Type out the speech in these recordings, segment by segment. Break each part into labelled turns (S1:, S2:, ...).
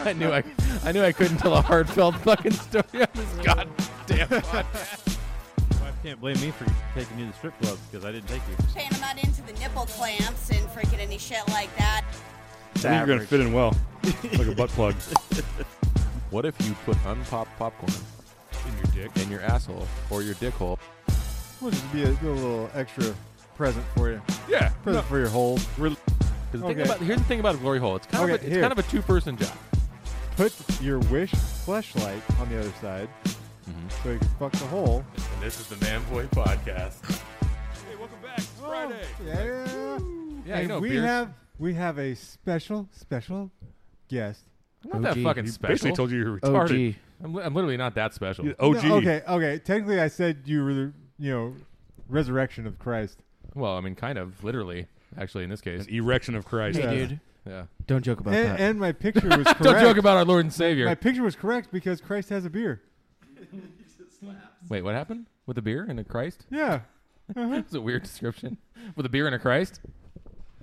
S1: I knew I, I knew I couldn't tell a heartfelt fucking story on this goddamn podcast.
S2: Wife can't blame me for taking you to strip clubs because I didn't take you.
S3: saying I'm not into the nipple clamps and freaking any shit like that.
S4: It's
S5: I think you're gonna
S4: average.
S5: fit in well, like a butt plug
S1: What if you put unpopped popcorn
S5: in your dick.
S1: in your asshole or your dick hole?
S6: We'll just be a, do a little extra present for you.
S5: Yeah,
S6: Present for your hole.
S1: 'Cause the thing
S6: Okay.
S1: about- here's the thing about a glory hole. It's kind of
S6: Okay,
S1: a, it's
S6: here.
S1: kind of a two person job.
S6: Put your wish flashlight on the other side
S1: Mm-hmm.
S6: so you can fuck the hole.
S5: And this is the Man Boy Podcast. Hey, welcome back. It's
S1: Oh.
S5: Friday.
S6: Oh, Yeah.
S1: Yeah,
S6: and
S1: you know,
S6: we
S1: beers.
S6: have we have a special special guest.
S1: I'm not that
S4: OG.
S1: fucking
S5: You
S1: special.
S5: basically told you you're
S4: Oh,
S5: retarded.
S4: gee.
S1: I'm, li- I'm literally not that special.
S5: You- OG.
S6: No, okay, okay. Technically, I said you were the you know resurrection of Christ.
S1: Well, I mean, kind of, literally, actually, in this case.
S5: An e- erection of Christ.
S4: Hey,
S6: Yeah.
S4: dude,
S1: Yeah.
S4: don't joke about
S6: And,
S4: that.
S6: and my picture was correct.
S1: Don't joke about our Lord and
S6: my
S1: Savior.
S6: picture was correct because Christ has a beer.
S1: Wait, what happened with a beer and a Christ?
S6: Yeah. Uh-huh.
S1: It's a weird description. With a beer and a Christ.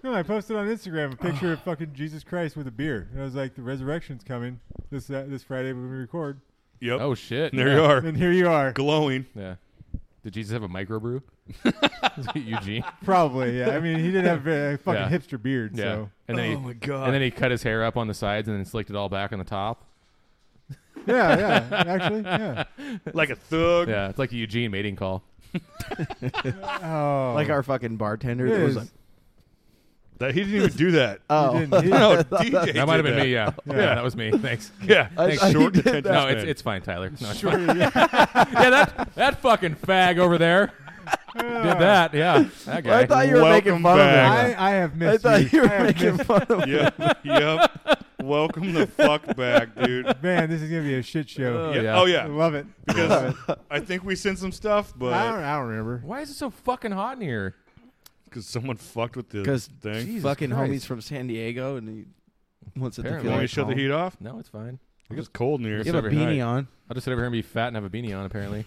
S6: No, I posted on Instagram a picture of fucking Jesus Christ with a beer, and I was like, "The resurrection's coming this uh, this Friday when we record."
S5: Yep.
S1: Oh shit!
S5: there
S1: yeah.
S5: you are.
S6: And here you are,
S5: Glowing.
S1: Yeah. Did Jesus have a microbrew? Eugene.
S6: probably. Yeah, I mean, he did have a fucking
S1: Yeah.
S6: hipster beard,
S1: Yeah.
S6: so
S1: And then he,
S4: god.
S1: and then he cut his hair up on the sides and then slicked it all back on the top.
S6: yeah, yeah. Actually, yeah.
S5: Like a thug.
S1: Yeah, it's like a Eugene mating call.
S6: Oh,
S4: like our fucking bartender
S6: It
S4: that was
S6: is.
S4: like,
S5: That, he didn't even do that.
S4: oh,
S6: He didn't- he didn't-
S5: no, DJ.
S1: That might have
S5: did
S1: been me. Yeah. yeah,
S6: Yeah.
S1: that was me. Thanks.
S5: Yeah.
S4: I-
S1: Thanks.
S4: I
S5: Short
S4: did that.
S5: attention.
S1: no, it's
S5: span.
S1: it's fine, Tyler. No, it's
S6: sure,
S1: fine.
S6: yeah.
S1: yeah, that that fucking fag over there did that. Yeah, that guy.
S4: I thought you were
S5: Welcome
S4: making fun
S5: back.
S4: of him.
S6: I, I have
S4: I,
S6: missed
S4: thought you
S6: you. I
S4: were
S6: have
S4: making
S6: missed-
S4: fun of him.
S5: yep. Yep. Welcome the fuck back, dude.
S6: Man, this is gonna be a shit show.
S1: Oh,
S5: yeah.
S1: yeah.
S5: Oh
S6: I
S5: yeah.
S6: love it.
S5: Because I think we sent some stuff,
S6: I don't,
S5: but
S6: I don't remember.
S1: Why is it so fucking hot in here?
S5: because someone fucked with the
S4: Because
S5: thing.
S1: Jesus
S4: fucking
S1: Christ.
S4: homies from San Diego and he wants it
S1: Apparently.
S4: to feel
S5: Want me
S4: like
S5: to shut the
S4: home.
S5: heat off?
S1: No, it's fine.
S5: It gets cold in here.
S4: You have a
S1: Every
S4: beanie
S1: night.
S4: on.
S1: I'll just sit over here and be fat and have a beanie on. Apparently,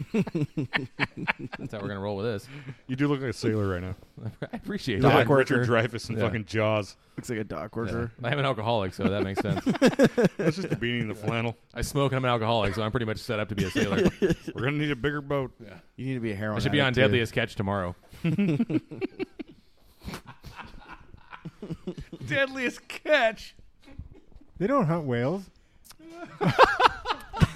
S1: that's how we're gonna roll with this.
S5: You do look like a sailor right now.
S1: I appreciate
S4: Doc
S1: that.
S5: like
S4: worker.
S5: Richard Dreyfuss and
S1: Yeah.
S5: fucking Jaws.
S4: Looks like a dock
S1: Yeah.
S4: worker.
S1: I'm an alcoholic, so that makes sense.
S5: That's just the beanie and the flannel.
S1: I smoke and I'm an alcoholic, so I'm pretty much set up to be a sailor.
S5: We're gonna need a bigger boat.
S4: You need to be a heroin.
S1: I should be on
S4: addict, too.
S1: Deadliest Catch tomorrow.
S5: Deadliest catch.
S6: They don't hunt whales.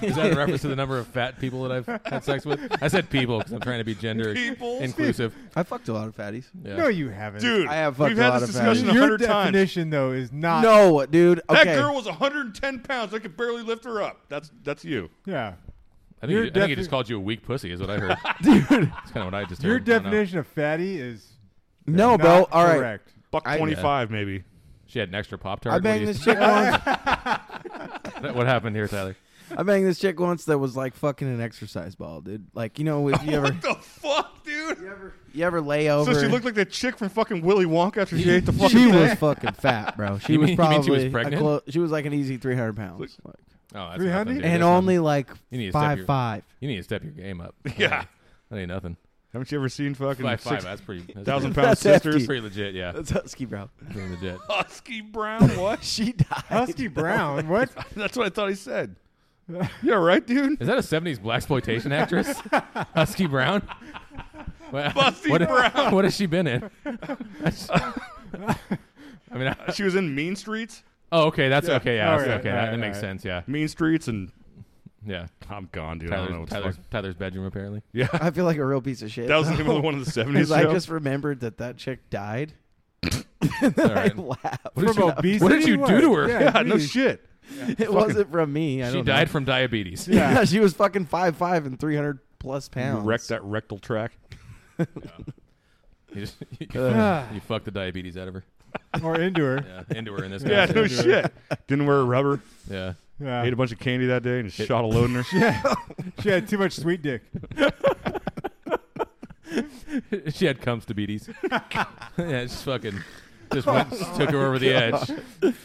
S1: Is that a reference to the number of fat people that I've had sex with? I said people because I'm trying to be gender
S5: People.
S1: inclusive.
S4: I fucked a lot of fatties.
S1: Yeah.
S6: No, you haven't,
S5: Dude,
S4: I have fucked
S5: we've
S4: a
S5: had
S4: lot
S5: this
S4: of fatties.
S5: discussion a
S6: Your
S5: hundred times.
S6: definition though is not.
S4: No, dude. Okay.
S5: That girl was 110 pounds. I could barely lift her up. That's that's you.
S6: Yeah.
S1: I think,
S6: Your
S1: he, I think he
S6: defi-
S1: just called you a weak pussy, is what I heard.
S4: dude.
S1: That's kind of what I just
S6: Your
S1: heard. I don't know.
S6: definition of fatty is
S4: No,
S6: not
S4: bro. All right.
S6: correct.
S5: Buck
S4: I-
S5: 25 maybe.
S1: She had an extra pop tart.
S4: I banged this chick once.
S1: What happened here, Tyler?
S4: I banged this chick once that was like fucking an exercise ball, dude. Like you know, if you ever
S5: What the fuck, dude?
S4: you ever lay over,
S5: So she looked like that chick from fucking Willy Wonka after she ate the fucking.
S4: she
S5: thing?
S4: was fucking fat, bro. She
S1: You
S4: was
S1: mean- you mean she was
S4: probably a
S1: pregnant?
S4: clo- she was like an easy three hundred pounds, Like,
S1: Oh, that's
S6: 300?
S1: nothing, dude.
S4: and
S1: That's nothing.
S4: only like
S1: You need to step
S4: five
S1: your-
S4: five.
S1: You need to step your game up.
S5: Yeah.
S1: That ain't nothing.
S5: Haven't you ever seen fucking
S1: Five five.
S5: six
S1: That's pretty. That's
S5: thousand
S1: pretty,
S5: pound
S4: That's hefty.
S5: sisters?
S1: Pretty legit. Yeah.
S4: That's husky, bro.
S1: Pretty legit.
S5: Husky Brown. What?
S4: She died.
S6: Husky Brown. What?
S5: That's what I thought he said. You all right, dude?
S1: Is that a '70s black exploitation actress, Husky Brown? Well,
S5: Busty
S1: what,
S5: Brown.
S1: What has she been in? That's- I mean, I-
S5: She was in Mean Streets.
S1: oh, okay, that's
S5: Yeah.
S1: okay. Yeah,
S6: All
S1: that's
S6: right,
S1: okay.
S6: all
S1: that,
S6: right,
S1: that
S6: all
S1: makes
S6: right.
S1: sense. Yeah,
S5: Mean Streets and
S1: yeah.
S5: I'm gone, dude. I don't know
S1: Tyler's,
S5: what's
S1: Tyler's,
S5: fucking-
S1: Tyler's bedroom, apparently.
S5: Yeah,
S4: I feel like a real piece of shit.
S5: that was the
S4: though.
S5: name of one of the
S4: Because
S5: '70s.
S4: I
S5: show.
S4: just remembered that that chick died.
S1: All right.
S4: I laughed.
S1: What did
S6: From
S1: you-
S6: obesity?
S1: what did you do to her?
S5: yeah,
S6: Yeah,
S5: no
S6: please.
S5: shit.
S4: It wasn't from me. I
S1: She
S4: don't
S1: died
S4: Know.
S1: from diabetes.
S4: Yeah.
S6: Yeah.
S4: she was fucking five five and three hundred plus
S5: You
S4: pounds.
S5: wrecked that rectal track.
S1: You, just, you,
S6: Ugh.
S1: you fucked the diabetes out of her.
S6: or into her.
S1: Yeah, into her in this
S5: Yeah,
S1: case.
S5: no shit. Didn't wear a rubber.
S1: Yeah.
S6: Yeah.
S5: Ate a bunch of candy that day and shot a load in her.
S6: She had too much sweet dick.
S1: she had cumps to beaties. yeah, just fucking just went, just took her over the edge.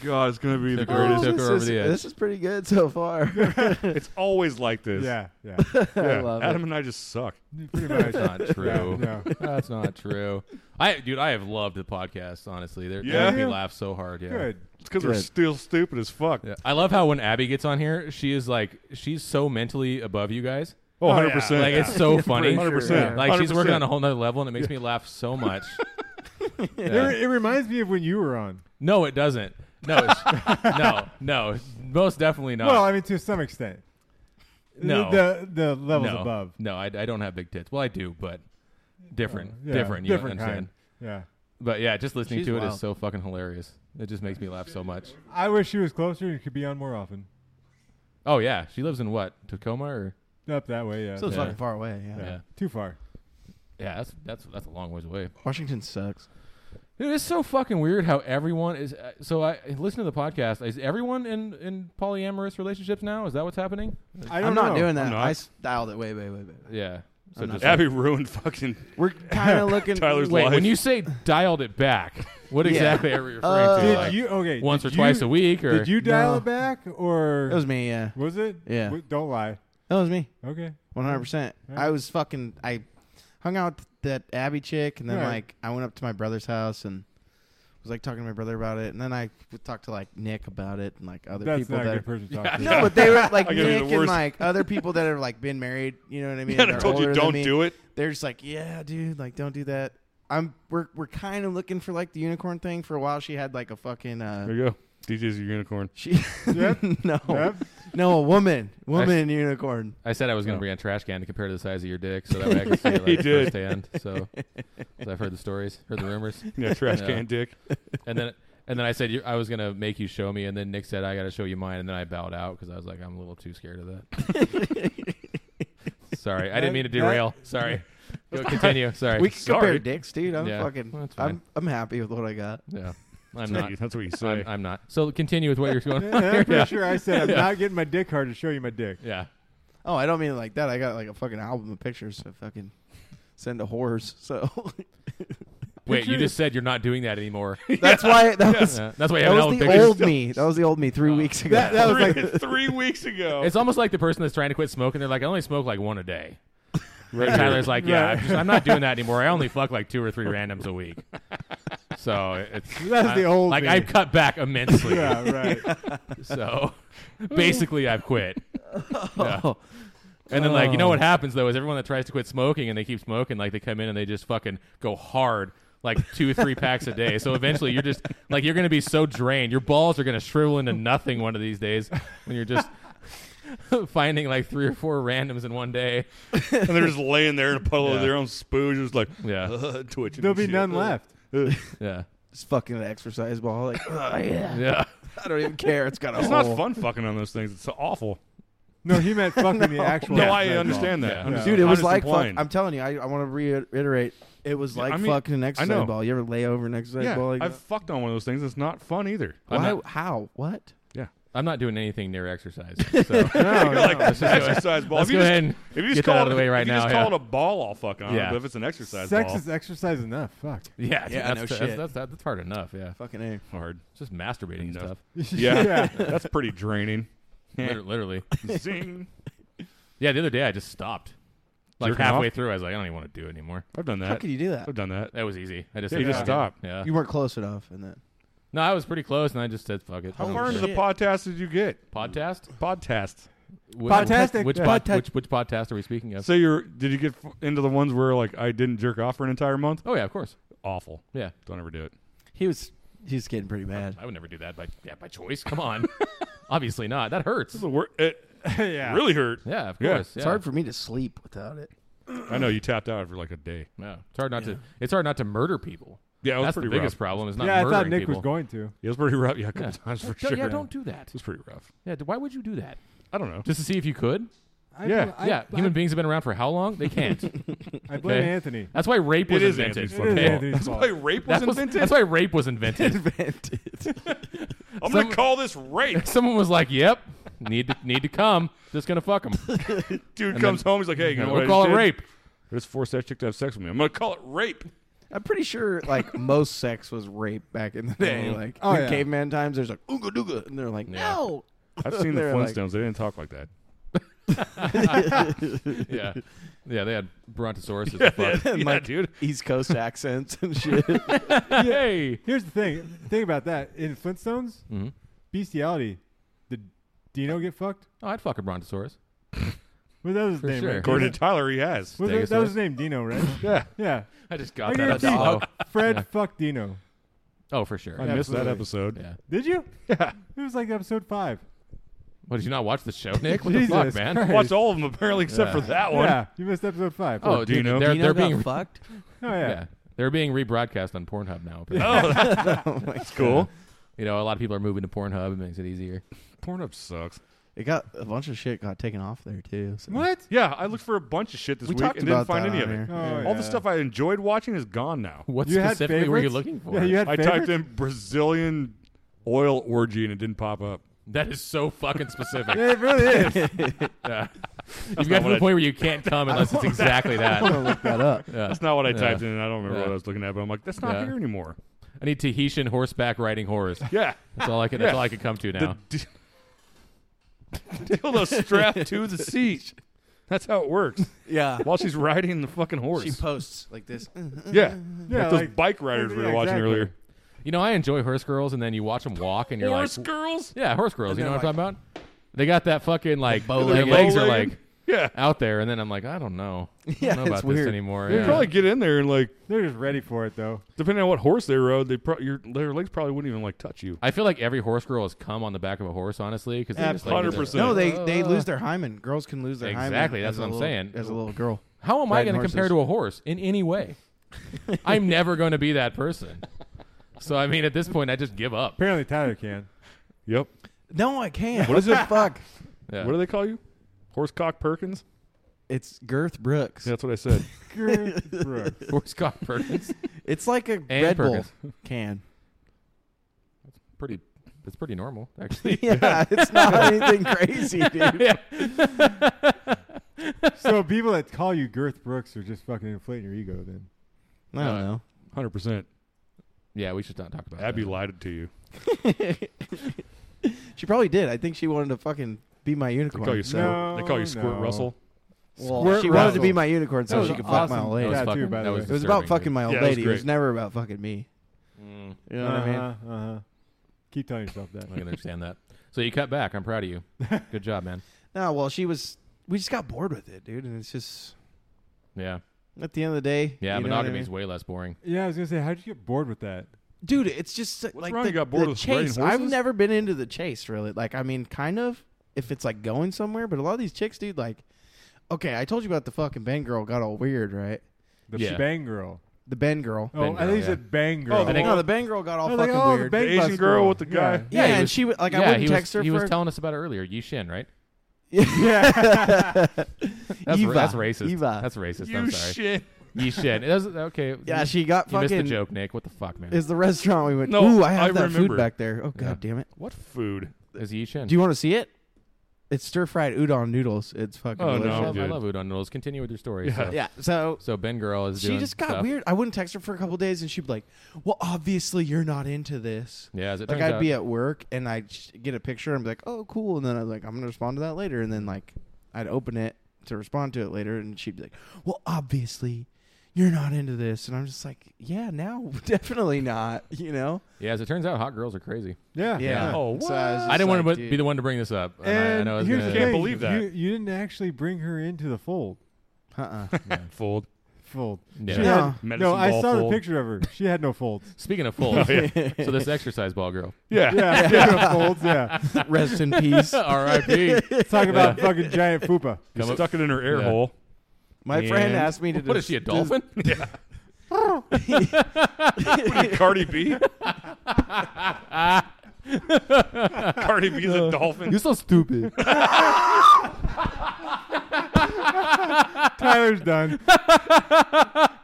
S5: God, it's gonna be
S1: Oh,
S5: the
S1: Greatest
S4: Oh,
S5: greatest.
S1: hooker
S4: this,
S1: over
S4: is,
S1: the edge.
S4: this is pretty good so far.
S5: It's always like this.
S6: Yeah. Yeah.
S5: Yeah.
S4: love it.
S5: Adam and I just suck.
S6: Pretty much.
S1: That's not
S6: Yeah,
S1: true.
S6: no.
S1: That's not true. I, dude, I have loved the podcast. Honestly, they're,
S5: Yeah?
S1: they make me laugh so hard. Yeah,
S6: Good.
S5: It's because we're
S4: Good.
S5: still stupid as fuck.
S1: Yeah. I love how when Abby gets on here, she is like she's so mentally above you guys.
S5: Oh,
S2: yeah.
S5: 100%.
S1: Like it's so funny.
S5: 100%.
S1: Like she's
S5: 100%.
S1: working on a whole nother level, and it makes me laugh so much.
S6: It,
S1: Yeah.
S6: re- it reminds me of when you were on.
S1: No, it doesn't. No, it's- no, no. Most definitely not.
S6: Well, I mean, to some extent.
S1: No.
S6: The, the, the levels
S1: no.
S6: above.
S1: No, I, I don't have big tits. Well, I do, but different,
S6: Yeah,
S1: different. You
S6: different
S1: understand?
S6: kind. Yeah.
S1: But yeah, just listening
S4: She's
S1: to it is
S4: wild.
S1: so fucking hilarious. It just makes me laugh so much.
S6: I wish she was closer and could be on more often.
S1: Oh yeah, she lives in what Tacoma or
S6: Up that way, yeah.
S4: So it's
S1: Yeah.
S4: fucking far away. Yeah.
S1: yeah,
S6: Too far.
S1: yeah. That's that's that's a long ways away.
S4: Washington sucks.
S1: Dude, it's so fucking weird how everyone is. Uh, so I I listen to the podcast. Is everyone in in polyamorous relationships now? Is that what's happening?
S6: I don't
S4: I'm not
S6: know.
S4: doing that.
S5: not.
S4: I styled it way, way, way, way.
S1: Yeah. So
S4: I'm not
S1: just
S5: Abby ruined fucking.
S4: We're kind of looking.
S5: Tyler's
S1: wait.
S5: life.
S1: When you say dialed it back, what
S4: Yeah.
S1: exactly are you referring
S4: Uh,
S1: to?
S6: Did
S1: Like,
S6: you okay?
S1: once or
S6: did
S1: twice
S6: you-
S1: a week, or
S6: Did you dial
S4: No.
S6: it back or
S4: That was me. Yeah.
S6: was it?
S4: Yeah.
S6: W- don't lie.
S4: That was me.
S6: Okay.
S4: One hundred percent. I was fucking. I hung out with that Abby chick, and then
S6: Right.
S4: like I went up to my brother's house and was like talking to my brother about it, and then I would talk to like Nick about it and like other
S6: That's
S4: people
S6: not a
S4: that.
S6: good person to talk to.
S4: no, but they were like
S5: I gotta be
S4: Nick
S5: the
S4: and
S5: worst.
S4: like other people that have like been married. You know what I mean?
S5: Yeah,
S4: and
S5: I
S4: are
S5: told you
S4: older than
S5: don't
S4: me.
S5: do it.
S4: They're just like, yeah, dude, like don't do that. I'm we're we're kind of looking for like the unicorn thing for a while. She had like a fucking
S5: There
S4: uh,
S5: you go. DJ's your unicorn.
S4: she
S6: Yep.
S4: no
S6: Yep.
S4: no a woman woman unicorn.
S1: I said I was going to bring a trash can to compare to the size of your dick, so that way I could see it
S5: He
S1: like,
S5: did.
S1: firsthand. So, 'cause I've heard the stories, heard the rumors,
S5: Yeah, trash
S1: Yeah.
S5: can dick.
S1: and then and then I said you- I was going to make you show me, and then Nick said I got to show you mine, and then I bowed out because I was like I'm a little too scared of that. Sorry, I didn't mean to
S6: That-
S1: derail. Sorry, Go continue. Sorry,
S4: We can
S5: Sorry.
S4: compare dicks, dude. I'm
S1: Yeah.
S4: fucking.
S1: Well, that's fine.
S4: I'm I'm happy with what I got.
S1: yeah, I'm not.
S5: That's what you say.
S1: I'm, I'm not. So continue with what you're going.
S6: Yeah, I'm pretty sure I said I'm not getting my dick hard to show you my dick.
S1: Yeah,
S4: Oh, I don't mean it like that. I got like a fucking album of pictures. I fucking send to whores. So
S1: wait, you just said you're not doing that anymore.
S4: that's why that was
S1: Yeah, That's why you
S4: that
S1: haven't held
S4: was the
S1: pictures.
S4: old me. That was the old me
S5: Oh.
S4: three weeks ago.
S6: That, that was
S5: three,
S6: like
S5: three weeks ago.
S1: It's almost like the person that's trying to quit smoking. They're like, I only smoke like one a day. And Tyler's like, yeah,
S6: Right.
S1: I'm, just- I'm not doing that anymore. I only fuck like two or three randoms a week. So it's
S6: That's
S1: I-
S6: the old
S1: like
S6: me.
S1: I've cut back immensely.
S6: yeah, right.
S1: So basically, I've quit. Yeah. And then like you know what happens though is everyone that tries to quit smoking and they keep smoking like they come in and they just fucking go hard like two three packs a day. So eventually you're just like you're gonna be so drained. Your balls are gonna shrivel into nothing one of these days when you're just finding like three or four randoms in one day.
S5: and they're just laying there in a puddle
S1: Yeah.
S5: of their own spoo, just like
S1: Yeah.
S5: uh, twitching.
S6: There'll
S5: and
S6: be
S5: shit.
S6: none left.
S5: Uh,
S1: Yeah,
S4: It's fucking an exercise ball. Like oh, yeah.
S1: yeah.
S4: I don't even care. It's got a
S5: It's
S4: hole.
S5: not fun fucking on those things. It's awful.
S6: No, he meant fucking the actual.
S5: No,
S6: dick
S5: I
S6: hard
S5: understand that.
S1: Yeah.
S5: I'm just-
S4: Dude, it
S5: I'm
S4: was
S5: just
S4: like fuck,
S5: implying.
S4: I'm telling you, I, I want to reiterate. It was
S5: Yeah,
S4: like
S5: I mean,
S4: fucking an
S5: know.
S4: exercise ball. You ever lay over an exercise
S5: yeah,
S4: ball? Like
S5: I've
S4: that?
S5: fucked on one of those things. It's not fun either.
S1: I'm
S4: Why?
S1: not-
S4: how? What?
S1: I'm not doing anything near exercise. So
S6: ball. No,
S5: like
S6: no.
S1: just go-
S5: exercise ball.
S1: let's
S5: if you
S1: go
S5: just,
S1: ahead and
S5: if you just
S1: get
S5: call
S1: that out
S5: it,
S1: of the way right
S5: if you
S1: now,
S5: Just
S1: yeah.
S5: call it a ball. I'll fuck on
S1: Yeah.
S5: it. But if it's an exercise
S6: Sex
S5: ball,
S6: is exercise enough. Fuck.
S1: yeah,
S4: Yeah,
S1: that's,
S4: no
S1: that's,
S4: shit.
S1: That's, that's, that's hard enough. Yeah,
S4: Fucking a.
S5: hard.
S1: It's just masturbating and
S5: Enough.
S1: stuff.
S5: Yeah, that's pretty draining.
S1: Liter- literally.
S5: Zing.
S1: Yeah, the other day I just stopped. Like
S5: Jerking
S1: halfway
S5: off?
S1: through, I was like, I don't even want to do it anymore.
S5: I've done
S4: How
S5: that.
S4: could you do that?
S5: I've done that.
S1: That was easy. I just
S5: Yeah,
S1: said,
S5: you just
S1: "Fuck it."
S5: stop.
S1: Yeah.
S4: You weren't close enough, and that.
S1: No, I was pretty close, and I just said, "Fuck it."
S5: How
S1: Oh,
S5: far into
S1: shit.
S5: the podcast did you get?
S1: podcast?
S5: Podcast.
S1: Wh-
S6: Podtastic.
S1: Which,
S6: Yeah.
S1: pod-
S6: Podta-
S1: which which podcast are we speaking of?
S5: So you're did you get f- into the ones where like I didn't jerk off for an entire month?
S1: oh yeah, of course.
S5: Awful.
S1: Yeah,
S5: Don't ever do it.
S4: He was he was getting pretty bad.
S1: I would never do that by yeah, by choice. Come on, obviously not. That hurts.
S5: The wor- it
S6: yeah.
S5: really hurt.
S1: Yeah, of
S5: Yeah.
S1: course. Yeah.
S4: It's hard for me to sleep without it.
S5: I know you tapped out for like a day.
S1: Yeah. It's hard not to. It's hard not to murder people.
S5: Yeah, it was
S1: That's the
S5: pretty
S1: biggest
S5: rough.
S1: problem. Is not
S6: Yeah, I
S1: murdering
S6: thought Nick
S1: people.
S6: was going to.
S5: It was pretty rough. Yeah, a couple
S1: Yeah.
S5: times for
S1: Yeah,
S5: sure.
S1: yeah, don't do that.
S5: It was pretty rough.
S1: Yeah, d- why would you do that?
S5: I don't know.
S1: Just to see if you could.
S6: I
S5: Yeah.
S6: bl- I,
S1: yeah, human
S6: I,
S1: beings have been around for how long? They can't.
S6: I blame
S1: okay.
S6: Anthony.
S1: That's why rape
S5: It
S1: was
S5: is
S1: invented.
S6: It
S5: Anthony's
S6: is
S5: Okay.
S6: Anthony's
S5: That's
S6: fault.
S5: why rape was
S1: That was-
S5: invented.
S1: That's why rape was invented.
S5: I'm gonna
S1: some-
S5: call this rape.
S1: Someone was like, "Yep, need to need to come. Just gonna fuck him.
S5: Dude comes home. He's like, "Hey, you know what
S1: we'll
S5: I
S1: call
S5: just
S1: it
S5: did?
S1: rape."
S5: I just forced that chick to have sex with me. I'm gonna call it rape.
S4: I'm pretty sure like most sex was rape back in the day. Like
S6: Oh,
S4: in
S6: yeah.
S4: caveman times, there's like ooga dooga, and they're like no.
S5: I've seen the
S4: They're like-
S5: Flintstones. they didn't talk like that.
S1: yeah, yeah. They had brontosauruses. Yeah, fuck. yeah,
S4: Like-
S1: dude.
S4: East Coast accents and shit.
S1: Hey,
S6: Here's the thing. Think about that. In Flintstones,
S1: Mhm.
S6: bestiality. Did Dino get fucked?
S1: oh, I'd fuck a brontosaurus.
S6: Well, that was his
S1: For
S6: name.
S1: sure.
S6: Right?
S5: According to Tyler, he has.
S6: Was it- that was
S1: Stegosaurus.
S6: his name, Dino, right?
S5: Yeah.
S6: yeah.
S1: I just
S6: I
S1: got that.
S6: guarantee
S1: Oh,
S6: Fred
S1: Yeah.
S6: fucked Dino.
S1: oh, for sure.
S5: I missed that
S6: Absolutely.
S5: episode.
S1: Yeah.
S6: Did you?
S5: Yeah.
S6: It was like episode five.
S1: What did you not watch the show, Nick? What the fuck,
S6: Jesus
S1: man?
S6: Christ.
S5: Watched all of them apparently except for that one.
S6: Yeah, you missed episode five.
S1: Oh, dude,
S5: Dino.
S1: they're
S7: Dino
S1: they're
S7: got
S1: being
S7: fucked.
S6: Oh, yeah.
S1: yeah. They're being rebroadcast on Pornhub now. apparently.
S5: Oh, that's cool.
S1: You know, a lot of people are moving to Pornhub. It makes it easier.
S5: Pornhub sucks.
S4: it got a bunch of shit got taken off there too. so-
S6: What?
S5: Yeah, I looked for a bunch of shit this
S4: We
S5: week
S4: talked
S5: and
S4: about
S5: didn't find
S4: that
S5: any
S4: on
S5: of it.
S4: here.
S6: Oh,
S5: All the
S6: yeah.
S5: stuff I enjoyed watching is gone now.
S1: What
S6: You had
S1: specifically were you
S6: favorites?
S1: looking for?
S6: Yeah, you had
S5: I
S6: favorites?
S5: typed in Brazilian oil orgy and it didn't pop up.
S1: that is so fucking specific.
S6: Yeah, it really is.
S1: Yeah. You've got to
S5: what
S1: the
S5: I-
S1: point where you can't come unless it's exactly that.
S4: Look that up.
S1: Yeah.
S5: That's not what I
S1: Yeah.
S5: typed in. I don't remember
S1: Yeah.
S5: what I was looking at, but I'm like, that's not
S1: Yeah.
S5: here anymore.
S1: I need Tahitian horseback riding horse.
S5: Yeah.
S1: That's all I could. That's
S5: Yeah.
S1: all I could come to
S5: The
S1: now.
S5: d- dildo strapped to the seat. That's how it works.
S7: Yeah.
S5: While she's riding the fucking horse.
S7: She posts like this.
S5: yeah.
S6: Yeah,
S5: Like those
S6: like-
S5: bike riders we
S6: yeah,
S5: were watching
S6: exactly.
S5: earlier.
S1: You know, I enjoy horse girls, and then you watch them walk, and you're
S5: horse
S1: like,
S5: girls?
S1: yeah, horse girls. You know
S7: And
S1: what
S7: they're
S1: I'm talking about? They got that fucking like
S7: bow
S1: their
S7: legged.
S1: legs are
S5: Bow-legged?
S1: like
S5: Yeah.
S1: out there, and then I'm like, I don't know. I don't
S4: Yeah,
S1: know
S4: it's
S1: about this
S4: weird.
S1: anymore.
S5: They
S1: Yeah.
S5: probably get in there and like,
S6: They're just ready for it, though.
S5: depending on what horse they rode, they pro- your their legs probably wouldn't even like touch you.
S1: I feel like every horse girl has come on the back of a horse, honestly, because
S5: Hundred percent.
S4: No, they they lose their hymen. Girls can lose their hymen.
S1: Exactly, that's
S4: as a
S1: what I'm
S4: little-
S1: saying.
S4: As a little girl.
S1: How am I
S4: Riding
S1: going to compare
S4: horses.
S1: to a horse in any way? I'm never going to be that person. So I mean, at this point, I just give up.
S6: Apparently, Tyler can.
S5: Yep.
S4: No, I can't.
S5: What is it?
S4: Fuck.
S1: Yeah.
S5: What do they call you? Horsecock Perkins?
S4: It's Girth Brooks.
S5: Yeah, that's what I said.
S6: Girth Brooks.
S1: Horsecock Perkins.
S4: It's like a Red
S1: Perkins.
S4: Bull can.
S1: pretty. It's pretty normal, actually.
S4: Yeah, it's not anything crazy, dude.
S6: so people that call you Girth Brooks are just fucking inflating your ego. Then
S4: I don't know.
S5: Hundred percent.
S1: yeah, we should not talk about
S5: Abby
S1: that.
S5: lied to you.
S4: She probably did. I think she wanted to fucking be my
S5: They
S4: unicorn.
S5: call you
S4: so-
S5: Squirt. they call
S6: no.
S5: you Squirt Russell.
S4: Well,
S6: Squirt
S4: she wanted to
S6: Russell.
S4: be my unicorn
S6: That
S4: so
S6: was
S4: she could
S6: awesome.
S4: fuck my old
S1: That
S4: lady.
S1: was
S6: Yeah,
S1: fucking,
S6: too, by
S1: that
S6: the
S1: was
S6: way.
S4: it was about
S1: disturbing,
S4: fucking my old
S5: Yeah, it was
S4: lady. It was
S5: great.
S4: never about fucking me. You know what I mean?
S6: Uh-huh, uh-huh. Keep telling yourself that.
S1: dude. I can understand that. So you cut back. I'm proud of you. Good job, man.
S4: No, well, she was. We just got bored with it, dude. And it's just
S1: Yeah,
S4: at the end of the day.
S1: yeah.
S4: you know what I
S1: monogamy
S4: mean?
S1: is way less boring.
S6: Yeah, I was gonna say, how'd you get bored with that?
S4: dude it's just uh, like
S5: wrong?
S4: the,
S5: You got bored
S4: the
S5: with riding
S4: chase i've
S5: horses?
S4: never been into the chase really like i mean kind of if it's like going somewhere but a lot of these chicks dude like okay i told you about the fucking ben girl got all weird right
S6: The
S1: Yeah.
S6: bang girl.
S4: the ben girl
S6: Oh,
S1: Bang
S6: I
S1: girl,
S6: think you
S1: yeah.
S6: said bang girl.
S5: Oh, the-
S1: think-
S4: no the ben girl got all
S6: I was like,
S4: fucking
S6: oh, the
S4: weird
S6: bang
S5: The Asian
S6: bus
S5: girl with the
S6: Yeah.
S5: guy.
S4: yeah,
S1: Yeah, he
S4: and
S1: was-
S4: she would like
S1: yeah,
S4: i wouldn't
S1: he was,
S4: text her
S1: He
S4: for
S1: was telling us about it earlier. Yishin, right? That's,
S4: Eva.
S1: that's racist.
S4: Eva.
S1: That's racist. I'm sorry.
S5: shit.
S1: Yishin. It was, okay.
S4: yeah
S1: you,
S4: she got
S1: you missed
S4: fucking
S1: the joke, Nick. What the fuck, man?
S4: is the restaurant we went
S5: No,
S4: ooh i have
S5: I
S4: that
S5: remember.
S4: food back there oh god damn it
S5: What food?
S1: Is Yishin?
S4: do you want to see it it's stir fried udon noodles it's fucking
S1: I
S5: Oh, no.
S4: delicious.
S1: love, I
S5: dude.
S1: love udon noodles. Continue with your story.
S5: Yeah.
S1: So,
S4: yeah so
S1: so Ben Girl is
S4: she
S1: doing
S4: just got
S1: stuff.
S4: weird. I wouldn't text her for a couple days, and she'd be like, "Well, obviously you're not into this."
S1: Yeah, as it
S4: Like
S1: turns
S4: I'd
S1: out,
S4: be at work and I'd sh- get a picture and be like, "Oh, cool," and then I'd like, "I'm gonna respond to that later," and then like I'd open it to respond to it later, and she'd be like, "Well, obviously you're not into this," and I'm just like, "Yeah, now definitely not," you know?
S1: yeah, as it turns out, hot girls are crazy.
S6: Yeah.
S4: Yeah.
S5: Oh,
S4: So I, was
S1: I
S4: just
S1: didn't
S4: like,
S1: want to
S4: dude.
S1: be the one to bring this up. and I- I,
S6: And
S1: know it's
S6: here's
S1: gonna,
S6: the thing.
S5: Can't believe that.
S6: You, you didn't actually bring her into the fold.
S4: Uh-uh.
S5: Fold.
S6: Fold.
S1: Yeah.
S6: She
S4: No.
S6: had-
S5: Medicine
S6: no, I
S5: ball
S6: saw
S5: fold.
S6: the picture of her. She had no folds.
S1: Speaking of folds,
S5: Oh,
S1: so this exercise ball girl.
S5: Yeah.
S6: Yeah, she had no folds. Yeah.
S4: Rest in peace,
S1: R.I.P.
S6: Talk about fucking giant fupa.
S5: You
S1: Come up-
S5: stuck it in her air
S1: Yeah.
S5: hole.
S4: my friend asked me to.
S1: What is she, a dolphin?
S5: Cardi B. Cardi B's
S1: Uh,
S5: a dolphin.
S1: so stupid.
S6: Tyler's done.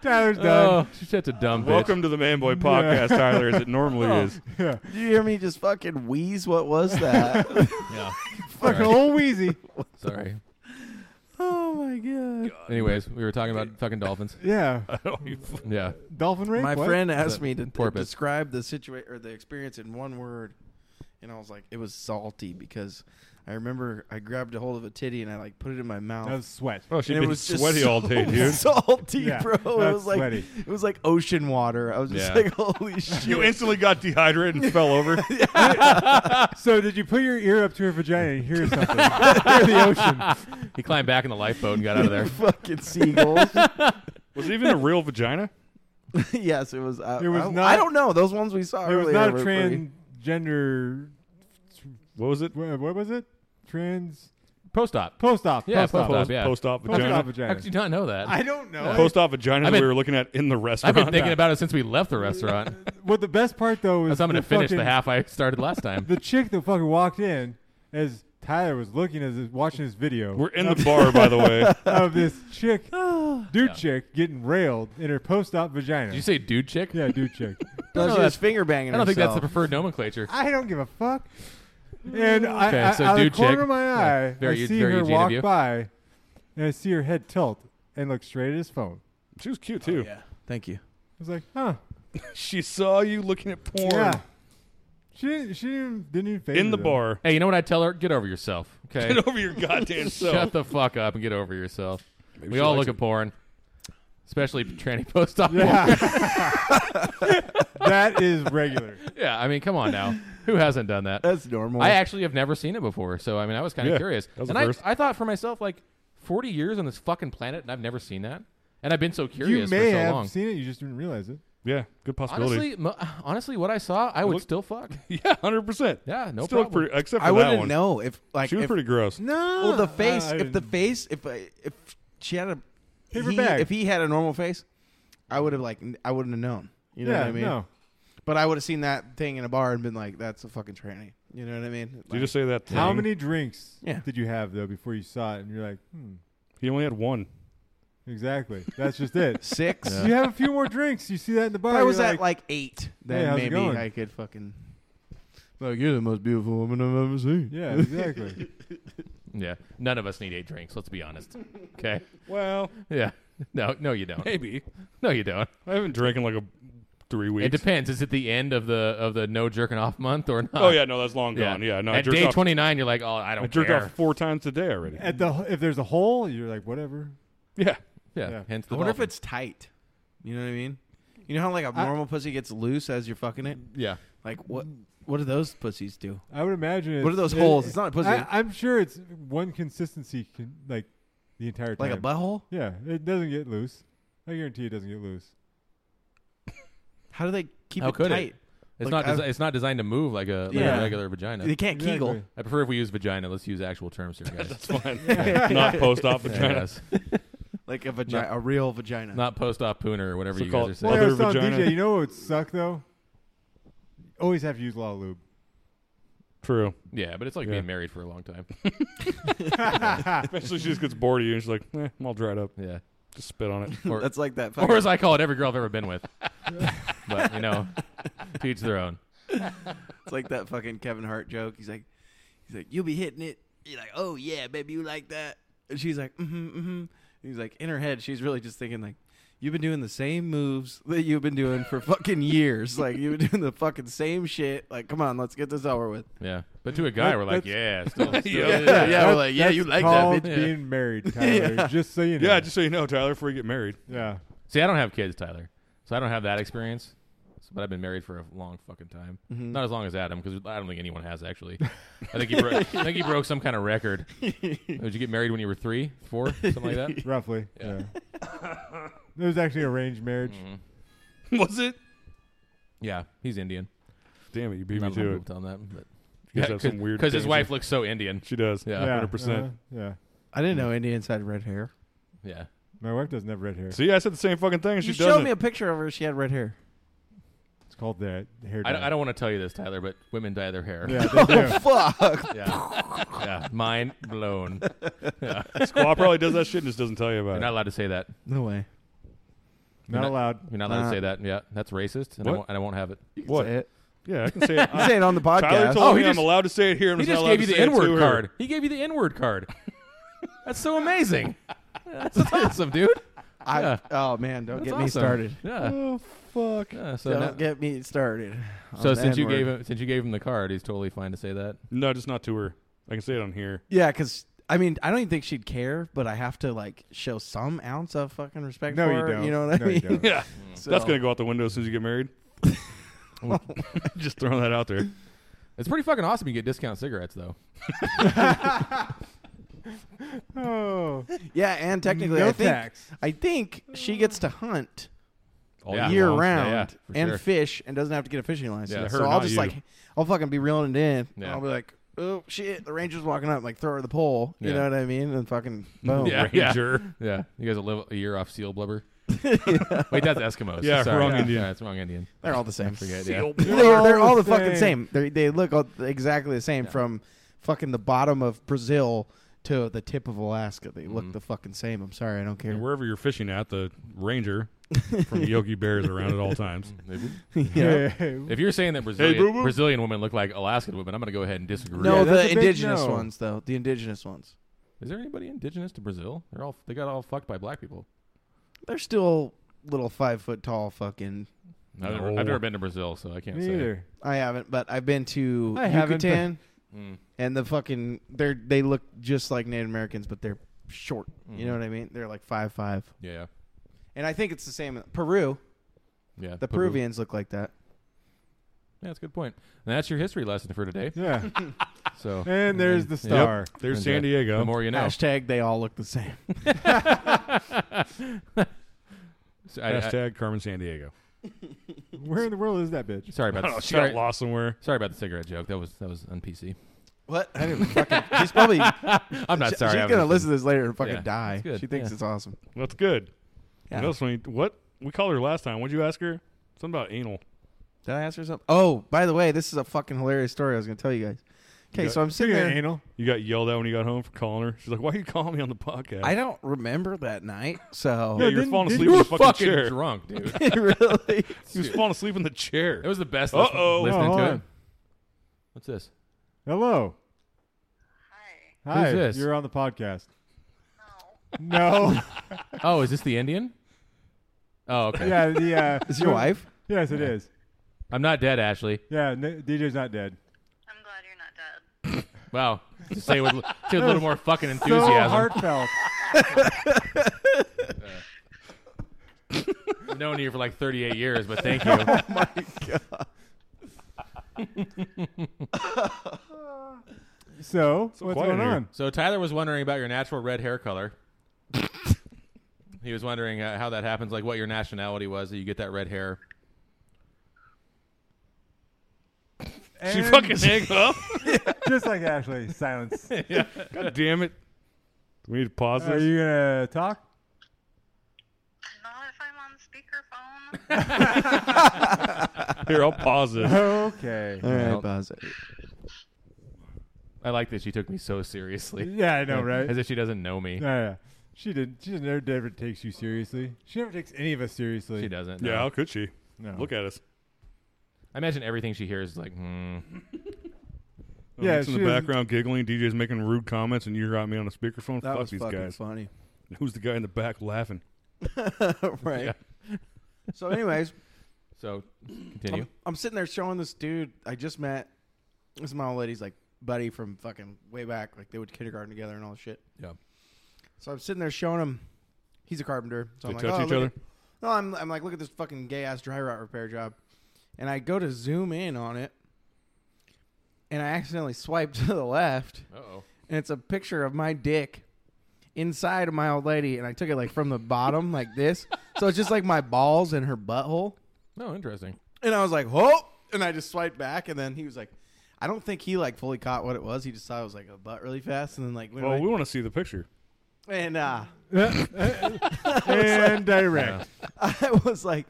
S6: Tyler's done.
S1: oh, she's such a dumb bitch. Oh.
S5: Welcome to the Manboy Podcast, Tyler, as it normally is.
S4: Did you hear me just fucking wheeze? What was that?
S1: Yeah. Sorry.
S6: Fucking old Wheezy.
S1: Sorry.
S4: oh my god!
S1: Anyways, we were talking about fucking dolphins.
S6: Yeah.
S1: Oh, Yeah.
S6: Dolphin rape.
S4: My
S6: what?
S4: friend asked me to
S1: porpoise.
S4: describe the situation or the experience in one word, and I was like, it was salty because I remember I grabbed a hold of a titty and I like put it in my mouth.
S6: That was sweat.
S5: Oh, she'd
S4: and
S5: been sweaty all day,
S4: so
S5: dude.
S4: Salty,
S6: Yeah,
S4: bro. It
S6: that's
S4: was like
S6: sweaty.
S4: it was like ocean water. I was just
S5: Yeah.
S4: like, holy shit.
S5: You instantly got dehydrated and fell over.
S6: So did you put your ear up to her vagina and hear something? hear the ocean.
S1: He climbed back in the lifeboat and got out of there.
S4: fucking seagulls.
S5: Was it even a real vagina?
S4: yes, it was. I,
S6: It was
S4: I,
S6: not-
S4: I don't know. Those ones we saw.
S6: It was
S4: earlier
S6: not a
S4: were pretty-
S6: transgender.
S5: What was it?
S6: wha- What was it? Trans
S1: Post op.
S6: post op.
S1: Yeah,
S6: post op.
S1: post-op. yeah.
S5: Post op
S6: Post op
S5: vagina.
S1: How
S6: vagina.
S1: could you not know that?
S6: I don't know.
S5: Post op vagina
S1: I've
S5: that we
S1: been-
S5: were looking at in the
S1: I've
S5: restaurant.
S1: been thinking about it since we left the restaurant.
S6: What the best part though is
S1: So I'm going
S6: the
S1: to finish the
S6: fucking-
S1: half I started last time.
S6: The chick that fucking walked in as Tyler was looking as watching this video.
S5: We're in the bar, by the way.
S6: of this chick, dude
S1: Yeah.
S6: chick, getting railed in her post-op vagina.
S1: Did you say dude chick?
S6: yeah, dude chick.
S1: No,
S4: No, she was
S1: that's-
S4: finger banging.
S1: I don't think that's the
S4: herself.
S1: preferred nomenclature.
S6: I don't give a fuck. And
S1: Okay,
S6: I, I,
S1: so
S6: out of
S1: dude
S6: the corner
S1: chick.
S6: of my eye,
S1: Yeah, very-
S6: I see
S1: very
S6: her
S1: Eugene of
S6: walk
S1: you.
S6: by, and I see her head tilt and look straight at his phone.
S5: She was cute too.
S4: Yeah. Thank you.
S6: I was like, huh?
S5: She saw you looking at porn
S6: Yeah. She didn't. She didn't, didn't even phase
S5: in the
S6: her, though.
S5: bar.
S1: Hey, you know what I tell her? Get over yourself. Okay.
S5: Get over your goddamn self.
S1: Shut the fuck up and get over yourself.
S5: Maybe
S1: we
S5: she
S1: all
S5: likes
S1: look
S5: it.
S1: at porn, especially tranny post op. Yeah.
S6: Yeah. that is regular.
S1: yeah, I mean, come on now. Who hasn't done that?
S4: That's normal.
S1: I actually have never seen it before, so I mean, I was kind of
S5: Yeah,
S1: curious.
S5: that was
S1: and
S5: the
S1: I,
S5: first.
S1: I thought for myself, like, 40 years on this fucking planet, and I've never seen that. And I've been so
S6: You
S1: curious
S6: may
S1: for so
S6: have
S1: long.
S6: seen it. You just didn't realize it.
S5: Yeah, good possibility.
S1: honestly, mo- honestly, what I saw, I would
S5: Look-
S1: still fuck.
S5: yeah, hundred percent.
S1: Yeah, no
S5: Still look
S1: problem.
S5: pretty, except for
S4: I
S5: that
S4: wouldn't
S5: one.
S4: know if like
S5: She was
S4: if, Hmm?
S5: pretty gross.
S6: No.
S4: Well, the face.
S6: I- I
S4: if the
S6: didn't-
S4: face, if I- if she had a
S6: Paper
S4: he-
S6: bag.
S4: if he had a normal face, I would have like n- I wouldn't have known. You know
S6: yeah,
S4: what I mean?
S6: no.
S4: But I would have seen that thing in a bar and been like, "That's a fucking tranny." You know what I mean?
S5: Did you just say that? Thing?
S6: How many drinks
S4: Yeah.
S6: did you have though before you saw it and you're like, hmm,
S5: He only had one.
S6: exactly. That's just it.
S4: six?
S6: You have a few more drinks. You see that in the bar.
S4: I
S6: you're
S4: was
S6: like,
S4: at like eight.
S6: Hey,
S4: Then
S6: how's it
S4: maybe
S6: going?
S4: I could fucking. Like you're the most beautiful woman I've ever seen.
S6: Yeah, exactly.
S1: Yeah, none of us need eight drinks. Let's be honest. Okay.
S5: Well,
S1: Yeah. No, no, you don't.
S5: maybe.
S1: No, you don't.
S5: I haven't drank in like a three weeks.
S1: It depends. Is it the end of the of the no jerking off month or not?
S5: Oh yeah, no, that's long gone. Yeah, no, I
S1: uh, At
S5: jerked
S1: day
S5: off.
S1: twenty nine, you're like, oh, I don't
S5: I jerked
S1: care.
S5: off four times a day already.
S6: at the if there's a hole, you're like whatever.
S5: Yeah,
S1: Yeah.
S6: Yeah.
S1: Hence
S4: I
S1: the.
S4: wonder if
S1: dolphin.
S4: it's tight. You know what I mean? You know how like a
S6: I-
S4: normal pussy gets loose as you're fucking it.
S1: yeah.
S4: Like what? What do those pussies do?
S6: I would imagine. It's,
S4: What are those
S6: it-
S4: holes? It's not a pussy.
S6: I, I'm sure it's one consistency can, like the entire time.
S4: Like a butthole?
S6: Yeah, it doesn't get loose. I guarantee it doesn't get loose.
S4: How do they keep
S1: How
S4: it
S1: could it?
S4: tight?
S1: It's
S4: Like,
S1: not. Desi-
S4: I've-
S1: it's not designed to move like a, like a
S6: Yeah.
S1: regular vagina.
S4: They can't
S6: Exactly.
S4: kegel.
S1: I prefer if we use vagina. Let's use actual terms here, guys.
S5: that's fine. Not post op
S1: Yeah,
S5: vagina.
S1: yes.
S4: Like a vagina, a real vagina.
S1: Not post op pooner or whatever you guys
S5: So-called
S1: are saying.
S6: Well, I
S5: Other
S6: was telling
S5: vagina.
S6: DJ, you know what would suck though? Always have to use a lot of lube.
S5: True.
S1: yeah, but it's like
S5: Yeah.
S1: being married for a long time.
S5: Eventually, she just gets bored of you, and she's like, eh, "I'm all dried up.
S1: Yeah.
S5: Just spit on it."
S1: Or,
S4: That's like that.
S1: or as I call it, every girl I've ever been with. but you know, to each their own.
S4: It's like that fucking Kevin Hart joke. He's like, he's like, you'll be hitting it. You're like, oh yeah, baby, you like that. And she's like, mm-hmm, mm-hmm. He's like, in her head, she's really just thinking like, you've been doing the same moves that you've been doing for fucking years. Like you've been doing the fucking same shit. Like, come on, let's get this over with.
S1: Yeah. But to a guy,
S6: That-
S1: we're like, yeah, still, still
S5: Yeah.
S4: Yeah, yeah. We're
S6: That-
S4: like, yeah,
S6: that's
S4: you like
S6: called
S4: that. bitch.
S1: bitch.
S6: being married, Tyler.
S4: Yeah.
S6: Just so you know.
S5: Yeah, just so you know, Tyler, before you get married,
S6: yeah.
S1: See, I don't have kids, Tyler, so I don't have that experience. So- But I've been married for a long fucking time.
S4: Mm-hmm.
S1: Not as long as Adam, because I don't think anyone has actually. I think he broke. I think he broke some kind of record. Did you get married when you were three, four, something like that?
S6: Roughly. Yeah. it was actually arranged marriage.
S5: was it?
S1: Mm-hmm. Yeah, he's Indian.
S5: Damn it, you beat
S1: Not
S5: me
S1: a lot of
S5: to it.
S1: people tell him that, but
S5: You guys have some weird
S1: because his
S5: things.
S1: wife looks so Indian.
S5: She does.
S1: Yeah.
S6: Yeah.
S5: 100%.
S6: uh-huh, yeah.
S4: I didn't know Indians had red hair.
S1: Yeah,
S6: My wife doesn't have red hair.
S5: See, I said the same fucking thing, and
S4: You
S5: she
S4: showed
S5: doesn't.
S4: me a picture of her. She had red hair.
S6: It's called that hair.
S1: I,
S6: dye.
S1: don't- I don't want to tell you this, Tyler, but women dye their hair.
S6: Yeah, they do.
S4: Oh, Fuck.
S1: yeah, yeah. mind blown.
S5: Squaw probably does that shit and just doesn't tell you
S1: You're
S5: about
S1: not
S5: it.
S1: allowed to say that.
S4: No way.
S6: Not allowed.
S1: You're not allowed
S4: Uh,
S1: to say that. Yeah, that's racist, and I,
S5: What?
S1: won't, and I won't have it.
S4: You can
S5: What?
S4: Say it.
S5: Yeah, I can say it.
S4: You say it on the
S5: Tyler
S4: podcast.
S5: told
S1: Oh,
S5: me
S1: he
S5: I'm
S1: just-
S5: allowed to say it here, and
S1: He
S5: was not
S1: just
S5: allowed
S1: gave you
S5: to
S1: the
S5: say it to
S1: N-word
S5: her.
S1: card. He gave you the N-word card. That's so amazing. That's awesome, dude.
S4: I,
S1: Yeah.
S4: Oh man, don't
S1: That's
S4: get me
S1: awesome.
S4: started.
S1: Yeah.
S5: Oh fuck!
S1: Yeah, so
S4: don't
S1: now-
S4: get me started. on
S1: so
S4: the
S1: since you
S4: N-word.
S1: gave him since you gave him the card, he's totally fine to say that.
S5: No, just not to her. I can say it on here.
S4: Yeah, because I mean, I don't even think she'd care, but I have to like show some ounce of fucking respect
S6: No,
S4: for
S6: you
S4: her.
S6: don't.
S4: You know what I
S6: No, you
S4: mean?
S6: don't.
S5: Yeah,
S4: So-
S5: that's gonna go out the window as soon as you get married. Just throwing that out there.
S1: It's pretty fucking awesome. You get discount cigarettes though.
S6: Oh,
S4: Yeah,
S1: Mm-hmm.
S4: and technically,
S6: no
S4: I think
S6: tax.
S4: I think she gets to hunt
S1: All
S4: year,
S1: long.
S4: round
S1: Oh, Yeah, for
S4: and
S1: sure.
S4: fish and doesn't have to get a fishing license.
S1: Yeah,
S4: so
S1: her,
S4: I'll
S1: not
S4: just
S1: you.
S4: like I'll fucking be reeling it in.
S1: Yeah.
S4: I'll be like, oh shit, the ranger's walking up, like throw her the pole. You
S1: Yeah.
S4: know what I mean? And fucking boom.
S1: Yeah, yeah.
S5: Ranger.
S1: Yeah, you guys will live a year off seal blubber. Wait, that's Eskimos.
S5: Yeah,
S1: Sorry.
S5: wrong
S1: yeah.
S5: Indian.
S1: Yeah, it's wrong Indian.
S4: They're all the same.
S1: Forget. Yeah.
S5: Seal.
S4: They're, they're all,
S6: all
S4: the
S6: the
S4: fucking same.
S6: same.
S4: They they look all, exactly the same
S1: Yeah.
S4: from fucking the bottom of Brazil to the tip of Alaska. They
S1: Mm-hmm.
S4: look the fucking same. I'm sorry, I don't care.
S5: And wherever you're fishing at, the ranger from Yogi Bear is around at all times.
S4: Yeah.
S1: If you're saying that Brazilian, Brazilian women look like Alaskan women, I'm going to go ahead and disagree.
S4: No,
S6: Yeah, that's
S4: the
S6: a big
S4: indigenous
S6: no.
S4: ones though. The indigenous ones.
S1: Is there anybody indigenous to Brazil? They're all they got all fucked by black people.
S4: They're still little five foot tall fucking.
S1: I've, never,
S5: No.
S1: I've never been to Brazil, so I can't
S6: Me
S1: say.
S6: either.
S4: I haven't, but I've been to
S6: I haven't, but-
S4: Yucatan,
S1: Mm.
S4: and the fucking they're they look just like Native Americans, but they're short. You
S1: Mm-hmm.
S4: know what I mean? They're like five five,
S1: mm. Yeah,
S4: and I think it's the same. in Peru,
S1: yeah.
S4: the
S1: Peru.
S4: Peruvians look like that.
S1: Yeah, that's a good point. And that's your history lesson for today.
S6: Yeah.
S1: So
S6: And there's the star.
S5: There's
S1: Enjoy.
S5: San Diego.
S1: the more you know.
S4: Hashtag they all look the same.
S1: So I- I-
S5: Hashtag Carmen San Diego.
S6: Where in the world is that bitch?
S1: sorry about
S5: I don't know,
S1: the,
S5: she got
S1: sorry,
S5: lost somewhere.
S1: sorry about the cigarette joke. That was that was on PC.
S4: What? I didn't fucking. She's probably.
S1: I'm not
S4: she-
S1: sorry. I was
S4: She's gonna
S1: just-
S4: listen to this later and fucking
S1: Yeah,
S4: die.
S1: it's good,
S4: She thinks
S1: yeah.
S4: it's awesome.
S5: That's good.
S4: Yeah.
S5: That's funny. What we called her last time? What'd you ask her? Something about anal.
S4: Did I ask her something? Oh, by the way, this is a fucking hilarious story. I was gonna tell you guys. Okay,
S5: Yeah.
S4: so I'm sitting
S6: Speaking of
S4: there.
S6: anal,
S5: You got yelled at when you got home for calling her. She's like, "Why are you calling me on the podcast?"
S4: I don't remember that night, so
S5: Yeah, you were
S6: didn't-
S5: falling
S6: didn't
S5: asleep
S1: You
S5: in
S1: were
S5: the fucking,
S1: fucking
S5: chair.
S1: drunk, dude.
S4: really.
S5: He was falling asleep in the chair.
S1: It was the best listen-
S5: Uh-oh.
S1: listening
S6: Oh,
S1: to
S6: hold
S1: it.
S6: on.
S1: What's this?
S6: hello.
S3: Hi.
S6: Hi.
S1: this?
S6: You're on the podcast.
S3: Oh.
S6: No.
S1: Oh, is this the Indian? Oh, okay.
S6: yeah. The, uh,
S4: Is your wife?
S6: Yes, it is.
S1: I'm not dead, Ashley.
S6: Yeah. N- DJ's not dead.
S3: I'm glad you're not dead.
S1: Wow. Just say it with, say it with a little more fucking
S6: So
S1: enthusiasm.
S6: heartfelt.
S1: I've known you for like 38 years, but thank you.
S6: So, what's
S5: quiet
S6: going
S5: in here.
S6: on?
S1: So Tyler was wondering about your natural red hair color. he was wondering uh, how that happens, like what your nationality was that you get that red hair.
S5: she
S6: And
S5: fucking hang up.
S6: just like Ashley. Silence.
S5: God damn it. We need to pause
S6: Are
S5: this.
S6: you gonna talk?
S3: Not if I'm on speakerphone.
S5: Here, I'll pause this.
S6: Okay.
S4: All right,
S1: Well-
S4: Buzz.
S1: I like that she took me so seriously,
S6: Yeah, I know, right?
S1: as if she doesn't know me.
S6: Yeah, yeah. She did. She never, never takes you seriously. She never takes any of us seriously.
S1: She doesn't.
S5: Yeah,
S1: no.
S5: how could she?
S6: No.
S5: Look at us.
S1: I imagine everything she hears is like, hmm.
S6: Yeah,
S5: Nick's in
S6: she
S5: the
S6: was-
S5: background giggling. DJ's making rude comments, and you got me on a speakerphone.
S4: That
S5: Fuck
S4: was
S5: these
S4: fucking
S5: guys.
S4: funny.
S5: Who's the guy in the back laughing?
S4: right. So, anyways,
S1: So, continue.
S4: I'm, I'm sitting there showing this dude I just met. This is my old lady's like buddy from fucking way back. Like they went to kindergarten together and all this shit.
S1: Yeah.
S4: So I'm sitting there showing him. He's a carpenter. So
S5: They
S4: I'm
S5: touch
S4: like, oh,
S5: each
S4: look
S5: other?
S4: at- no, I'm, I'm like, look at this fucking gay ass dry rot repair job. And I go to zoom in on it. And I accidentally swipe to the left.
S1: Uh oh.
S4: and it's a picture of my dick inside of my old lady, and I took it like from the bottom, like this. So it's just like my balls and her butthole.
S1: No, interesting.
S4: And I was like, whoa! And I just swiped back, and then he was like, I don't think he like fully caught what it was. He just thought it was like a butt really fast, and then like went
S5: Well,
S4: away.
S5: we want to see the picture.
S4: and uh,
S6: and direct.
S4: I was like,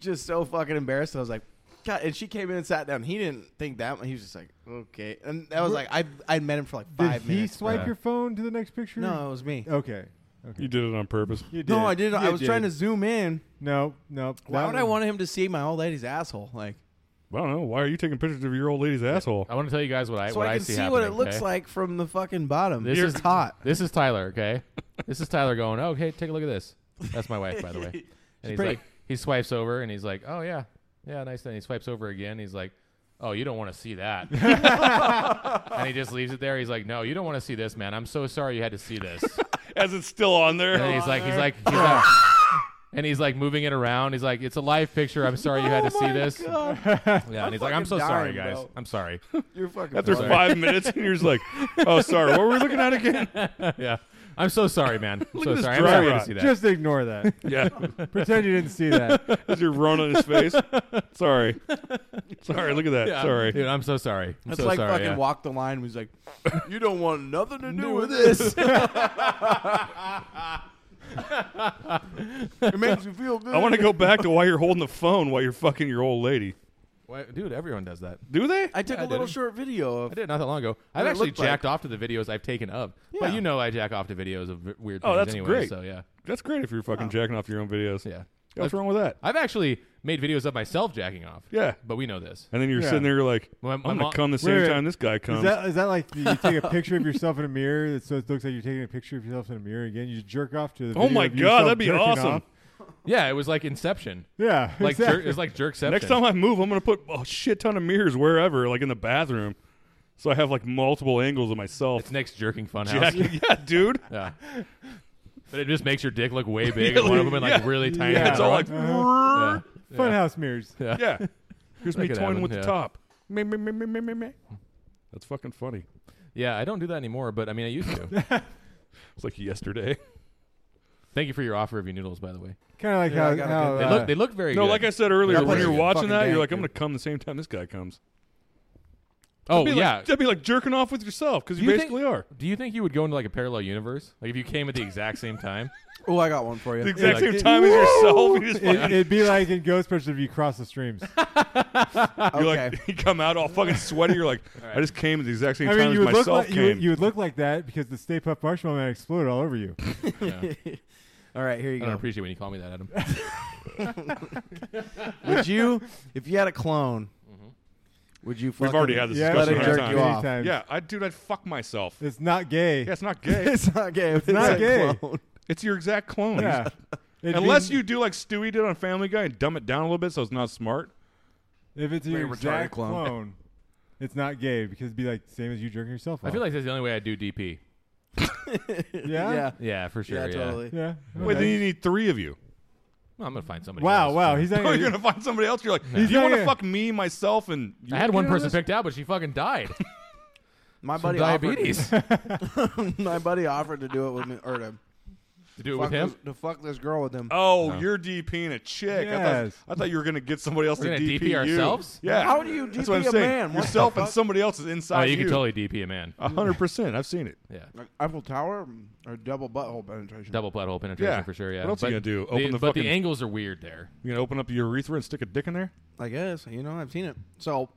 S4: just so fucking embarrassed. I was like. God, and she came in and sat down. He didn't think that much. He was just like, okay. And that was like, I I met him for like
S6: Did
S4: five
S6: he
S4: minutes.
S6: swipe
S1: Yeah.
S6: your phone to the next picture?
S4: No, it was me.
S6: Okay.
S5: You did it on purpose.
S6: You did.
S4: No, I didn't. I
S6: You
S4: was trying to
S6: did.
S4: zoom in.
S6: No, no.
S4: Why
S6: That
S4: would I
S6: was-
S4: want him to see my old lady's asshole? Like,
S5: I don't know. Why are you taking pictures of your old lady's asshole?
S1: I want to tell you guys what I
S4: so
S1: what
S4: I
S1: I,
S4: can
S1: see,
S4: see, what it
S1: happening,
S4: looks
S1: okay?
S4: like from the fucking bottom.
S1: This
S4: You're
S1: is
S4: hot.
S1: This is Tyler, okay? this is Tyler going, oh, hey, take a look at this. That's my wife, by the way. And he's
S4: pretty.
S1: like, he swipes over and he's like, oh, yeah, yeah, nice. And he swipes over again. He's like, "Oh, you don't want to see that," and he just leaves it there. He's like, "No, you don't want to see this, man. I'm so sorry you had to see this."
S5: As it's still on there.
S1: And he's like, he's like, he's like, and he's like moving it around. He's like, "It's a live picture. I'm sorry you had to see this." Yeah, and he's like, "I'm so
S4: fucking
S1: sorry,
S4: dying,
S1: guys.
S4: bro.
S1: I'm sorry."
S4: You're fucking.
S5: After
S4: funny.
S5: five minutes, and you're just like, oh, sorry, what were we looking at again?
S1: yeah. I'm so sorry, man. I'm
S5: Look
S1: so
S5: at this
S1: sorry. I'm
S5: dry
S1: sorry you had
S5: rot.
S1: to see that.
S6: Just ignore that.
S5: Yeah.
S6: Pretend you didn't see that.
S5: Is your run on his face? Sorry. Sorry, look at that.
S1: Yeah.
S5: Sorry.
S1: Dude, I'm so sorry. I'm
S4: That's
S1: so
S4: like
S1: sorry.
S4: fucking
S1: yeah.
S4: walk the line. Who's like, you don't want nothing to do with this. it makes you feel good.
S5: I want to go back to why you're holding the phone while you're fucking your old lady.
S1: Why- Dude, everyone does that.
S5: Do they?
S4: I took
S1: Yeah, I
S4: a little
S1: did.
S4: short video
S1: I
S4: of.
S1: did not that long ago. I've
S4: it
S1: actually
S4: looked like.
S1: jacked off to the videos I've taken up.
S4: Yeah.
S1: But you know I jack off to videos of v- weird
S5: Oh,
S1: things
S5: that's
S1: anyway.
S5: great.
S1: So yeah.
S5: That's great if you're
S6: Oh.
S5: fucking jacking off your own videos.
S1: Yeah.
S5: What's wrong with that?
S1: I've actually made videos of myself jacking off.
S5: Yeah.
S1: But we know this.
S5: And then you're
S6: Yeah.
S5: sitting there, you're like,
S1: My- my
S5: I'm
S1: mom-
S5: gonna come the same
S6: Wait, wait.
S5: time this guy
S6: Is
S5: comes.
S6: that is that like you take a picture of yourself in a mirror that so it looks like you're taking a picture of yourself in a mirror again? You jerk off to the.
S5: Oh
S6: video
S5: my
S6: of
S5: God,
S6: yourself
S5: that'd be
S6: jerking
S5: awesome.
S6: off.
S1: Yeah, it was like Inception.
S6: Yeah,
S1: Like
S6: exactly.
S1: jerk, it was like jerkception.
S5: Next time I move, I'm gonna put a shit ton of mirrors wherever, like in the bathroom, so I have like multiple angles of myself.
S1: it's next jerking funhouse.
S5: Jack- yeah, dude.
S1: Yeah. But it just makes your dick look way big, and one of them in like
S5: Yeah.
S1: really tiny.
S6: Yeah.
S5: It's all like,
S1: drawing. Yeah.
S6: funhouse mirrors.
S1: Yeah.
S5: yeah. Here's
S1: That
S5: me
S1: could
S5: toying
S1: happen,
S5: with
S1: yeah.
S5: the top. Meh, meh, meh, meh, meh, meh, meh. That's fucking funny.
S1: Yeah, I don't do that anymore, but I mean, I used to.
S5: It's like yesterday.
S1: Thank you for your offer of your noodles, by the way.
S6: Kind of like
S4: Yeah, I
S6: how,
S4: gotta
S6: how
S4: get
S1: They
S4: that.
S6: uh,
S1: look they look very
S5: No,
S1: good.
S5: like I said earlier,
S4: That
S5: when
S4: place
S5: you're
S4: is
S5: watching
S4: fucking
S5: that, you're
S4: dank,
S5: like, I'm gonna
S4: dude.
S5: come the same time this guy comes.
S1: oh
S6: Oh,
S5: That'd be
S1: yeah.
S5: like, that'd be like jerking off with yourself because
S1: Do
S5: you,
S1: you think-
S5: basically are.
S1: do you think you would go into like a parallel universe? Like if you came at the exact same time?
S4: Oh, I got one for you.
S5: The exact
S1: like-
S5: same time as yourself. You just
S6: uh, it,
S5: fucking,
S6: it'd be like in Ghostbusters if you cross the streams.
S5: you're
S4: okay.
S5: like, you come out all fucking sweaty. You're like, I just came at the exact same
S6: I
S5: time
S6: mean, you would
S5: as
S6: look
S5: myself
S6: like you,
S5: came.
S6: would- you would look like that because the Stay Puft Marshmallow Man exploded all over you.
S4: All right, here you
S1: I don't
S4: go.
S1: appreciate when you call me that, Adam.
S4: Would you, if you had a clone, would you? Fucking
S5: We've already had this
S6: yeah,
S4: let
S5: discussion
S4: it
S5: a
S4: jerk
S5: hundred
S4: you
S5: times.
S4: off.
S6: Anytime.
S5: Yeah, I dude, I'd fuck myself.
S6: it's not gay.
S5: Yeah, it's not gay.
S4: It's not gay. It's,
S6: not
S4: a
S6: gay.
S4: clone.
S5: it's your exact clone.
S6: Yeah. It'd be-
S5: Unless you do like Stewie did on Family Guy and dumb it down a little bit so it's not smart.
S6: if it's your
S4: retarded
S6: exact
S4: clone.
S6: clone. it's not gay because it'd be like the same as you jerking yourself.
S1: I
S6: off.
S1: feel like that's the only way I do DP.
S6: yeah,
S4: Yeah.
S1: Yeah, for sure.
S4: yeah, totally.
S6: yeah.
S5: Wait, then
S6: okay.
S5: you need three of you.
S1: Well, I'm gonna find somebody.
S6: wow,
S1: else.
S6: wow, he's not.
S5: Oh,
S6: Gonna,
S5: you're gonna find somebody else. You're like,
S6: He's
S5: do you
S6: not
S5: want to
S6: gonna-
S5: fuck me, myself, and you
S1: I had
S5: wanna
S1: one
S5: get into
S1: person
S5: this?
S1: picked out, but she fucking died.
S4: My
S1: From
S4: buddy
S1: diabetes. to
S4: Offered, my buddy offered to do it with me, or to
S1: do it
S4: fuck
S1: with him.
S4: this, to fuck this girl with him.
S5: Oh, you're DPing a chick. I,
S6: Yes.
S5: thought, I thought you were gonna get somebody else
S1: We're
S5: to
S1: gonna
S5: DP,
S1: DP
S5: you.
S1: ourselves?
S5: Yeah,
S4: How do you
S5: That's
S4: DP
S5: what I'm
S4: a
S5: saying.
S4: man? What the
S5: Yourself and
S4: fuck?
S5: somebody else is
S1: Oh,
S5: inside
S1: you can totally DP a man.
S5: A hundred percent. I've seen it.
S1: Yeah.
S4: Like Eiffel Tower mm, or double butthole penetration.
S1: Double plaid hole penetration
S5: Yeah.
S1: for sure. Yeah.
S5: What else
S1: but
S5: you gonna do? Open the
S1: but the
S5: fucking-
S1: angles are weird there.
S5: You gonna open up your urethra and stick a dick in there?
S4: I guess you know I've seen it. So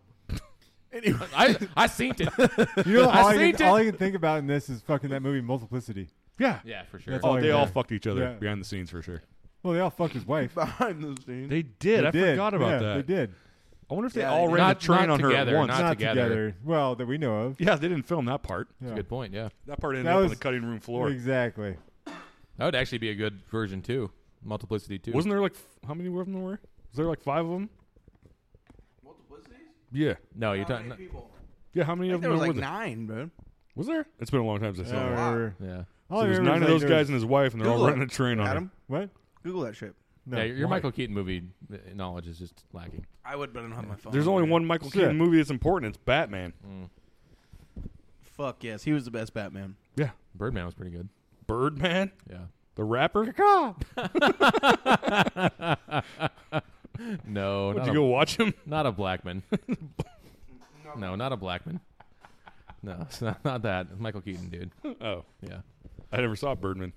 S4: anyway,
S1: I I seen it.
S6: you know,
S1: I
S6: all, I
S1: seen it.
S6: can, all I can think about in this is fucking that movie Multiplicity.
S5: Yeah.
S1: Yeah, for sure.
S6: That's
S5: Oh,
S6: all
S5: they
S6: you
S5: all
S6: got.
S5: fucked each other
S6: Yeah.
S5: behind the scenes for sure.
S6: Well, they all fucked his wife.
S4: behind the scenes,
S5: They did.
S6: They
S5: I
S6: did.
S5: forgot about
S6: yeah,
S5: that.
S6: They did.
S5: I wonder if they
S4: Yeah,
S5: all
S4: they
S5: ran
S1: did.
S5: the train
S1: Not
S5: on her
S1: together,
S5: at once.
S1: not- together.
S6: Well, that we know of.
S5: yeah, they didn't film that part.
S6: Yeah.
S1: Good point. Yeah,
S5: That part ended
S6: That
S5: up on
S6: was-
S5: the cutting room floor.
S6: Exactly.
S1: that would actually be a good version too. Multiplicity too.
S5: Wasn't there like f- how many of them there were? Was there like five of them? Yeah.
S1: No, you're talking.
S4: people.
S5: Yeah. How many of
S4: There
S5: them
S4: was
S5: were
S4: like
S5: there?
S4: nine, dude.
S5: Was there? It's been a long time since I
S6: I
S5: saw
S6: don't
S5: that.
S6: remember.
S1: Yeah.
S6: All I
S5: So there's
S6: remember
S5: nine of
S6: is, like,
S5: those
S6: there
S5: guys
S6: was-
S5: and his wife, and they're all
S4: Google
S5: running
S4: it.
S5: a train on her.
S4: Adam,
S6: What?
S4: Google that shit.
S6: No.
S1: yeah, your
S5: why?
S1: Michael Keaton movie uh, knowledge is just lacking.
S4: I would, but I don't have my phone.
S5: There's only one Michael
S6: Shit.
S5: Keaton movie that's important. It's Batman.
S4: Fuck yes, he was the best Batman.
S5: Yeah.
S1: Birdman was pretty good.
S5: Birdman,
S1: Yeah.
S5: the rapper.
S1: No,
S5: Would
S1: not
S5: you
S1: a,
S5: go watch him?
S1: not a black man. no, not a black man. No, it's not, not that. It's Michael Keaton, dude.
S5: Oh,
S1: Yeah.
S5: I never saw Birdman.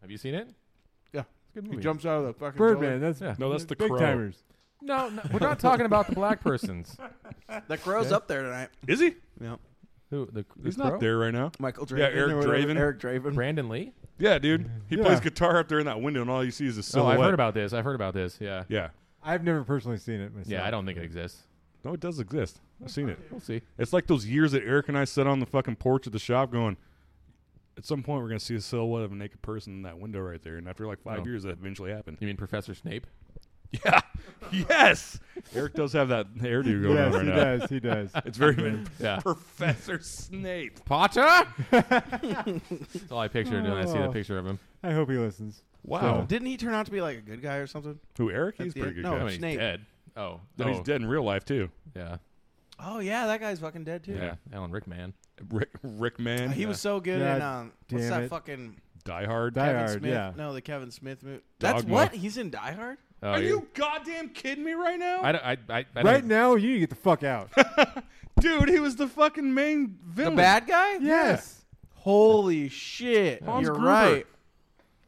S1: Have you seen it?
S4: Yeah.
S1: It's a good
S4: He
S1: movie.
S4: jumps out of the fucking
S6: Birdman. That's
S1: Yeah.
S5: No, that's the
S6: big
S5: crow.
S6: timers.
S1: No, no, we're not talking about the black persons.
S4: building. The crow's up there tonight.
S5: Is he?
S4: Yeah,
S1: Who? The, the
S5: He's
S1: crow?
S5: not there right now.
S4: Michael Draven.
S5: Yeah, Eric
S4: or whatever-
S5: Draven.
S4: Eric Draven.
S1: Brandon Lee?
S5: Yeah, dude. He
S6: Yeah. Oh,
S5: plays guitar up there in that window, and all you see is a
S1: No,
S5: silhouette.
S1: Oh, I've heard about this. I've heard about this. Yeah.
S5: Yeah.
S6: I've never personally seen it myself.
S1: Yeah, I don't think it exists.
S5: No, it does exist. I've seen it.
S1: We'll see.
S5: It's like those years that Eric and I sat on the fucking porch of the shop going, at some point we're going to see a silhouette of a naked person in that window right there. And after like five
S1: Oh.
S5: years, that eventually happened.
S1: You mean Professor Snape?
S5: Yeah. Yes. Eric does have that hairdo going on
S6: yes,
S5: right
S6: he
S5: now.
S6: does. He does.
S5: It's very
S1: Yeah.
S5: Professor Snape.
S1: Potter? That's all I picture when I see the
S6: Oh.
S1: picture of him.
S6: I hope he listens.
S5: Wow.
S4: Didn't he turn out to be like a good guy or something?
S5: Who Eric?
S4: At
S5: He's a
S4: the
S5: pretty
S4: end-
S5: good
S4: no,
S1: I
S5: guy.
S1: mean, he's
S4: Snape.
S1: dead. Oh.
S5: No, he's
S1: oh,
S5: dead in real life too.
S1: Yeah.
S4: Oh yeah, that guy's fucking dead too.
S1: Yeah. Alan Rickman.
S5: Rick Rick Man.
S4: He was so good
S6: God
S4: in um, what's
S6: damn
S4: that
S6: it.
S4: fucking
S5: Die Hard.
S6: Die
S4: Kevin
S6: Hard,
S4: Smith?
S6: yeah.
S4: No, the Kevin Smith movie. That's
S5: Dogma.
S4: what he's in Die Hard.
S1: Oh,
S5: Are
S1: yeah.
S5: you goddamn kidding me right now?
S1: I, don't- I, I, I don't-
S6: Right now, you need to get the fuck out.
S5: Dude, he was the fucking main
S4: The
S5: villain.
S4: bad guy?
S6: yes.
S4: Holy shit!
S5: Hans
S4: You're
S5: Gruber.
S4: right.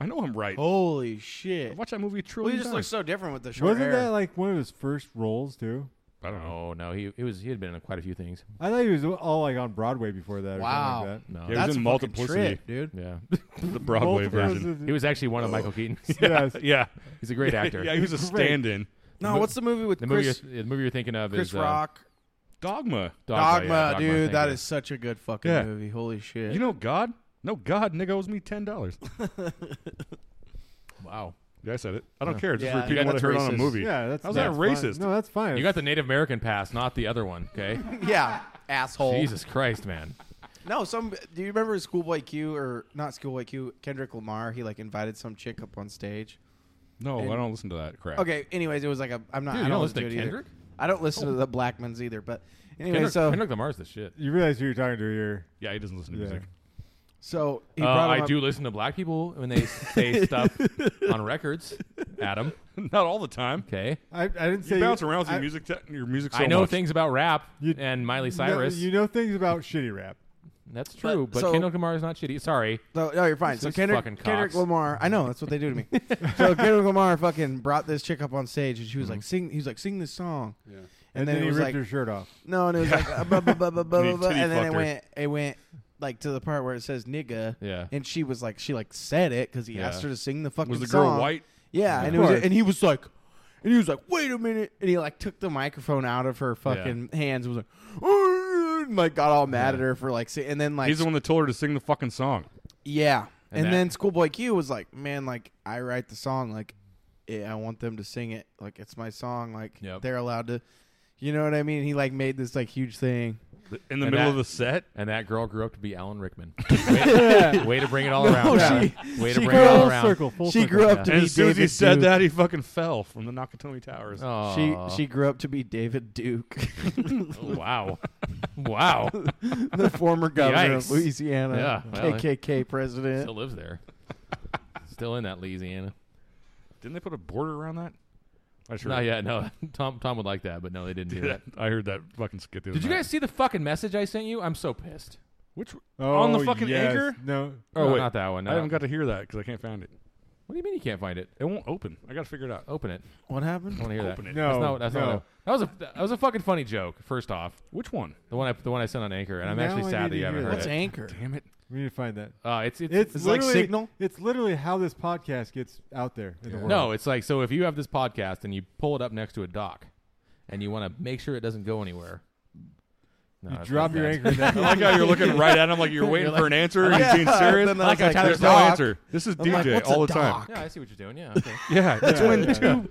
S5: I know I'm right.
S4: Oh. Holy shit!
S5: Watch that movie a
S4: Well, he
S5: trillion
S4: just looks
S5: times.
S4: so different with the short
S6: Wasn't
S4: hair.
S6: that like one of his first roles too?
S5: I don't know.
S1: Oh, no. He, he was. He had been in quite a few things.
S6: I thought he was all like on Broadway before that. Or
S4: Wow.
S6: Something like
S1: No.
S5: Yeah, he
S4: That's
S5: was
S4: a
S5: in
S4: fucking
S5: Multiplicity,
S4: trip, dude.
S1: Yeah.
S5: the
S6: that.
S5: Broadway
S6: Multiple
S5: version.
S6: versions.
S1: he was actually one of Michael Keaton.
S6: Yes.
S5: Yeah,
S1: he's a great actor.
S5: yeah, he was a
S6: Great.
S5: stand-in.
S4: No,
S1: mo-
S4: what's the movie with
S1: The movie,
S4: Chris,
S1: you're, the movie you're thinking of
S4: Chris
S1: is uh,
S4: Rock?
S5: Dogma.
S1: Dogma, yeah,
S4: Dogma,
S1: Dogma,
S4: dude.
S1: thank
S4: That
S1: you.
S4: is such a good fucking
S5: Yeah.
S4: movie. Holy shit!
S5: You know God? No, God, nigga owes me ten dollars.
S1: wow.
S5: Yeah, I said it. I don't care. Just
S4: Yeah,
S5: repeat
S4: yeah,
S5: what I
S4: that's
S5: heard on a
S4: racist.
S5: movie.
S6: Yeah, that's
S5: How's that
S6: that's fine.
S5: racist?
S6: No, that's fine.
S1: You got the Native American pass, not the other one. Okay.
S4: yeah, asshole.
S1: Jesus Christ, man.
S4: No, some. Do you remember Schoolboy Q or not Schoolboy Q? Kendrick Lamar. He like invited some chick up on stage.
S5: No,
S4: And-
S5: I don't listen to that crap.
S4: Okay. Anyways, it was like a. I'm not.
S1: Dude,
S4: I
S1: you
S4: don't
S1: don't
S4: listen to
S1: listen
S4: it
S1: to
S4: either.
S1: Kendrick?
S4: I don't listen to the Blackmans either. But anyway,
S1: Kendrick,
S4: so
S1: Kendrick Lamar's the shit.
S6: you realize who you're talking to here.
S5: Yeah, he doesn't listen to
S6: Yeah.
S5: music.
S4: so he
S1: Uh,
S4: brought him
S1: I
S4: up-
S1: do listen to black people when they say stuff on records. Adam,
S5: Not all the time.
S1: okay.
S6: I, I didn't
S5: You
S6: say
S5: bounce around with
S6: I-
S5: your music. Te- your music. So
S1: I know
S5: much.
S1: things about rap
S6: You-
S1: and Miley
S6: No,
S1: Cyrus.
S6: you know things about shitty rap.
S1: That's true,
S4: But-
S1: but,
S4: so-
S1: Kendrick Lamar is not shitty. Sorry.
S4: No, no, you're fine. So
S1: These fucking
S4: Kendrick,
S1: cocks.
S4: Kendrick Lamar, I know that's what they do to me. so Kendrick Lamar fucking brought this chick up on stage, and she was like, "Sing." He was like, "Sing this song," yeah.
S6: And,
S4: and, then,
S6: he
S4: it was
S6: ripped
S4: like,
S6: her shirt off.
S4: "No," and it was like, uh, buh, buh, buh, buh, buh,
S5: And he
S4: buh, buh,
S5: titty
S4: and then it
S5: fucked her.
S4: went, it went like to the part where it says "nigga,"
S1: Yeah.
S4: and she was like, she like said it because he
S1: Yeah.
S4: asked her to sing the fucking.
S5: Was the girl
S4: song.
S5: white?
S4: Yeah,
S6: Of
S4: and it was,
S6: course.
S4: and he was like, and he was like, "Wait a minute," and he like took the microphone out of her fucking hands and was like, "Argh," and, like got all mad at her for like, si- and then like
S5: He's the one that told her to sing the fucking song.
S4: yeah.
S1: And
S4: And,
S1: that-
S4: then Schoolboy Q was like, man, like, I write the song. Like, eh, I want them to sing it. Like, it's my song. Like,
S1: Yep.
S4: they're allowed to. You know what I mean? He, like, made this, like, huge thing.
S5: In the
S1: And
S5: middle
S1: that-
S5: of the set.
S1: And that girl grew up to be Alan Rickman. Way, way to bring it all around.
S4: she-
S1: Adam. way to
S4: she
S1: bring
S4: grew
S1: it all
S6: Full
S4: up-
S1: around.
S6: circle. Full
S4: she
S6: circle.
S4: grew up to
S5: And
S4: be
S5: as soon as
S4: David
S5: he said
S4: Duke.
S5: that, he fucking fell from the Nakatomi Towers.
S1: Oh. Aw. Oh,
S4: She, she grew up to be David Duke,
S1: wow. wow.
S4: the former governor of
S1: Yikes.
S4: Louisiana,
S1: Yeah, well,
S4: KKK president.
S1: Still lives there. Still in that Louisiana.
S5: Didn't they put a border around that? I sure.
S1: Not yet. No, Tom Tom would like that, but no, they didn't do
S5: Dude,
S1: that.
S5: that- I heard that fucking skit. the other
S1: Did you
S5: night.
S1: guys see the fucking message I sent you? I'm so pissed.
S5: Which?
S6: Oh,
S5: On the fucking
S6: yes.
S5: anchor?
S6: No.
S5: Oh
S1: No,
S5: wait,
S1: not that one. No.
S5: I haven't got to hear that because I can't find it.
S1: What do you mean you can't find it?
S5: It won't open. I got to figure it out.
S1: Open it.
S4: What
S1: I
S4: happened?
S1: want to hear
S5: Open
S1: that.
S5: it.
S1: That's
S6: No,
S1: not. That's
S6: Oh, no.
S1: not. That was a. That was a fucking funny joke. First off,
S5: Which one?
S1: the one I the one I sent on Anchor, and I'm
S6: Now
S1: actually
S6: I
S1: sad
S6: need
S1: that you
S6: to
S1: haven't
S6: hear
S1: heard
S4: What's
S1: it.
S4: Anchor?
S5: Damn it!
S6: We need to find that.
S1: Uh, it's, it's
S6: It's,
S4: It's like
S6: literally-
S4: Signal?
S6: It's literally how this podcast gets out there in the world.
S1: no. It's like so if you have this podcast and you pull it up next to a dock, and you want to make sure it doesesn't go anywhere. No,
S6: you
S1: that's
S6: drop
S1: not
S6: your
S1: bad.
S6: anchor. in that-
S5: I like how you're looking right at him like you're waiting for an answer. and
S4: "Oh, Yeah,
S5: He's being serious.
S4: then I
S5: I
S4: was
S5: like how
S4: like, there's
S5: Tyler's no
S4: a doc.
S5: answer. This is
S4: I'm like,
S5: DJ
S4: what's
S5: all
S4: a
S5: the time.
S4: doc?
S1: Yeah, I see what you're doing. Yeah. Okay.
S5: Yeah, Oh. it's when
S6: yeah.
S5: two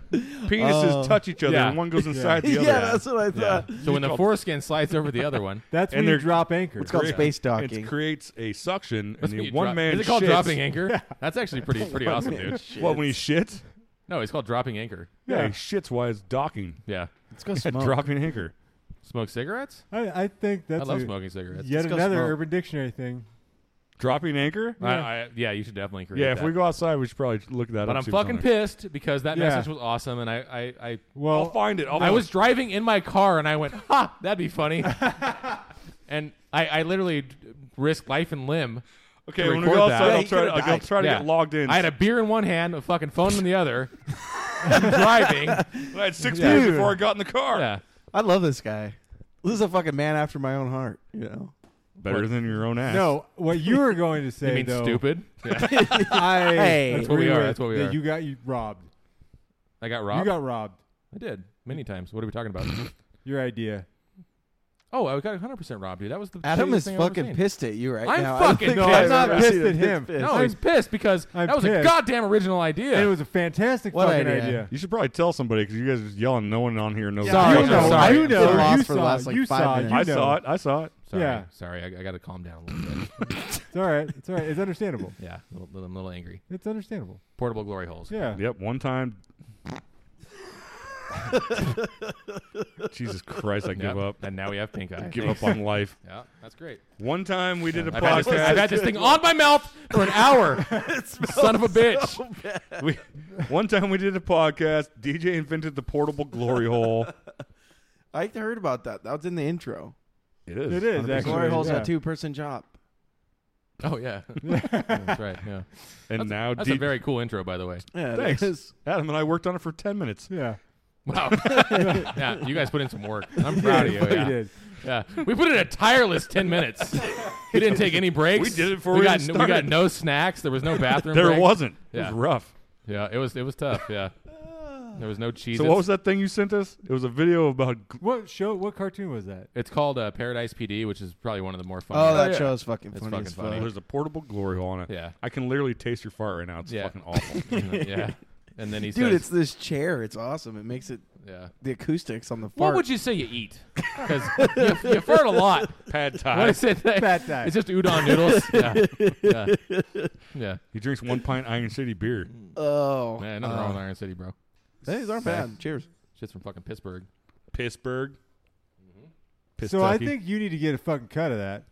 S5: penises touch each other
S1: Yeah.
S5: and one goes inside the
S4: Yeah,
S5: other.
S4: that's what I thought.
S1: So when the foreskin slides over the other one,
S6: That's
S5: And
S6: when you
S5: they're-
S6: drop anchor.
S4: It's called space
S5: It
S4: docking.
S5: creates a suction,
S1: that's
S5: and
S1: what
S5: the
S1: you
S5: one
S1: drop-
S5: man
S1: Is it called
S5: shits.
S1: dropping anchor? That's actually pretty pretty awesome, dude.
S5: What when he shits?
S1: No, it's called dropping anchor.
S5: Yeah,
S6: Yeah.
S5: he shits while he's docking.
S1: Yeah.
S4: Let's go
S5: Yeah,
S4: smoke.
S5: dropping anchor.
S1: Smoke cigarettes?
S6: I, I think that's
S1: I love
S6: a-
S1: smoking cigarettes.
S6: yet
S4: Let's go
S6: another
S4: smoke.
S6: Urban Dictionary thing.
S5: Dropping anchor?
S1: I, I, yeah, you should definitely create
S5: Yeah, if
S1: that.
S5: we go outside, we should probably look that up.
S1: But I'm
S5: see what's on
S1: fucking
S5: there.
S1: pissed because that
S6: Yeah.
S1: message was awesome, and I, I, I,
S5: I'll
S6: Well,
S5: find it. I'll
S1: I was driving in my car, and I went, "Ha, that'd be funny." and I, I literally d- risked life and limb.
S5: okay.
S1: to
S5: When we
S1: record
S5: go
S1: that.
S5: outside,
S4: Yeah,
S5: I'll
S4: you
S5: try. To,
S4: could've
S5: I'll
S4: died.
S5: try to
S1: Yeah.
S5: get logged in.
S1: I had a beer in one hand, a fucking phone in the other. I'm driving.
S5: I had six
S4: Yeah.
S5: beers
S4: Dude.
S5: before I got in the car.
S1: Yeah.
S4: I love this guy. This is a fucking man after my own heart. You know.
S5: Better
S1: What?
S5: than your own ass.
S6: no, what you were going to say
S1: You mean
S6: though,
S1: stupid? Yeah.
S6: I
S4: Hey.
S6: agree
S4: That's
S1: what we are,
S6: with
S1: that's what we
S6: that
S1: are.
S6: You got you robbed.
S1: I got robbed.
S6: You got robbed.
S1: I did many times. What are we talking about?
S6: Your idea.
S1: Oh, I got 100 percent robbed, dude. That was the
S4: Adam
S1: shittiest
S4: is
S1: thing I've ever
S4: fucking
S1: seen.
S4: pissed at you right
S1: I'm
S4: now.
S1: fucking
S4: I don't think
S1: pissed.
S4: I've
S1: I'm
S6: not
S4: ever
S6: pissed
S4: seen
S6: at
S4: a
S6: him.
S4: pissed.
S1: No, he's pissed because
S6: I'm
S1: that was a
S6: pissed.
S1: goddamn original idea.
S6: And it was a fantastic
S4: What
S6: fucking
S4: idea?
S6: idea.
S5: You should probably tell somebody because you guys are just yelling. No one on here knows.
S4: Sorry,
S6: you
S1: I'm
S5: what
S6: know,
S5: you're
S1: sorry.
S6: you
S1: I've been
S6: know,
S4: lost
S6: you
S4: for
S6: for
S4: the
S6: saw,
S4: last, like,
S6: you
S4: five
S6: saw,
S4: minutes.
S6: you
S5: I
S6: know.
S5: saw it. I saw it.
S1: sorry,
S6: yeah.
S1: sorry. I, I got to calm down a little bit.
S6: It's all right. It's all right. It's understandable.
S1: yeah, a little, little- I'm a little angry.
S6: It's understandable.
S1: Portable glory holes.
S6: Yeah.
S5: Yep. One time. Jesus Christ! I
S1: Yep.
S5: give up.
S1: And now we have pink eye.
S5: Give up on life.
S1: Yeah, that's great.
S5: One time we did a
S1: I've had, this, I've
S5: podcast.
S1: had this thing on my mouth for an hour. Son of a bitch.
S5: we, one time we did a podcast. DJ invented the portable glory hole.
S4: I heard about that. That was in the intro.
S5: It is.
S6: It is,
S5: 100%.
S6: actually.
S4: Glory hole's
S6: yeah.
S4: a two-person job.
S1: Oh yeah, that's right. Yeah,
S5: And now
S1: that's
S5: D-
S1: a very cool intro, by the way.
S4: Yeah, it
S5: Thanks.
S4: is.
S5: Adam and I worked on it for ten minutes.
S6: Yeah.
S1: Wow. yeah, you guys put in some work. I'm proud of you.
S6: We
S1: Yeah.
S6: did.
S1: Yeah. we put in a tireless ten minutes. We didn't take any breaks.
S5: We did it before
S1: we
S5: we
S1: got
S5: even
S1: we got
S5: started.
S1: no snacks. There was no bathroom.
S5: There
S1: break.
S5: wasn't.
S1: Yeah.
S5: It was rough.
S1: Yeah, it was it was tough. Yeah, there was no cheese.
S5: So what was that thing you sent us? It was a video about. gl-
S6: What show? What cartoon was that?
S1: It's called uh, Paradise PD, which is probably one of the more fun.
S4: Oh,
S5: Oh,
S4: that
S5: yeah.
S4: show's fucking
S1: It's
S4: funny
S1: fucking
S4: as fuck.
S1: funny.
S5: There's a portable glory hole on it.
S1: Yeah.
S5: I can literally taste your fart right now. It's
S1: Yeah.
S5: fucking awful.
S1: yeah. And then he
S4: Dude,
S1: says,
S4: it's this chair. It's awesome. It makes it
S1: yeah.
S4: the acoustics on the fart.
S1: What would you say you eat? Because you, you fart a lot.
S5: Pad Thai.
S1: What is it?
S6: Pad Thai.
S1: It's just udon noodles. yeah. yeah, yeah.
S5: He drinks one pint Iron City beer.
S4: Oh,
S1: Man, nothing wrong with Iron City, bro.
S4: uh, these aren't bad. Cheers.
S1: Shit's from fucking Pittsburgh.
S5: Pittsburgh. Piss
S6: So I think you need to get a fucking cut of that.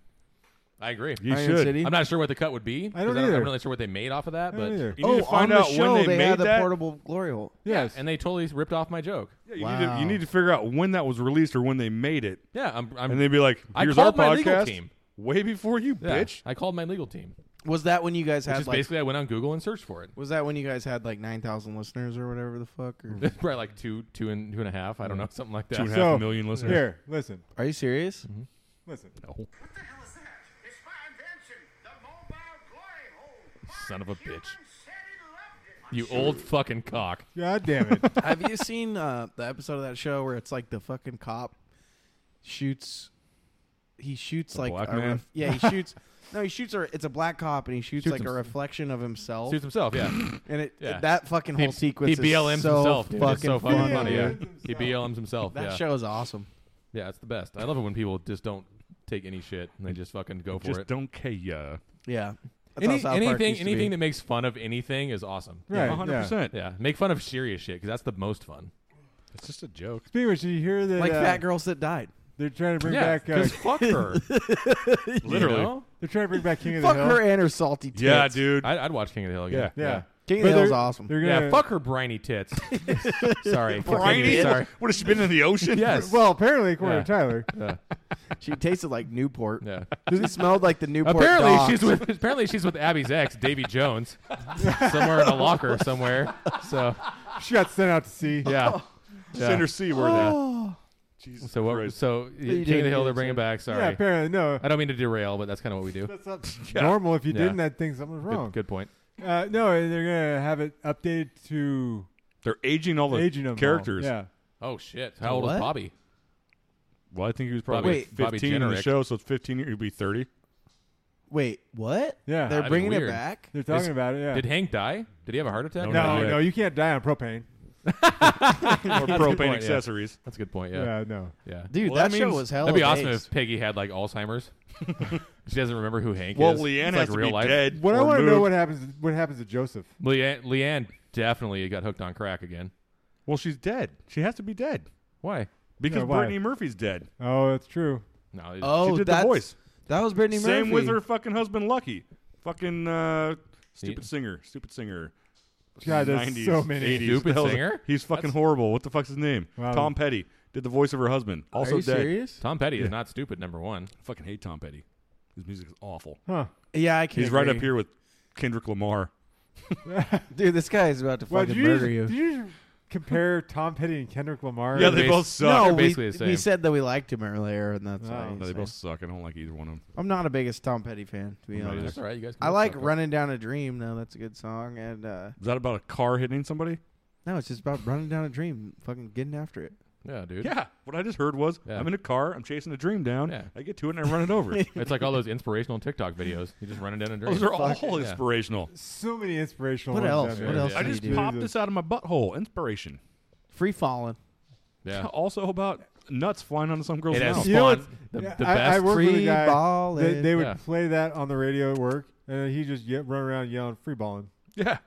S1: I agree.
S5: you
S4: Iron
S5: should.
S4: City.
S1: I'm not sure what the cut would be. 'cause
S6: don't
S1: I
S6: either.
S1: I'm not sure what they made off of that,
S6: I don't
S1: but
S6: either.
S5: You need
S4: oh,
S5: to find
S4: on
S5: out
S4: the show
S5: when they, made
S4: had the
S5: that.
S4: portable glory hole.
S6: Yes.
S1: and they totally ripped off my joke.
S5: Yeah, you, need to,
S4: Wow.
S5: you need to figure out when that was released or when they made it,
S1: Yeah, I'm. I'm
S5: and they'd be like,
S1: I
S5: "Here's our
S1: called my legal
S5: podcast."
S1: team.
S5: Way before you,
S1: yeah,
S5: bitch.
S1: I called my legal team.
S4: Was that when you guys
S1: Which
S4: had
S1: is
S4: like?
S1: basically I went on Google and searched for it.
S4: Was that when you guys had like nine thousand listeners or whatever the fuck? Or,
S1: Probably like two, two and two and a half. I don't know, something like that.
S5: Two and a half million
S6: So-
S5: listeners.
S6: Here, listen,
S4: are you serious?
S6: listen.
S7: What the hell is that? It's my invention, the mobile glory hole.
S1: Son of a bitch.
S7: Human said he loved it.
S1: You old fucking cock.
S6: God damn it.
S4: Have you seen uh, the episode of that show where it's like the fucking cop shoots? He shoots like
S5: black
S4: a
S5: man?
S4: ref- yeah, he shoots. No, he shoots. A, it's a black cop, and he shoots,
S1: Shoots
S4: like
S1: him-
S4: a reflection of himself.
S1: Suits himself, yeah.
S4: and it,
S1: Yeah.
S4: that fucking whole
S1: he,
S4: sequence
S1: he BLMs
S4: is so
S1: himself, dude.
S4: fucking
S1: it's so fucking
S4: funny.
S1: funny. Yeah.
S6: dude.
S1: He BLMs himself.
S4: That
S1: yeah.
S4: show is awesome.
S1: yeah, it's the best. I love it when people just don't take any shit and they just fucking go for
S5: Just
S1: it.
S5: don't care. Yeah,
S4: Yeah. That's how
S1: Any,
S4: South Park
S1: anything
S4: used to be.
S1: anything that makes fun of anything is awesome.
S6: Right.
S5: hundred
S6: yeah.
S5: percent.
S1: Yeah, make fun of serious shit because that's the most fun.
S5: It's just a joke.
S6: Speaking of which, did you hear that
S4: like
S6: uh,
S4: fat girls that died.
S6: they're trying to bring
S1: yeah,
S6: back uh,
S1: because fuck her.
S5: Literally.
S1: You know?
S6: they're trying to bring back King of the
S4: Fuck
S6: Hill.
S4: her and her salty tits.
S5: Yeah, dude.
S1: I, I'd watch King of the Hill again.
S6: Yeah.
S4: King of
S6: But
S4: the Hill's
S6: they're-
S4: awesome.
S6: They're
S1: Yeah,
S6: gonna,
S1: fuck her briny tits. sorry, continue,
S5: Briny?
S1: Sorry.
S5: What has she been in the ocean?
S1: Yes.
S6: Well, apparently, according
S1: Yeah.
S6: to Tyler,
S4: She tasted like Newport.
S1: yeah.
S4: Does it smelled like the Newport
S1: Apparently
S4: dogs.
S1: she's with apparently she's with Abby's ex, Davy Jones, somewhere in a locker somewhere. So
S6: she got sent out to sea.
S1: yeah. Yeah.
S5: Center Seaward.
S4: Oh.
S5: Jesus
S1: So what?
S5: Christ.
S1: So
S4: you
S1: King of
S4: did
S1: the Hill,
S4: good,
S1: they're bringing
S4: sir.
S1: back. Sorry,
S6: Yeah, apparently, no.
S1: I don't mean to derail, but that's kind of what we do.
S6: That's not
S5: Yeah.
S6: normal. If you
S1: Yeah.
S6: didn't, I'd think something was wrong.
S1: Good, good point.
S6: Uh, no, and they're gonna have it updated to
S5: They're aging all the
S6: aging them all.
S5: characters.
S6: Yeah,
S1: Oh shit! How old is
S4: What?
S1: Bobby?
S5: Well, I think he was probably
S1: Wait. Bobby
S5: 15 in the
S1: Jennerick.
S5: show, so it's 15 years. He'd be 30.
S4: Wait, what? They're
S6: Yeah.
S1: That'd be
S4: bringing it
S1: weird.
S4: back?
S6: they're talking
S1: Is-
S6: about it. Yeah.
S1: Did Hank die? Did he have a heart attack?
S5: No,
S6: no,
S5: Yeah.
S6: no, you can't die on propane.
S5: or propane
S1: point, yeah.
S5: accessories.
S1: That's a good point.
S6: Yeah,
S1: Yeah,
S6: no.
S1: yeah.
S4: Dude,
S5: Well,
S4: that,
S5: that
S4: show
S5: means-
S4: was hell.
S1: That'd be awesome if Peggy had like Alzheimer's. she doesn't remember who Hank
S5: Well,
S1: is.
S5: Leanne
S1: It's like
S5: has to
S1: real
S5: be
S1: life.
S5: dead.
S6: What I
S5: want to
S6: know what happens what happens to Joseph.
S1: Leanne, Leanne definitely got hooked on crack again.
S5: Well, she's dead. She has to be dead
S1: Why?
S5: because
S6: Yeah, why?
S5: Brittany Murphy's dead.
S6: Oh, that's true.
S1: No. it-
S4: Oh,
S5: she did
S4: that's,
S5: the voice.
S4: That was Brittany Murphy.
S5: Same with her fucking husband, Lucky. Fucking uh, stupid
S1: Yeah.
S5: singer. Stupid singer.
S6: God, there's
S5: 90s,
S6: so many.
S5: 80s.
S1: Stupid
S5: The hell's-
S1: singer?
S5: He's fucking
S1: That's-
S5: horrible. What the fuck's his name?
S6: Wow.
S5: Tom Petty did the voice of her husband.
S4: Are
S5: Also
S4: you
S5: dead.
S4: serious?
S1: Tom Petty is not stupid. Number one.
S5: I fucking hate Tom Petty. His music is awful.
S6: Huh.
S4: Yeah, I can
S5: He's right
S4: agree.
S5: up here with Kendrick Lamar.
S4: Dude, this guy is about to
S6: Well, did
S4: fucking
S6: you,
S4: murder
S6: just-
S4: you.
S6: did you just compare Tom Petty and Kendrick Lamar?
S5: Yeah,
S1: they
S5: they
S1: bas-
S5: both suck.
S4: No,
S1: They're
S4: we,
S1: basically the
S4: we
S1: same.
S4: said that we liked him earlier, and that's
S6: Oh.
S4: why
S5: No,
S4: he's
S5: they both
S4: saying-
S5: suck. I don't like either one of them.
S4: I'm not a biggest Tom Petty fan, to be
S5: not
S4: honest.
S1: That's all right. You guys. Can
S4: I
S1: both
S4: like
S1: suck it.
S4: Running Down a Dream, though. That's a good song. And uh,
S5: Is that about a car hitting somebody?
S4: no, it's just about running down a dream, fucking getting after it.
S1: Yeah, dude.
S5: Yeah. What I just heard was
S1: Yeah.
S5: I'm in a car, I'm chasing a dream down,
S1: Yeah.
S5: I get to it and I run it over.
S1: It's like all those inspirational TikTok videos. You just run it down and drink.
S5: Those are
S4: Fuck
S5: all
S1: yeah.
S5: inspirational.
S6: So many inspirational.
S4: What
S6: ones
S4: else?
S6: down there.
S4: What else?
S1: Yeah.
S5: I
S4: do you
S5: just
S4: do?
S5: popped this out of my butthole. Inspiration.
S4: Free falling.
S1: yeah.
S5: Also about nuts flying onto some girl's
S1: It has
S5: mouth.
S6: You know
S1: spawned
S6: what's-
S1: the,
S6: Yeah,
S1: the
S6: I- I
S1: best.
S6: work with a
S4: Free
S6: guy.
S4: balling.
S6: They, they would
S1: Yeah.
S6: play that on the radio at work, and he just ye- run around yelling free balling
S5: Yeah.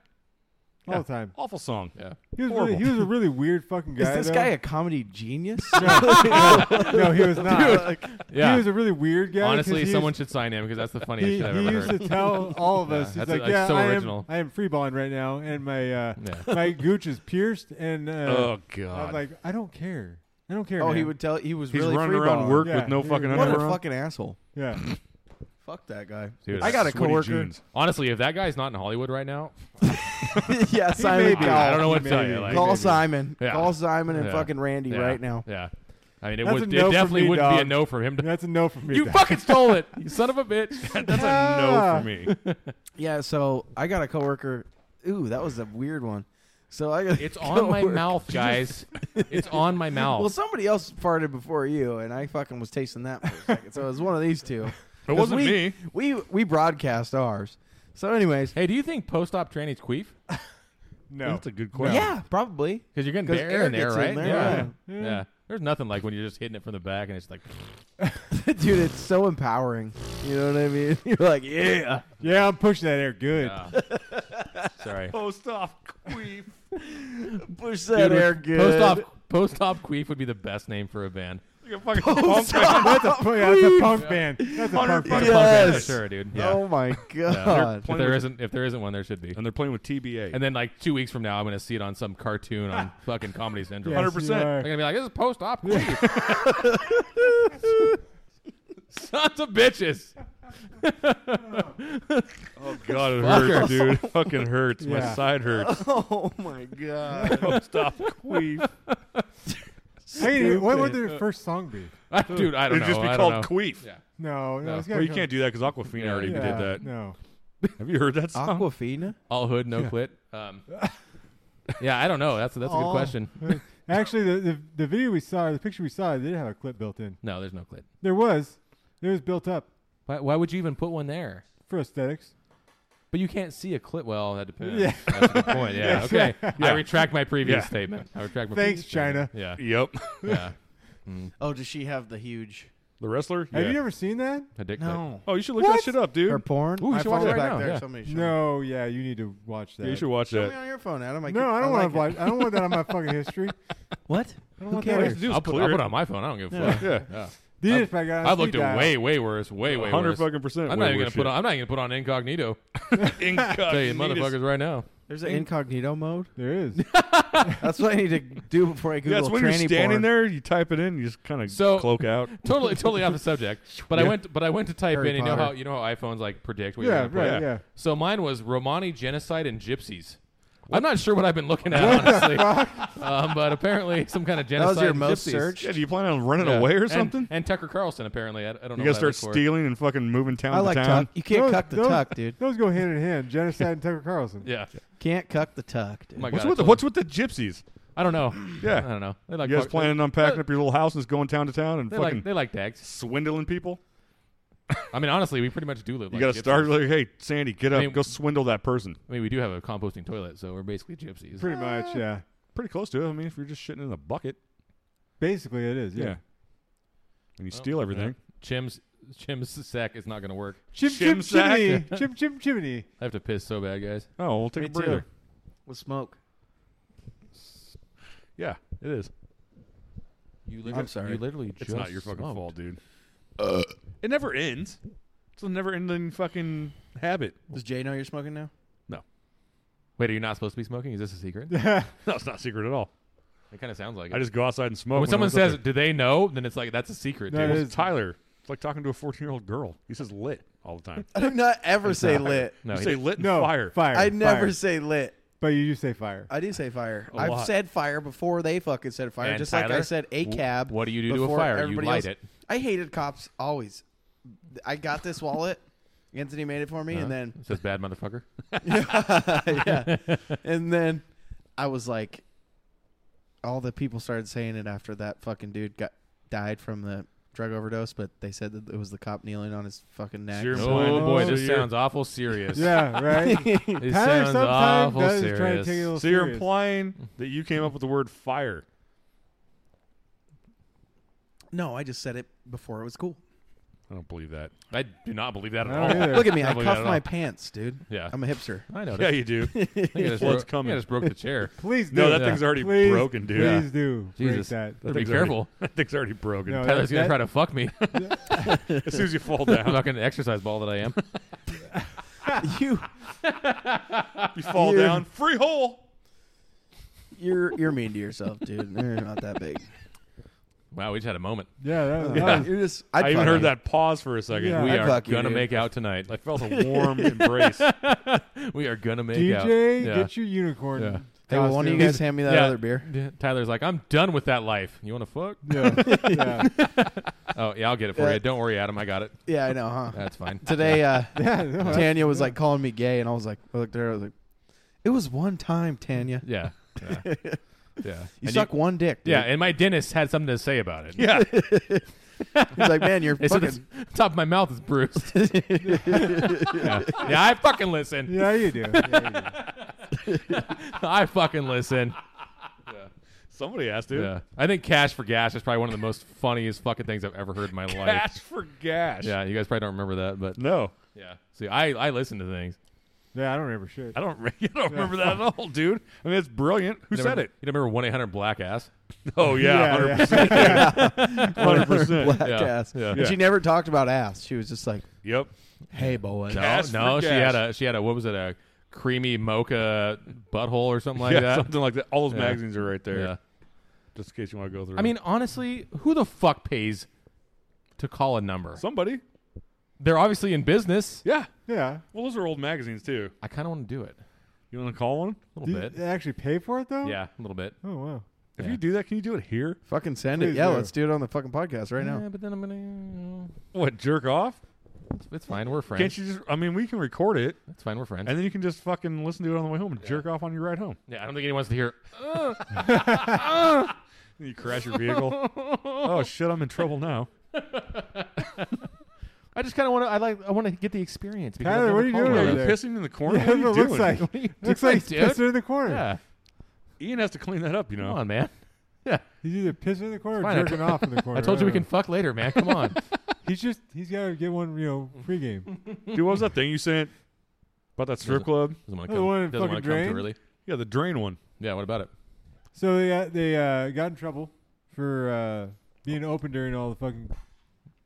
S6: all
S5: Yeah.
S6: the time.
S5: Awful song.
S1: yeah.
S6: He was
S5: Horrible.
S6: really, he was a really weird fucking guy.
S4: Is this
S6: though.
S4: guy a comedy genius?
S6: no, he was not.
S1: Yeah.
S6: He was a really weird guy. 'cause
S1: Honestly,
S6: he
S1: someone should sign him because that's the funniest
S6: Used,
S1: shit
S6: he
S1: I've
S6: he
S1: ever
S6: used
S1: heard.
S6: to tell all of
S1: Yeah,
S6: us. he's
S1: that's,
S6: like,
S1: like,
S6: yeah,
S1: so
S6: I am,
S1: original."
S6: I am free balling right now, and my uh,
S1: Yeah.
S6: my gooch is pierced, and uh,
S5: oh
S6: I'm
S5: god.
S6: like, I don't care. I don't care.
S4: oh, he
S6: man."
S4: would tell. He was
S5: He's
S4: really
S5: running
S4: free
S5: around
S4: balling.
S5: work
S6: Yeah,
S5: with no
S6: he
S5: fucking
S6: was-
S4: What a
S5: underwear. on.
S4: fucking asshole.
S6: Yeah.
S4: Fuck that guy.
S1: Dude,
S4: I got a
S5: Sweaty
S4: coworker.
S5: jeans.
S1: Honestly, if that guy's not in Hollywood right now,
S4: yeah,
S6: He
S4: Simon.
S6: may be.
S4: Cowell.
S1: I don't know what to
S6: He
S1: tell
S6: may
S1: you,
S6: be.
S1: like-
S6: He
S4: Call
S6: may be.
S4: Simon.
S1: Yeah.
S4: Call Simon and
S1: Yeah.
S4: fucking Randy
S1: yeah,
S4: right now.
S1: Yeah. I mean, it,
S6: That's
S1: was,
S6: a
S1: it
S6: no for
S1: definitely
S6: me,
S1: would be a
S6: dog.
S1: no for him. To,
S6: That's a no from me.
S1: you
S6: Dad.
S1: fucking stole it, you son of a bitch.
S5: That's a no
S6: Ah.
S5: for me.
S4: Yeah. So I got a coworker. Ooh, that was a weird one. So I got. a
S1: It's on my
S4: coworker-
S1: mouth, guys. it's on my mouth.
S4: Well, somebody else farted before you, and I fucking was tasting that for a second. So it was one of these two.
S5: It wasn't
S4: we,
S5: me.
S4: We we broadcast ours. So, anyways,
S1: hey, do you think post-op trannies queef?
S6: No.
S5: That's a good question.
S4: yeah, probably.
S1: Because you're getting
S4: 'Cause
S1: bare
S4: air
S1: in there,
S4: gets
S1: right?
S4: in there,
S1: yeah.
S6: yeah.
S1: yeah.
S6: Yeah.
S1: There's nothing like when you're just hitting it from the back and it's like,
S4: Dude, it's so empowering. You know what I mean? You're like, yeah.
S6: Yeah, I'm pushing that air good.
S1: ah. sorry.
S5: Post off queef.
S4: Push that air good.
S1: Post op, post op queef would be the best name for a band.
S5: Like a fucking punk band.
S6: That's a, pu- yeah, that's a punk band. That's a punk
S1: Punk band
S6: band.
S1: for
S4: Yes.
S1: sure, dude. Yeah.
S4: Oh my
S1: yeah.
S4: god.
S1: If there isn't, if there isn't one, there should be.
S5: And they're playing with TBA.
S1: And then like two weeks from now, I'm gonna see it on some cartoon on fucking Comedy Central.
S6: Yes, you
S5: 100%.
S6: are.
S1: I'm gonna be like, this is post op queef. Sons of bitches.
S5: oh god, it
S1: Fucker.
S5: hurts, dude. It fucking hurts. My
S6: Yeah.
S5: side hurts.
S4: Oh my god.
S5: Post off queef.
S6: Hey, what would
S5: Uh,
S6: their first song be?
S1: I- dude, I don't
S5: It'd
S1: know.
S5: just be
S1: I don't
S5: called
S1: know.
S5: queef.
S1: Yeah.
S6: No, no,
S1: No.
S6: it's gotta
S5: Well, you
S6: come-
S5: can't do that because Aquafina
S1: Yeah.
S5: already
S6: yeah,
S5: did that.
S6: No.
S5: Have you heard that song?
S4: Aquafina?
S1: All hood, no clit. Um, yeah, I don't know. That's that's a good
S4: All-
S1: question.
S6: Actually, the, the the video we saw, the picture we saw, they did have a clip built in.
S1: No, there's no clit.
S6: There was, it was built up
S1: Why, why would you even put one there?
S6: for aesthetics.
S1: But you can't see a clit. Well, that depends.
S6: Yeah.
S1: That's a good point. Yeah. Okay. I retract my previous
S5: Yeah.
S1: statement. I retract my
S6: Thanks,
S1: previous statement.
S5: Yep.
S1: Yeah. Yeah.
S4: Oh, does she have the huge
S5: The wrestler?
S6: Have
S5: Yeah.
S6: you ever seen that?
S1: A dick clit.
S4: No.
S5: oh, you should look that
S6: What?
S5: shit up, dude.
S4: Her porn?
S1: Ooh, you
S4: My
S1: should watch
S4: phone's
S1: it right
S4: back
S1: now,
S4: There.
S1: yeah.
S4: Somebody show me.
S6: No. Yeah, you need to watch that.
S5: Yeah, you should watch
S4: Show me
S5: that.
S4: on your phone, Adam. I
S6: No,
S4: keep-
S6: I don't
S4: like
S6: want to watch. I don't want that on my fucking history.
S4: it. What?
S6: I don't
S4: Who
S6: want that.
S4: cares?
S6: on-
S5: Dude,
S1: I'll
S5: it's
S1: put,
S5: clear.
S1: I'll put it on my phone. I don't give a fuck.
S5: Yeah.
S1: Yeah.
S6: Did it if I got on
S1: I've looked
S6: speed
S1: at
S6: dial.
S1: way, way worse. Way, way
S5: 100
S1: worse.
S5: fucking percent.
S1: I'm not even gonna put on. I'm not even gonna put on incognito.
S5: Incognito.
S1: Tell you, motherfuckers, right now.
S4: There's an incognito mode.
S6: There is.
S4: That's what I need to do before I
S5: Yeah,
S4: Google
S5: it's when you're
S4: tranny
S5: standing
S4: porn.
S5: there, you type it in, you just kind of
S1: So-
S5: cloak out.
S1: Totally, totally off the subject. But I
S5: Yeah.
S1: went, but I went to type
S4: Harry
S1: in. You know
S4: Potter.
S1: how you know how iPhones like predict. What you're
S6: yeah,
S1: gonna put
S6: right.
S5: in.
S6: Yeah.
S1: So mine was Romani genocide and gypsies. I'm not sure what I've been looking at honestly, um, but apparently some kind of
S4: That
S1: genocide.
S4: was your
S1: and
S4: most
S1: gypsies.
S4: searched.
S5: Yeah, do you plan on running
S1: Yeah.
S5: away or
S1: And-
S5: something?
S1: And, Tucker Carlson apparently. I, I don't know.
S5: you guys
S1: what I
S5: start
S1: look for.
S5: stealing and fucking moving town
S4: I like
S5: to town.
S4: tuck. You can't
S6: Those-
S4: cuck the
S6: those-
S4: tuck, dude.
S6: Those go hand in hand. Genocide and Tucker Carlson.
S1: Yeah.
S4: Can't cuck the tuck, dude.
S1: Oh my
S5: What's
S1: God, I
S5: with, the,
S1: totally-
S5: what's with the gypsies?
S1: I don't know.
S5: Yeah.
S1: I don't know. They like
S5: you guys
S1: fuck-
S5: planning on packing up your little house and just going town to town and
S1: They, they
S5: fucking
S1: like they like dags.
S5: swindling people?
S1: I mean, honestly, we pretty much do live.
S5: You
S1: like
S5: got to
S1: gypsies.
S5: start like, hey, Sandy, get up,
S1: mean-
S5: go swindle that person.
S1: I mean, we do have a composting toilet, so we're basically gypsies.
S6: Pretty much. Yeah.
S5: Pretty close to it. I mean, if you're just shitting in a bucket,
S6: Basically, it is.
S5: yeah.
S6: Yeah.
S5: And you steal everything.
S1: Chim's Chim's sack is not gonna work.
S6: Chim
S5: Shim
S6: chim
S5: sack.
S6: chimney. Chim chim chimney.
S1: I have to piss so bad, guys.
S5: Oh, we'll take
S4: Me
S5: a
S4: too.
S5: breather.
S4: With smoke.
S5: Yeah, it is.
S1: You
S4: I'm sorry.
S1: You literally
S5: It's
S1: just
S5: not your fucking
S1: smoked.
S5: fault, dude. Uh. it never ends. It's a never ending fucking habit.
S4: Does Jay know you're smoking now?
S1: Wait, are you not supposed to be smoking? Is this a secret?
S5: No, it's not secret at all.
S1: it kind of sounds like it.
S5: I just go outside and smoke.
S1: when, someone says,
S5: it,
S1: "Do they know?" Then it's like that's a secret,
S6: That
S1: dude.
S6: is-
S5: Tyler, it's like talking to a 14 year old girl. He says lit all the time.
S4: I do not ever say lit.
S1: No,
S5: you
S1: he
S5: say
S1: did-
S5: lit and
S6: No.
S5: fire.
S6: Fire.
S4: I never
S6: fire.
S4: say lit.
S6: But you do say fire.
S4: I do say fire.
S5: A
S4: I've
S5: lot.
S4: said fire before they fucking said fire.
S1: And
S4: just like I
S1: Tyler,
S4: said a
S1: wh-
S4: cab.
S1: what do you do to a
S4: before
S1: fire? You
S4: everybody
S1: light
S4: else.
S1: it.
S4: I hated cops always. I got this wallet. Anthony made it for me, and then
S1: It says bad motherfucker.
S5: Uh-huh.
S4: yeah. and then I was like, all the people started saying it after that fucking dude got died from the drug overdose, but they said that it was the cop kneeling on his fucking neck.
S5: Sure.
S4: So-
S1: Oh
S5: Oh,
S1: boy,
S5: so
S1: this
S5: you're-
S1: sounds awful serious.
S6: Yeah, right.
S1: It
S6: Tyler
S1: sounds
S6: sometimes
S1: awful
S6: does
S1: serious.
S6: try to take it a little
S5: So you're
S6: serious.
S5: implying that you came up with the word fire.
S4: no, I just said it before it was cool.
S5: I don't believe that.
S1: I do not believe that at
S6: I
S1: all.
S6: don't either.
S4: Look at me,
S1: Not
S4: I
S1: believe that
S4: cuffed
S1: at
S4: my
S1: all.
S4: pants, dude.
S1: Yeah,
S4: I'm a hipster.
S1: I know.
S5: Yeah, you do.
S1: I think I just,
S5: Blood's
S1: broke,
S5: coming.
S1: I just broke the chair.
S6: Please do.
S5: No, that
S1: Yeah.
S5: thing's already
S6: please,
S5: broken, dude.
S6: Please do.
S1: Jesus.
S6: Break that.
S5: That
S1: Be
S5: thing's already-
S1: careful.
S5: that thing's already broken.
S6: No,
S1: Tyler's gonna
S6: that-
S1: try to fuck me.
S5: As soon as you fall down,
S1: I'm not gonna exercise ball that I am.
S4: you,
S5: you fall
S4: Yeah.
S5: down. Free hole.
S4: you're you're mean to yourself, dude. You're not that big.
S1: Wow, we just had a moment.
S6: Yeah, that was,
S4: Uh,
S6: that was-
S4: You're just.
S5: i
S4: I'd
S5: even
S4: fuck
S5: heard
S4: you.
S5: that pause for a second.
S6: Yeah.
S1: We
S4: I'd
S1: are
S4: fuck you,
S1: gonna
S4: dude.
S1: make out tonight.
S5: I felt a warm embrace.
S1: We are gonna make out.
S6: DJ,
S1: Yeah.
S6: get your unicorn.
S1: Yeah.
S4: Hey, will one of you
S6: costume.
S4: guys hand me that
S1: Yeah.
S4: other beer?
S1: Yeah, Tyler's like, I'm done with that life. You want to fuck?
S6: Yeah, yeah.
S1: Oh yeah, I'll get it for
S4: Yeah.
S1: you. Don't worry, Adam. I got it.
S4: Yeah, I know, huh?
S1: That's fine.
S4: Today, uh,
S6: Yeah, no, that's-
S4: Tanya was like calling me gay, and I was like, I looked at her, I was like, it was one time, Tanya.
S1: Yeah. Yeah. Yeah. yeah.
S4: You
S1: And
S4: suck one dick. Dude.
S1: yeah, and my dentist had something to say about it.
S5: yeah.
S4: He's like, man, you're
S1: They said
S4: fucking.
S1: the top of my mouth is bruised. yeah. Yeah, I fucking listen.
S6: yeah, you do. Yeah,
S1: I fucking listen.
S5: Somebody asked, dude.
S1: Yeah. I think cash for gas is probably one of the most funniest fucking things I've ever heard in my life.
S5: Gash for gash.
S1: Yeah, you guys probably don't remember that, but
S5: No,
S1: yeah. See, I, I listen to things.
S6: you do. yeah, I don't remember shit.
S5: I don't. Re- I don't remember that at all, dude. I mean, it's brilliant. Who
S1: You
S5: said
S1: remember-
S5: it?
S1: You remember one eight hundred black ass?
S5: Oh yeah,
S6: yeah, yeah.
S5: hundred percent.
S4: Black
S1: Yeah,
S4: ass.
S1: yeah.
S4: And
S5: Yeah.
S4: she never talked about ass. She was just like,
S5: Yep.
S4: hey, boy.
S1: No,
S5: Cash for
S1: no. She
S5: gas.
S1: had a she had a what was it a creamy mocha butthole or something like
S5: yeah,
S1: that.
S5: something like that. All those
S1: Yeah.
S5: magazines are right there,
S1: Yeah.
S5: just in case you want to go through.
S1: I mean, honestly, who the fuck pays to call a number?
S5: somebody.
S1: They're obviously in business.
S5: Yeah.
S6: yeah.
S5: Well, those are old magazines too.
S1: I kind of want to do it
S5: You want to call one?
S1: a
S6: Do
S1: little
S6: you
S1: bit.
S6: actually pay for it though?
S1: Yeah, a little bit.
S6: Oh wow.
S5: If
S1: Yeah.
S5: you do that, can you do it here?
S4: Fucking send it.
S6: Please
S4: Yeah,
S6: do.
S4: let's do it on the fucking podcast right
S1: Yeah,
S4: now.
S1: but then I'm gonna. You know,
S5: What jerk off?
S1: it's, it's fine. We're friends.
S5: Can't you just? I mean, we can record it,
S1: It's fine. We're friends.
S5: and then you can just fucking listen to it on the way home and jerk off on your ride home.
S1: yeah, I don't think anyone wants to hear.
S5: You crash your vehicle. oh shit! I'm in trouble now.
S1: I just kind of want to. I like. I want to get the experience. because
S6: Tyler,
S1: I've
S6: what
S1: never
S6: are you
S1: called
S6: doing
S5: Are
S1: one.
S6: over
S5: you
S6: there?
S5: pissing in the corner?
S6: Yeah,
S5: What are you
S6: it looks
S5: doing?
S6: like
S1: What are you
S6: looks
S1: doing,
S6: like he's
S1: dude?
S6: pissing in the corner.
S1: Yeah,
S5: Ian has to clean that up. You
S1: come
S5: know.
S1: on, man. Yeah,
S6: He's either pissing in the corner or
S1: Fine, I-
S6: jerking off in the corner.
S1: I told you we
S6: don't
S1: can fuck later, man. Come on.
S6: know. He's just he's got to get one, you know, pregame.
S5: Dude, what was that thing you sent about that strip club?
S1: Doesn't want
S6: The
S1: to come.
S6: one in
S1: Doesn't want to
S6: fucking
S1: come
S6: drain?
S1: too early.
S5: Yeah, the drain one.
S1: Yeah. What about it?
S6: So they uh, they uh, got in trouble for uh, being open during all the fucking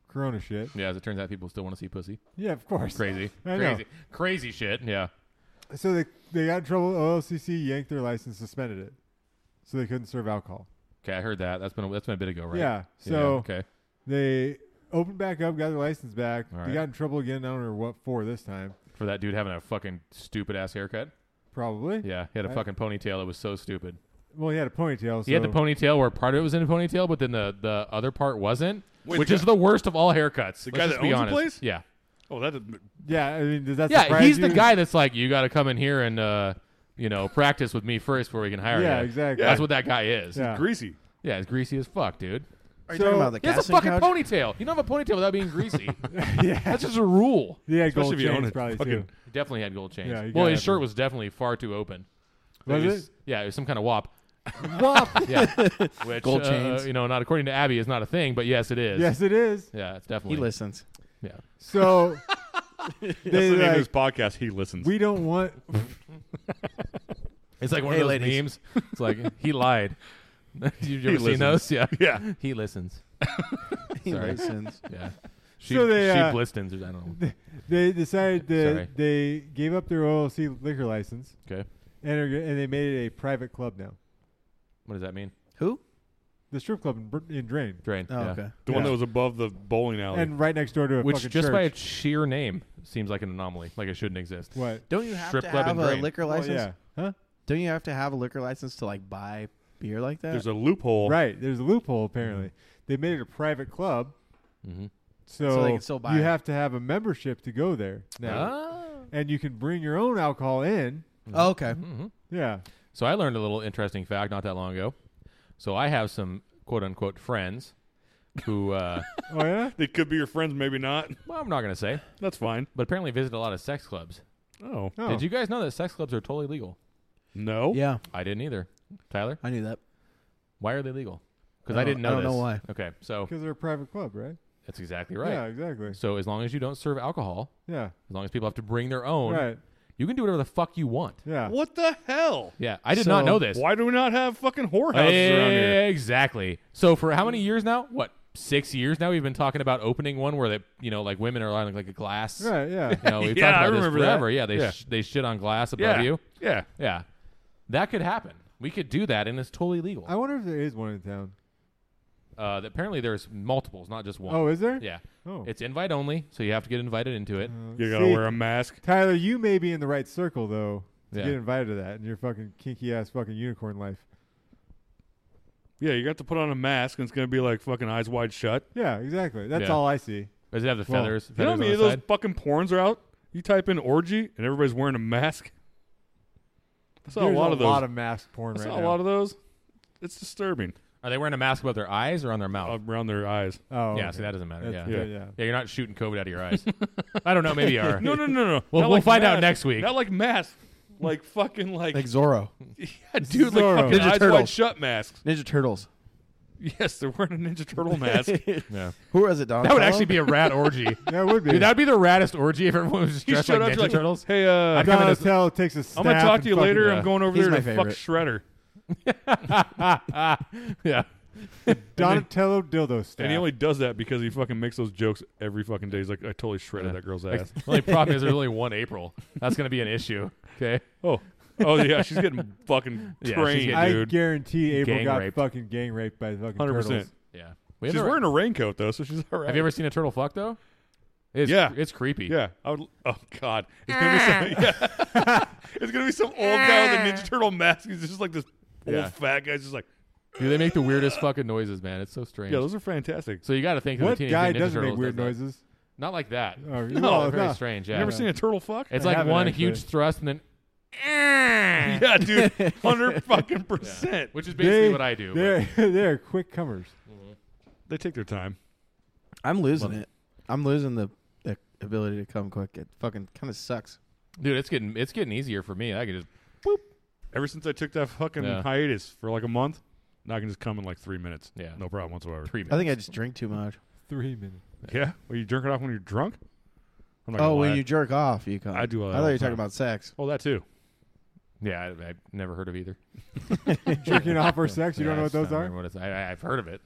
S6: Corona shit.
S1: Yeah. As it turns out, people still want to see pussy.
S6: Yeah, of course.
S1: Crazy.
S6: I know.
S1: Crazy. Crazy shit. Yeah.
S6: So they they got in trouble. OLCC yanked their license, suspended it, so they couldn't serve alcohol.
S1: Okay, I heard that. That's been a, that's been a bit ago, right?
S6: Yeah. So
S1: okay.
S6: they opened back up, got their license back.
S1: All
S6: They
S1: right.
S6: got in trouble again. I don't know what for this time.
S1: For that dude having a fucking stupid ass haircut.
S6: Probably.
S1: Yeah, he had a
S6: I-
S1: fucking ponytail that was so stupid.
S6: Well, he had a ponytail. So
S1: He had the ponytail where part of it was in a ponytail, but then the, the other part wasn't,
S5: Wait,
S1: which
S5: the
S1: is
S5: guy-
S1: the worst of all haircuts. Let's
S5: The guy
S1: just
S5: that
S1: be
S5: owns
S1: honest.
S5: the place?
S1: Yeah,
S5: Oh, that
S6: Yeah. I mean, does that
S1: yeah.
S6: surprise
S1: He's the
S6: you?
S1: guy that's like, you got to come in here and uh, you know practice with me first before we can hire
S6: Yeah,
S1: you.
S6: exactly.
S1: That's what that guy is.
S6: Yeah.
S5: greasy.
S1: yeah. He's greasy as fuck, dude.
S4: Are you
S6: So-
S4: talking about the
S1: He has a
S4: casting
S1: fucking
S4: couch?
S1: ponytail. You don't have a ponytail without being greasy.
S6: yeah.
S1: that's just a rule.
S6: He had
S5: Especially
S6: gold
S5: if you own
S6: chains
S5: it.
S6: probably
S5: Fucking-
S6: too.
S1: He definitely had gold chains.
S6: Yeah, you
S1: well,
S6: gotta
S1: his
S6: have
S1: shirt
S6: them.
S1: was definitely far too open.
S6: Was
S1: was-
S6: it?
S1: Yeah, it was some kind of wop. Wop. Yeah. Which,
S4: Gold
S1: uh,
S4: chains.
S1: You know, not according to Abby, is not a thing, but yes, it is.
S6: Yes, it is.
S1: Yeah, it's
S4: He
S1: definitely.
S4: listens.
S1: Yeah.
S6: So
S5: That's
S6: they
S5: the name
S6: like,
S5: of his podcast. He listens.
S6: we don't want.
S1: It's like one
S4: Hey,
S1: of those
S4: ladies.
S1: memes. It's like he lied. You've ever
S5: listens.
S1: seen those? Yeah.
S5: yeah.
S1: He listens.
S4: He
S1: Sorry.
S4: listens.
S1: Yeah. She
S6: So they,
S1: she
S6: uh,
S1: blistens. or I don't know.
S6: They decided that
S1: Sorry.
S6: they gave up their OLC liquor license
S1: Okay.
S6: and are, go- and they made it a private club now.
S1: What does that mean?
S4: Who?
S6: The strip club in, Br- in Drain.
S1: Drain.
S4: Oh,
S1: yeah.
S4: okay.
S5: the one
S6: Yeah.
S5: that was above the bowling alley.
S6: and right next door to a
S1: Which
S6: fucking
S1: just by
S6: church.
S1: its sheer name seems like an anomaly. Like it shouldn't exist.
S6: what?
S4: Don't you have
S1: Strip
S4: to
S1: club
S4: have
S1: and
S4: a
S1: drain.
S4: liquor
S6: Well,
S4: license?
S6: yeah, huh?
S4: Don't you have to have a liquor license to like buy beer like that?
S5: There's a loophole.
S6: Right. There's a loophole apparently. They made it a private club,
S1: Mm-hmm.
S6: so,
S4: they can still buy
S6: you
S4: it.
S6: have to have a membership to go there now,
S1: Ah.
S6: and you can bring your own alcohol in.
S4: oh, okay.
S1: hmm
S6: Yeah.
S1: So I learned a little interesting fact not that long ago. So I have some quote unquote friends who, uh,
S6: Oh yeah.
S5: They could be your friends, maybe not.
S1: well, I'm not going to say,
S5: That's fine.
S1: but apparently visit a lot of sex clubs.
S5: Oh
S6: Oh.
S1: Did you guys know that sex clubs are totally legal?
S5: no.
S4: Yeah,
S1: I didn't either. Tyler,
S4: I knew that.
S1: why are they legal? Because
S4: I
S1: I,
S4: don't-
S1: didn't know
S4: I don't
S1: this.
S4: know why.
S1: Okay, so
S6: Because they're a private club, right?
S1: that's exactly right.
S6: Yeah, exactly.
S1: So as long as you don't serve alcohol,
S6: Yeah.
S1: as long as people have to bring their own,
S6: Right.
S1: you can do whatever the fuck you want.
S6: Yeah.
S5: What the hell?
S1: Yeah, I did not
S4: So-
S1: know this.
S5: Why do we not have fucking whorehouses around here?
S1: Exactly. So for how many years now? What six years now? We've been talking about opening one where that you know, like women are on like a glass.
S6: Right. Yeah.
S1: You know, we've
S5: Yeah, I
S1: talked about
S5: remember
S1: this
S5: that.
S1: forever. Yeah, they
S5: Yeah.
S1: Sh- they shit on glass above
S5: Yeah.
S1: you.
S5: Yeah.
S1: Yeah, that could happen. We could do that, and it's totally legal.
S6: I wonder if there is one in town.
S1: Uh, apparently, there's multiples, not just one.
S6: Oh, is there?
S1: yeah.
S6: Oh. Mm-hmm.
S1: It's invite only, so you have to get invited into it.
S5: You gotta
S6: See,
S5: wear a mask.
S6: Tyler, you may be in the right circle though to
S1: Yeah.
S6: get invited to that, and your fucking kinky ass fucking unicorn life.
S5: Yeah, you got to put on a mask, and it's gonna be like fucking eyes wide shut.
S6: Yeah, exactly. That's
S1: Yeah.
S6: all I see.
S1: Does it have the
S6: Well,
S1: feathers?
S5: You know how
S1: feathers
S5: many
S1: on
S5: of
S1: the
S5: those
S1: side?
S5: fucking porns are out? You type in orgy, and everybody's wearing a mask. I saw
S6: There's
S5: a lot of those.
S6: masked porn
S5: I
S6: right
S5: saw
S6: now.
S5: a lot of those. It's disturbing
S1: Are they wearing a mask above their eyes or on their mouth?
S5: around their eyes.
S6: oh,
S1: yeah,
S6: okay.
S1: so that doesn't matter.
S6: That's
S1: yeah.
S6: good, yeah.
S1: Yeah, you're not shooting COVID out of your eyes. I don't know. Maybe you are.
S5: No, no, no, no.
S1: Well,
S5: Not
S1: we'll
S5: like
S1: find out
S5: mask.
S1: next week.
S5: Not like masks. Like fucking like,
S4: Like Zorro,
S5: yeah, dude, like
S6: Zorro.
S5: fucking
S4: Ninja
S5: eyes wide
S4: Turtles.
S5: shut masks.
S4: Ninja Turtles.
S5: Yes, they're wearing a Ninja Turtle mask.
S1: Yeah.
S4: Who was it? Don
S1: That would
S4: Tello?
S1: actually be a rat orgy.
S6: That would be.
S1: Dude, that'd be the raddest orgy if everyone was just
S5: he
S1: dressed
S5: showed
S1: like Ninja
S5: up to like,
S1: Turtles.
S5: hey, uh,
S1: I'd
S5: I'm
S1: come in
S6: Donatello
S1: as-
S6: takes a staff.
S5: gonna talk
S6: and
S5: to you
S6: fucking- uh,
S5: later.
S1: yeah.
S5: I'm going over
S4: He's
S5: there
S4: my
S5: to fuck Shredder.
S1: yeah.
S6: uh, Donatello dildo staff.
S5: And he only does that because he fucking makes those jokes every fucking day. He's like, I totally shredded that girl's
S1: Like,
S5: ass.
S1: the only problem is there's only one April. That's going to be an issue. Okay.
S5: oh, oh yeah, she's getting fucking
S1: Yeah, she's
S5: trained,
S1: getting-
S6: I
S5: dude.
S6: guarantee April
S1: Gang
S6: got
S1: raped.
S6: fucking gang raped by the fucking
S5: 100%.
S6: turtles.
S1: Yeah. We
S5: she's
S1: haven't-
S5: wearing a raincoat though, so she's all right.
S1: Have you ever seen a turtle fuck though? It's,
S5: Yeah.
S1: It's creepy.
S5: Yeah, I would. Oh God, it's gonna be
S1: Ah.
S5: some. Yeah. it's gonna be some old guy with a Ninja Turtle mask. He's just like this old
S1: Yeah.
S5: fat guy. just like,
S1: Dude, they make the weirdest fucking noises, man. It's so strange.
S5: yeah, those are fantastic.
S1: so you got to think that
S6: What
S1: the Teenage
S6: guy
S1: Mutant Ninja
S6: doesn't make
S1: Turtles
S6: weird
S1: does that.
S6: noises?
S1: Not like that.
S6: Oh, you-
S5: No,
S6: oh,
S1: Very
S6: no.
S1: strange.
S5: You
S1: Yeah.
S5: ever seen a turtle fuck?
S1: it's
S6: I
S1: like
S6: haven't
S1: one
S6: actually.
S1: huge thrust and then,
S5: yeah, dude, hundred fucking percent.
S1: which is basically
S6: They-
S1: what I do. but-
S6: They're they're quick comers.
S5: They take their time.
S4: I'm losing it. I'm losing the, the ability to come quick. It fucking kind of sucks.
S1: Dude, it's getting it's getting easier for me. I could just
S5: Ever since I took that fucking
S1: Yeah.
S5: hiatus for like a month, now I can just come in like three minutes.
S1: Yeah.
S5: no problem whatsoever.
S1: pre.
S4: I think I just drink too much.
S6: Three minutes.
S5: Yeah, well, you jerk it off when you're drunk. I'm not
S4: Oh,
S5: gonna
S4: when
S5: lie.
S4: you jerk off, you come.
S5: I do all that
S4: I
S5: all
S4: thought you
S5: the
S4: were
S5: time.
S4: talking about sex.
S5: Oh, that too.
S1: Yeah, I, I've never heard of either.
S6: Jerking off or sex? You
S1: Yeah,
S6: don't know
S1: I
S6: what
S1: just
S6: those
S1: don't
S6: are?
S1: remember what it's- I, have heard of it.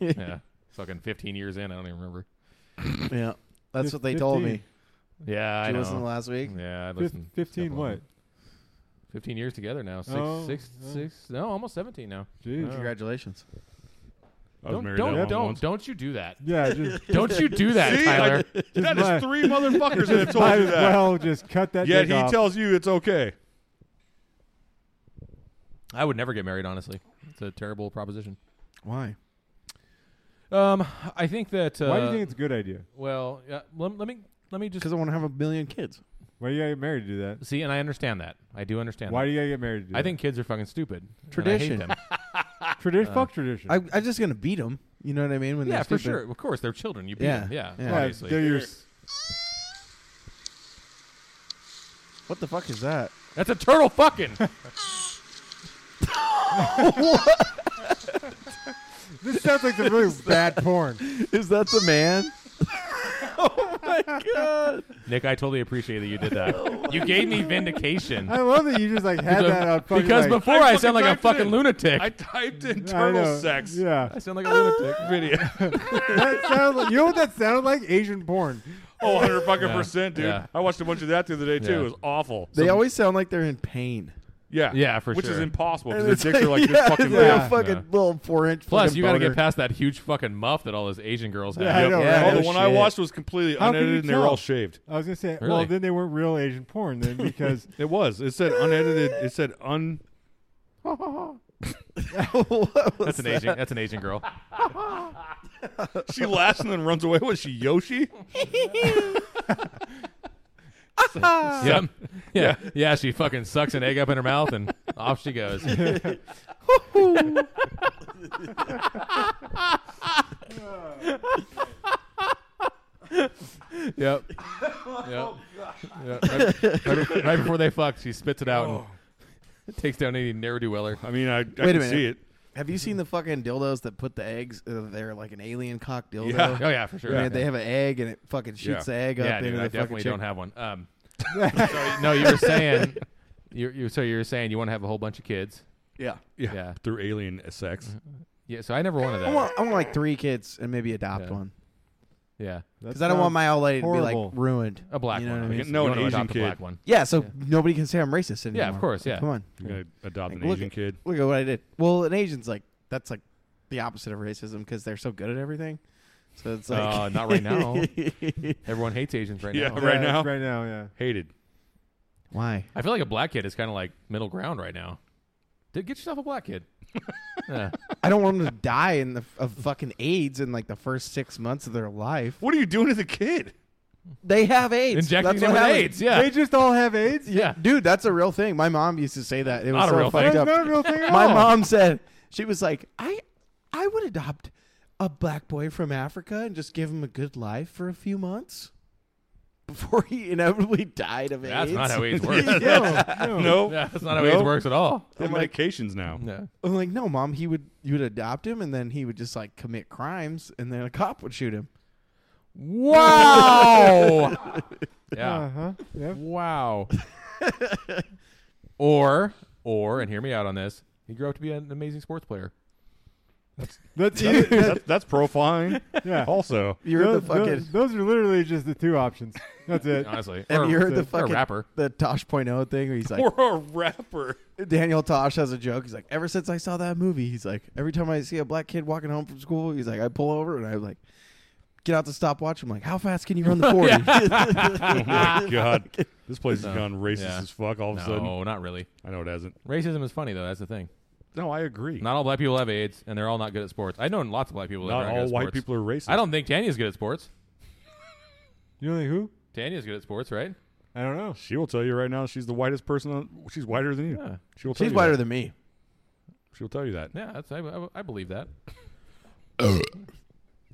S1: yeah, fucking 15 years in, I don't even remember.
S4: yeah, that's
S6: Fif-
S4: what they told me.
S6: 15.
S1: Yeah,
S4: Did
S1: I
S4: you
S1: know.
S4: listen to last week?
S1: yeah, I
S6: Fif-
S1: listened.
S6: Fifteen
S1: couple of
S6: what?
S1: them. 15 years together now. Six,
S6: Oh,
S1: six-
S6: oh.
S1: six- No, almost 17 now.
S6: Jeez.
S4: Congratulations.
S5: I was
S1: don't
S5: married
S1: don't
S5: that long
S1: don't
S5: once.
S1: don't you do that?
S6: Yeah, just,
S1: Don't you do that,
S5: See?
S1: Tyler?
S5: That
S6: my-
S5: is three motherfuckers that have told
S6: might
S5: you
S6: as
S5: that.
S6: well just cut that.
S5: Yet
S6: dick
S5: he
S6: off.
S5: tells you it's okay.
S1: I would never get married, honestly. It's a terrible proposition.
S4: Why?
S1: Um, I think that. Uh,
S6: Why do you think it's a good idea?
S1: Well, yeah, let, let me let me just
S4: Because I want to have a million kids.
S6: Why do you gotta get married to do that?
S1: see, and I understand that. I do understand.
S6: Why
S1: that.
S6: do you gotta get married to do that?
S1: I think kids are fucking stupid. and I hate
S4: Tradition.
S1: them.
S6: tradition. fuck tradition.
S4: uh, I, I'm just gonna beat them. You know what I mean? When
S1: Yeah,
S4: they're
S1: for
S4: stupid.
S1: sure. Of course, they're children. You beat
S4: Yeah,
S1: them. Yeah,
S4: yeah.
S6: yeah,
S1: obviously.
S6: they're your s-
S4: What the fuck is that?
S1: That's a turtle fucking.
S6: This sounds like some really bad porn.
S4: Is that the man?
S1: Nick, I totally appreciate that you did that. you gave me vindication.
S6: I love that you just like had that on fucking.
S1: because
S6: like,
S1: before
S5: I
S1: I,
S5: fucking
S1: sound like a
S5: typed it
S1: fucking
S5: in.
S1: lunatic.
S5: I typed in
S6: I
S5: turtle
S6: know.
S5: sex
S6: Yeah,
S1: I sound like a lunatic.
S5: video.
S6: that sounded. Like, you know what that sounded like? Asian porn.
S5: Oh, 100 fucking percent, dude.
S1: yeah.
S5: I watched a bunch of that the other day, too.
S1: Yeah.
S5: It was awful.
S4: They always sound like they're in pain.
S5: yeah.
S1: Yeah, for
S5: Which
S1: sure.
S5: is impossible
S4: And
S5: because
S4: it's
S5: their dicks are like
S4: yeah,
S5: this fucking
S4: it's like
S5: big.
S4: a fucking
S1: Yeah.
S4: little four inch.
S1: Plus, you
S4: got to
S1: get past that huge fucking muff that all those Asian girls have.
S6: Yeah, I know.
S4: Yeah,
S5: Oh, the
S4: no
S5: one I
S4: shit.
S5: watched was completely
S6: How can you
S5: unedited and they were
S6: tell?
S5: all shaved.
S6: I was gonna say, well,
S1: Really?
S6: then they weren't real Asian porn then because
S5: It was. It said unedited. It said un.
S1: That's an Asian. That's an Asian girl.
S5: She laughs and then runs away. Was she Yoshi?
S1: yep. Yeah. yeah. She fucking sucks an egg up in her mouth and off she goes. Yep. yep. yep. Right, right be- right before they fuck, she spits it out and takes down any ne'er do weller.
S5: I mean, I, I
S4: a
S5: can
S4: minute.
S5: see it.
S4: Have you seen the fucking dildos that put the eggs? Uh, they're like an alien cock dildo.
S5: Yeah.
S1: Oh yeah, for sure.
S4: Man, they have an egg and it fucking
S5: Yeah.
S4: shoots the egg up
S1: yeah,
S4: into
S1: dude,
S4: the
S1: I
S4: fucking
S1: definitely
S4: chick.
S1: don't have one. Um, so, no, you were saying, you, you so you were saying you want to have a whole bunch of kids.
S4: Yeah.
S5: Yeah.
S1: Yeah.
S5: Through alien sex.
S1: Mm-hmm. Yeah, so I never wanted
S4: I
S1: that.
S4: want, I want like three kids and maybe adopt
S1: Yeah.
S4: one
S1: yeah,
S4: because I don't want my old lady to be
S6: horrible.
S4: like ruined.
S1: a black
S4: You know
S1: one.
S4: what I
S1: Like,
S5: mean?
S1: No,
S5: You
S1: one
S5: want an
S1: adopt a
S5: Asian
S1: black
S5: kid.
S1: one.
S4: Yeah, so nobody can say I'm racist anymore.
S1: Yeah, of course. Yeah,
S4: Come on,
S5: You're going
S1: Mm-hmm.
S5: to
S4: Like,
S5: adopt an
S4: look
S5: Asian
S4: at-
S5: kid.
S4: look at what I did. Well, an Asian's like that's like the opposite of racism because they're so good at everything. So it's like
S1: Uh, not right now. Everyone hates Asians right
S5: Yeah,
S1: now.
S5: right now?
S6: Right now, yeah.
S5: Hated.
S4: why?
S1: I feel like a black kid is kind of like middle ground right now. Dude, get yourself a black kid. yeah.
S4: I don't want them to die in the of fucking AIDS in like the first six months of their life.
S5: What are you doing to the kid?
S4: They have AIDS.
S1: Injecting
S4: That's
S1: them
S4: what
S1: with
S4: happens.
S1: AIDS. Yeah.
S6: They just all have AIDS?
S1: yeah.
S4: Dude, that's a real thing. My mom used to say that. It was
S1: Not a
S4: so
S1: real
S4: fucked
S1: thing.
S4: up.
S6: That's not a real thing at
S4: My
S6: all.
S4: mom said she was like, I I would adopt a black boy from Africa and just give him a good life for a few months before he inevitably died of
S1: That's
S4: AIDS.
S1: not how AIDS works. yeah,
S6: No, no.
S5: No.
S1: that's not how
S5: No.
S1: AIDS works at all.
S5: They have medications now.
S1: No.
S4: I'm like, no, mom, he would you would adopt him and then he would just like commit crimes and then a cop would shoot him.
S1: Wow. yeah.
S6: Uh-huh. Yep.
S1: Wow. or, or, and hear me out on this. He grew up to be an amazing sports player.
S6: That's
S5: that's, that's profiling.
S6: yeah.
S5: Also,
S4: You heard
S6: those,
S4: the fucking
S6: those- those are literally just the two options. That's it.
S1: Honestly,
S4: have
S1: Or-
S4: you heard the
S1: or a
S4: fucking
S1: rapper.
S4: the Tosh.0 thing where he's like
S5: or a rapper.
S4: Daniel Tosh has a joke. He's like, ever since I saw that movie, he's like, every time I see a black kid walking home from school, he's like, I pull over and I like get out the stopwatch. I'm like, how fast can you run the forty?
S5: Oh my god, this place has
S1: No.
S5: gone racist
S1: Yeah.
S5: as fuck. All of a sudden,
S1: No, not really.
S5: I know it hasn't.
S1: Racism is funny though. That's the thing.
S5: No, I agree.
S1: Not all black people have AIDS, and they're all not good at sports. I know lots of black people. that
S5: Not
S1: aren't good
S5: all
S1: at
S5: white
S1: sports.
S5: people are racist.
S1: I don't think Tanya's good at sports.
S6: You know who?
S1: Tanya's good at sports, right?
S6: I don't know.
S5: She will tell you right now. She's the whitest person. On, she's whiter than you.
S1: Yeah.
S5: She will. Tell
S4: She's
S5: you
S4: whiter
S5: that.
S4: than me.
S5: She will tell you that.
S1: Yeah, that's, I, I, I believe that.
S4: Uh.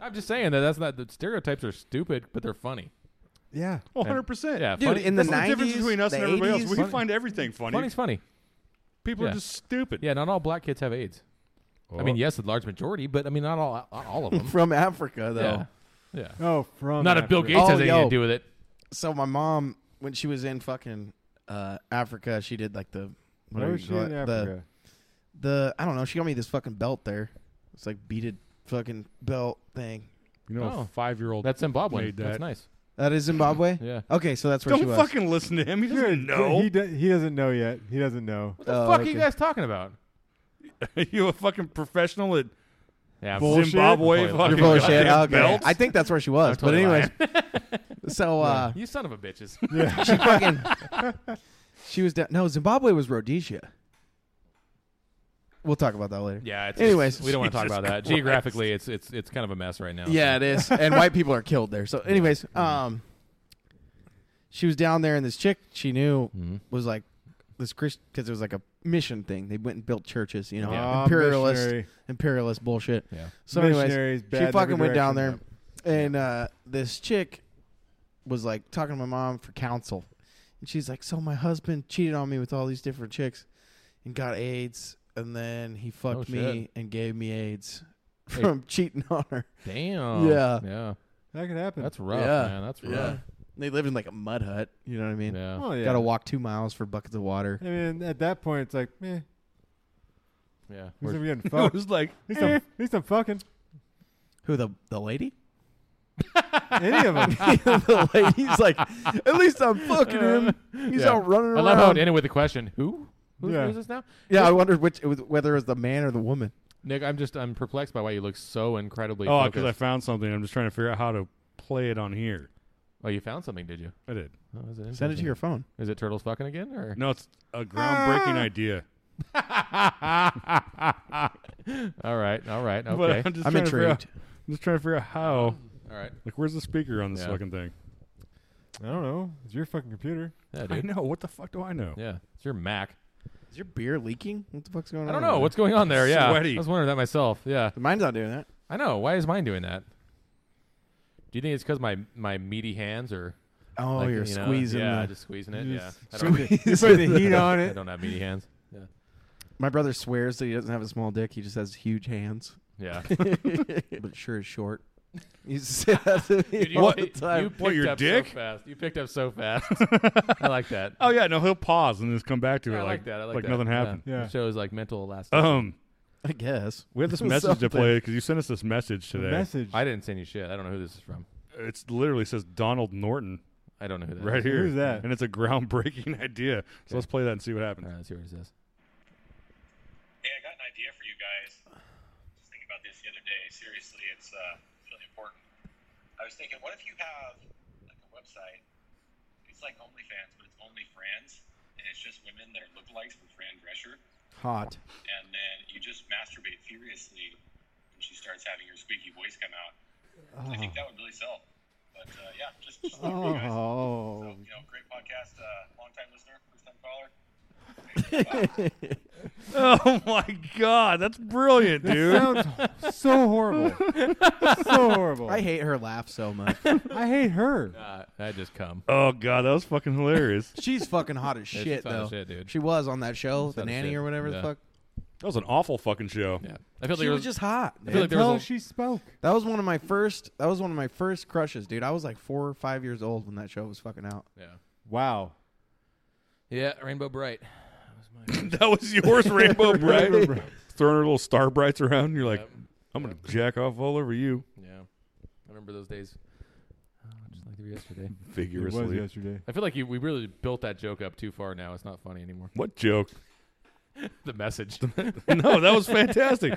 S1: I'm just saying that that's not the stereotypes are stupid, but they're funny.
S6: Yeah.
S5: Oh, One hundred percent.
S1: Yeah,
S4: Dude,
S1: funny,
S4: in the
S5: That's the difference
S4: 90s,
S5: between us
S4: the
S5: and everybody
S4: 80s,
S5: else. We
S1: funny-
S5: find everything funny.
S1: funny's funny.
S5: People
S1: yeah.
S5: are just stupid.
S1: Yeah, not all black kids have AIDS. I mean, yes, the large majority, but I mean, not all, not all of them.
S4: from Africa, though.
S1: yeah, yeah.
S6: Oh, from
S1: Not a
S6: after.
S1: Bill Gates
S4: Oh,
S1: has anything
S4: yo.
S1: to do with it.
S4: So my mom, when she was in fucking uh, Africa, she did like the
S6: Why
S4: whatever
S6: was
S4: you
S6: she
S4: call
S6: in
S4: it, the
S6: Africa?
S4: the I don't know. She got me this fucking belt there. It's like beaded fucking belt thing.
S5: You know,
S1: Oh.
S5: a five-year-old.
S1: That's Zimbabwe.
S5: Made
S1: That's
S5: that.
S1: nice.
S4: That is Zimbabwe.
S1: Yeah.
S4: Okay, so that's where she
S5: don't
S4: was.
S5: fucking listen to him. He doesn't know.
S6: He, do, he doesn't know yet. He doesn't know.
S1: What the
S4: Oh,
S1: fuck are
S4: okay.
S1: you guys talking about?
S5: you a fucking professional at
S1: Yeah,
S6: Bullshit.
S5: Zimbabwe?
S1: You're
S5: fucking
S4: You're full of shit.
S5: goddamn
S4: Okay.
S5: belts?
S4: I think that's where she was.
S1: I'm totally
S4: but anyways, so uh,
S1: you son of a bitches.
S4: she fucking she was down. No, Zimbabwe was Rhodesia. We'll talk about that later.
S1: yeah. It's,
S4: Anyways,
S1: it's- we don't want to talk
S5: Jesus
S1: about that.
S5: Christ.
S1: Geographically, it's it's it's kind of a mess right now.
S4: Yeah, it is. And white people are killed there. So, anyways, um, she was down there, and this chick she knew
S1: Hmm?
S4: was like this Christian because it was like a mission thing. They went and built churches, you know,
S6: Yeah. Ah,
S4: imperialist,
S6: missionary.
S4: imperialist bullshit.
S1: Yeah.
S4: So, anyways,
S6: Missionaries, bad
S4: she
S6: in
S4: fucking
S6: every
S4: went down there,
S6: direction.
S4: and uh, this chick was like talking to my mom for counsel, and she's like, "So my husband cheated on me with all these different chicks, and got AIDS, and then he fucked me
S1: Oh, shit.
S4: and gave me AIDS."
S1: Hey.
S4: From cheating on her,
S1: Damn.
S4: Yeah.
S1: Yeah.
S6: That could happen.
S1: That's rough,
S4: Yeah.
S1: man. That's rough.
S4: Yeah. They live in like a mud hut. You know what I mean?
S1: Yeah.
S6: Oh, yeah.
S4: Got to walk two miles for buckets of water.
S6: I mean, at that point, it's like, meh. At
S1: Yeah.
S6: least I'm getting
S5: It
S6: fucked. At
S5: was like,
S6: least
S1: eh.
S6: I'm, at least I'm fucking.
S4: Who the the lady?
S6: Any of them.
S4: the lady's like, at least I'm fucking him. He's
S1: Yeah.
S4: out running
S1: I
S4: around.
S1: love how it ended with the question, who? Who's,
S6: Yeah.
S1: who's this now?
S4: yeah, I wondered which it was, whether it was the man or the woman.
S1: Nick, I'm just I'm perplexed by why you look so incredibly
S5: oh, because
S1: focused.
S5: I found something. I'm just trying to figure out how to play it on here.
S1: oh, you found something, did you?
S5: I did.
S1: Oh, is
S4: Send it to your phone.
S1: Is it turtles fucking again or?
S5: No, it's a groundbreaking idea.
S1: all right, all right,
S5: But
S1: okay,
S5: I'm just
S4: I'm
S5: trying to figure out-
S4: intrigued.
S5: I'm just trying to figure out how.
S1: all right.
S5: Like, where's the speaker on this
S1: Yeah.
S5: fucking thing?
S6: I don't know. It's your fucking computer.
S1: Yeah,
S5: I
S1: dude.
S5: know. What the fuck do I know?
S1: Yeah, it's your Mac.
S4: Is your beer leaking? What the fuck's going on?
S1: I don't
S4: over
S1: know
S4: there?
S1: what's going on there. Yeah,
S5: Sweaty.
S1: I was wondering that myself. Yeah,
S4: Mine's not doing that.
S1: I know. Why is mine doing that? Do you think it's because my my meaty hands are?
S4: Oh,
S1: like,
S4: you're
S1: you know,
S4: squeezing.
S1: Yeah,
S4: the-
S1: just squeezing it.
S6: You
S1: Yeah, I
S4: squeeze
S1: don't,
S4: it.
S1: have-
S6: You put the heat on
S1: I
S6: it.
S1: don't have meaty hands. Yeah,
S4: My brother swears that he doesn't have a small dick. He just has huge hands,
S1: yeah.
S4: but sure is short. He says that to me
S1: Dude, you,
S4: all
S1: you-
S4: the time.
S1: you
S5: What,
S1: picked
S5: your
S1: up
S5: dick?
S1: So fast. You picked up so fast. I like that.
S5: Oh yeah, no, he'll pause and just come back to it
S1: I
S5: like,
S1: like that. I like, that.
S5: nothing happened.
S1: Yeah.
S6: Yeah.
S1: It shows like mental elasticity.
S5: Um,
S4: I guess.
S5: we have this message to
S4: Something.
S5: play because you sent us this message today.
S6: Message.
S1: I didn't send you shit. I don't know who this is from.
S5: It's literally says Donald Norton
S1: I don't know who that is.
S5: right here.
S6: Who's that?
S5: And it's a groundbreaking idea. So let's play that and see what happens.
S1: All right, let's hear what it says.
S8: Hey, I got an idea for you guys. Just thinking about this the other day. Seriously, it's uh, it's really important. I was thinking, what if you have like a website? It's like OnlyFans, but it's only friends, and it's just women that are lookalikes from Fran Drescher,
S4: Hot.
S8: and then you just masturbate furiously when she starts having her squeaky voice come out. I think that would really sell. But uh, yeah, just, just thinking for you guys. So,
S4: Oh.
S8: you know, great podcast, uh, long time listener, first time caller.
S5: Oh my god, that's brilliant, dude.
S6: Sounds so horrible. so horrible.
S4: I hate her laugh so much.
S6: I hate her.
S1: Uh, I just come.
S5: oh god, that was fucking hilarious.
S4: She's fucking hot as
S1: she's
S4: shit,
S1: hot
S4: though.
S1: as shit, dude.
S4: She was on that show,
S1: She's hot
S4: the
S1: as
S4: nanny
S1: shit.
S4: or whatever
S1: Yeah.
S4: the fuck.
S5: that was an awful fucking show.
S1: Yeah, I feel like
S4: She
S1: it
S4: was just hot.
S1: I feel
S4: dude.
S1: like there was
S6: Until
S1: a-
S6: she spoke.
S4: that was one of my first. That was one of my first crushes, dude. I was like four or five years old when that show was fucking out.
S1: Yeah.
S6: Wow.
S1: Yeah, Rainbow Bright.
S5: that was yours, Rainbow Bright. Throwing her little star brights around, and you're like,
S1: Yep.
S5: I'm gonna jack off all over you
S1: Yeah, I remember those days. Oh, just like they were yesterday.
S6: It was
S5: vigorously.
S6: yesterday.
S1: I feel like you, we really built that joke up too far now. It's not funny anymore.
S5: What joke?
S1: The message.
S5: no, that was fantastic.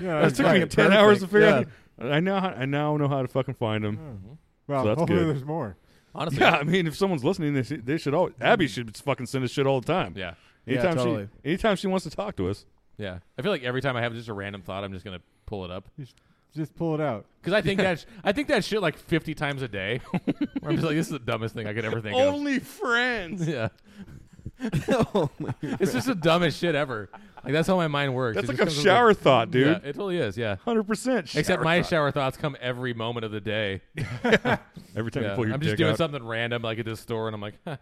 S6: Yeah,
S5: that took me
S4: fucking
S5: ten hours to
S4: perfect,
S5: figure out. I now I now know how to fucking find them.
S6: Well,
S5: So that's
S6: hopefully
S5: good.
S6: there's more.
S1: Honestly. Mm.
S5: Yeah, I mean, if someone's listening, they should, they should always. Abby should fucking send us shit all the time.
S1: Yeah.
S5: anytime
S4: Yeah, totally.
S5: she anytime she wants to talk to us.
S1: Yeah. I feel like every time I have just a random thought, I'm just gonna pull it up
S6: Just, just pull it out.
S1: because I think that's I think that shit like 50 times a day. Where I'm just like, this is the dumbest thing I could ever think of.
S5: friends.
S1: Yeah.
S4: oh my
S1: It's just the dumbest shit ever. Like that's how my mind works.
S5: That's
S1: It
S5: like
S1: just
S5: a
S1: comes up
S5: shower
S1: with-
S5: thought, dude.
S1: Yeah, it totally is. Yeah.
S5: Hundred percent.
S1: Except my shower thoughts come every moment of the day.
S5: Every time
S1: Yeah.
S5: you pull your
S1: I'm
S5: dick
S1: just doing
S5: out.
S1: something random, like at this store, and I'm like, huh.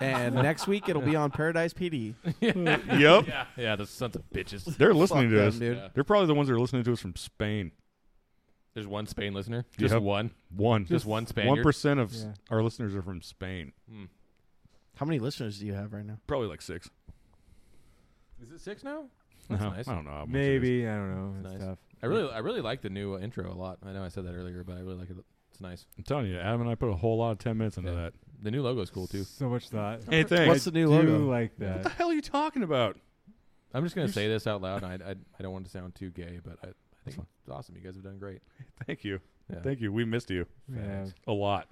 S4: and next week it'll be on Paradise PD.
S5: Yep.
S1: yeah, yeah, those sons of bitches.
S5: They're listening to
S4: them,
S5: us.
S4: dude.
S1: Yeah.
S5: They're probably the ones that are listening to us from Spain.
S1: There's one Spain listener, just
S5: Yep.
S1: one,
S5: One.
S1: just one
S5: One
S1: Spaniard.
S5: percent of s
S6: Yeah.
S5: our listeners are from Spain.
S4: How many listeners do you have right now?
S5: Probably like six.
S1: Is it six now? That's
S5: No,
S1: nice.
S5: I don't know. how much it is.
S6: Maybe I don't know. It's
S1: Nice.
S6: tough.
S1: I really, I really like the new uh, intro a lot. I know I said that earlier, but I really like it. It's nice.
S5: I'm telling you, Adam and I put a whole lot of ten minutes into
S1: Yeah.
S5: that.
S1: The new logo's cool too.
S6: So much thought.
S5: Hey, thanks.
S4: What's the new
S6: I
S4: logo?
S6: do like
S5: what the
S6: that.
S5: hell are you talking about?
S1: I'm just gonna say this out loud. And I, I, I don't want to sound too gay, but I, I think it's awesome. You guys have done great.
S5: Thank you.
S1: Yeah.
S5: Thank you. We missed you
S6: Yeah.
S5: a lot.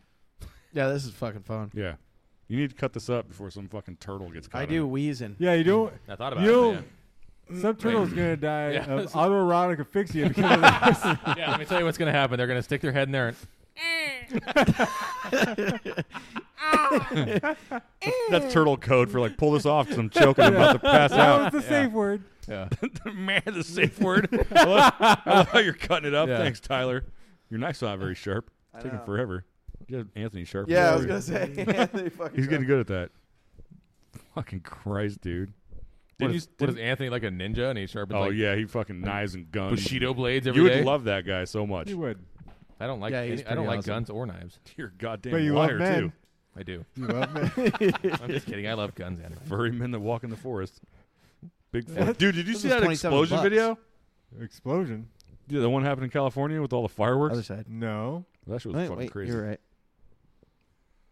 S4: yeah, this is fucking fun.
S5: Yeah. You need to cut this up before some fucking turtle gets caught.
S4: I
S5: in
S4: do
S5: it.
S4: wheezing.
S6: yeah, you don't.
S1: I thought about
S6: You
S1: it.
S6: don't-
S1: man.
S6: Some turtle's gonna die
S1: Yeah.
S6: of autoerotic asphyxia because of that.
S1: Yeah. let me tell you what's gonna happen. They're gonna stick their head in there. And,
S5: That's turtle code for like pull this off because I'm choking. I'm about to pass out.
S6: That was the safe word.
S1: yeah.
S5: Man, the safe word. I love, I love how you're cutting it up.
S1: Yeah.
S5: Thanks, Tyler. Your knife's not very sharp. It's taking
S4: know.
S5: forever. You have Anthony Sharp.
S4: Yeah, I
S5: over
S4: was
S5: here.
S4: gonna say. Anthony fucking
S5: He's getting good at that. Fucking Christ, dude.
S1: What
S5: Didn't
S1: is,
S5: you?
S1: what
S5: didn't-
S1: is Anthony like a ninja and he sharpens
S5: oh
S1: like
S5: yeah, he fucking knives and guns.
S1: bushido blades every
S5: You would
S1: day?
S5: love that guy so much.
S6: You would.
S1: I don't like
S4: Yeah,
S1: any-
S4: he's
S1: I don't
S4: pretty
S1: like
S4: awesome.
S1: guns or knives.
S5: You're a goddamn
S6: But you love
S5: liar
S6: men.
S5: too.
S1: I do.
S6: You love me.
S1: I'm just kidding. I love guns anyway.
S5: Furry men that walk in the forest. Big fuck. dude. Did you
S4: This
S5: see
S4: is
S5: that
S4: 27
S5: explosion
S4: bucks.
S5: video?
S6: Explosion.
S5: Yeah, the one happened in California with all the
S4: Other
S5: fireworks.
S4: side.
S6: No.
S5: That shit was
S4: Wait,
S5: fucking
S4: wait,
S5: crazy.
S4: You're right.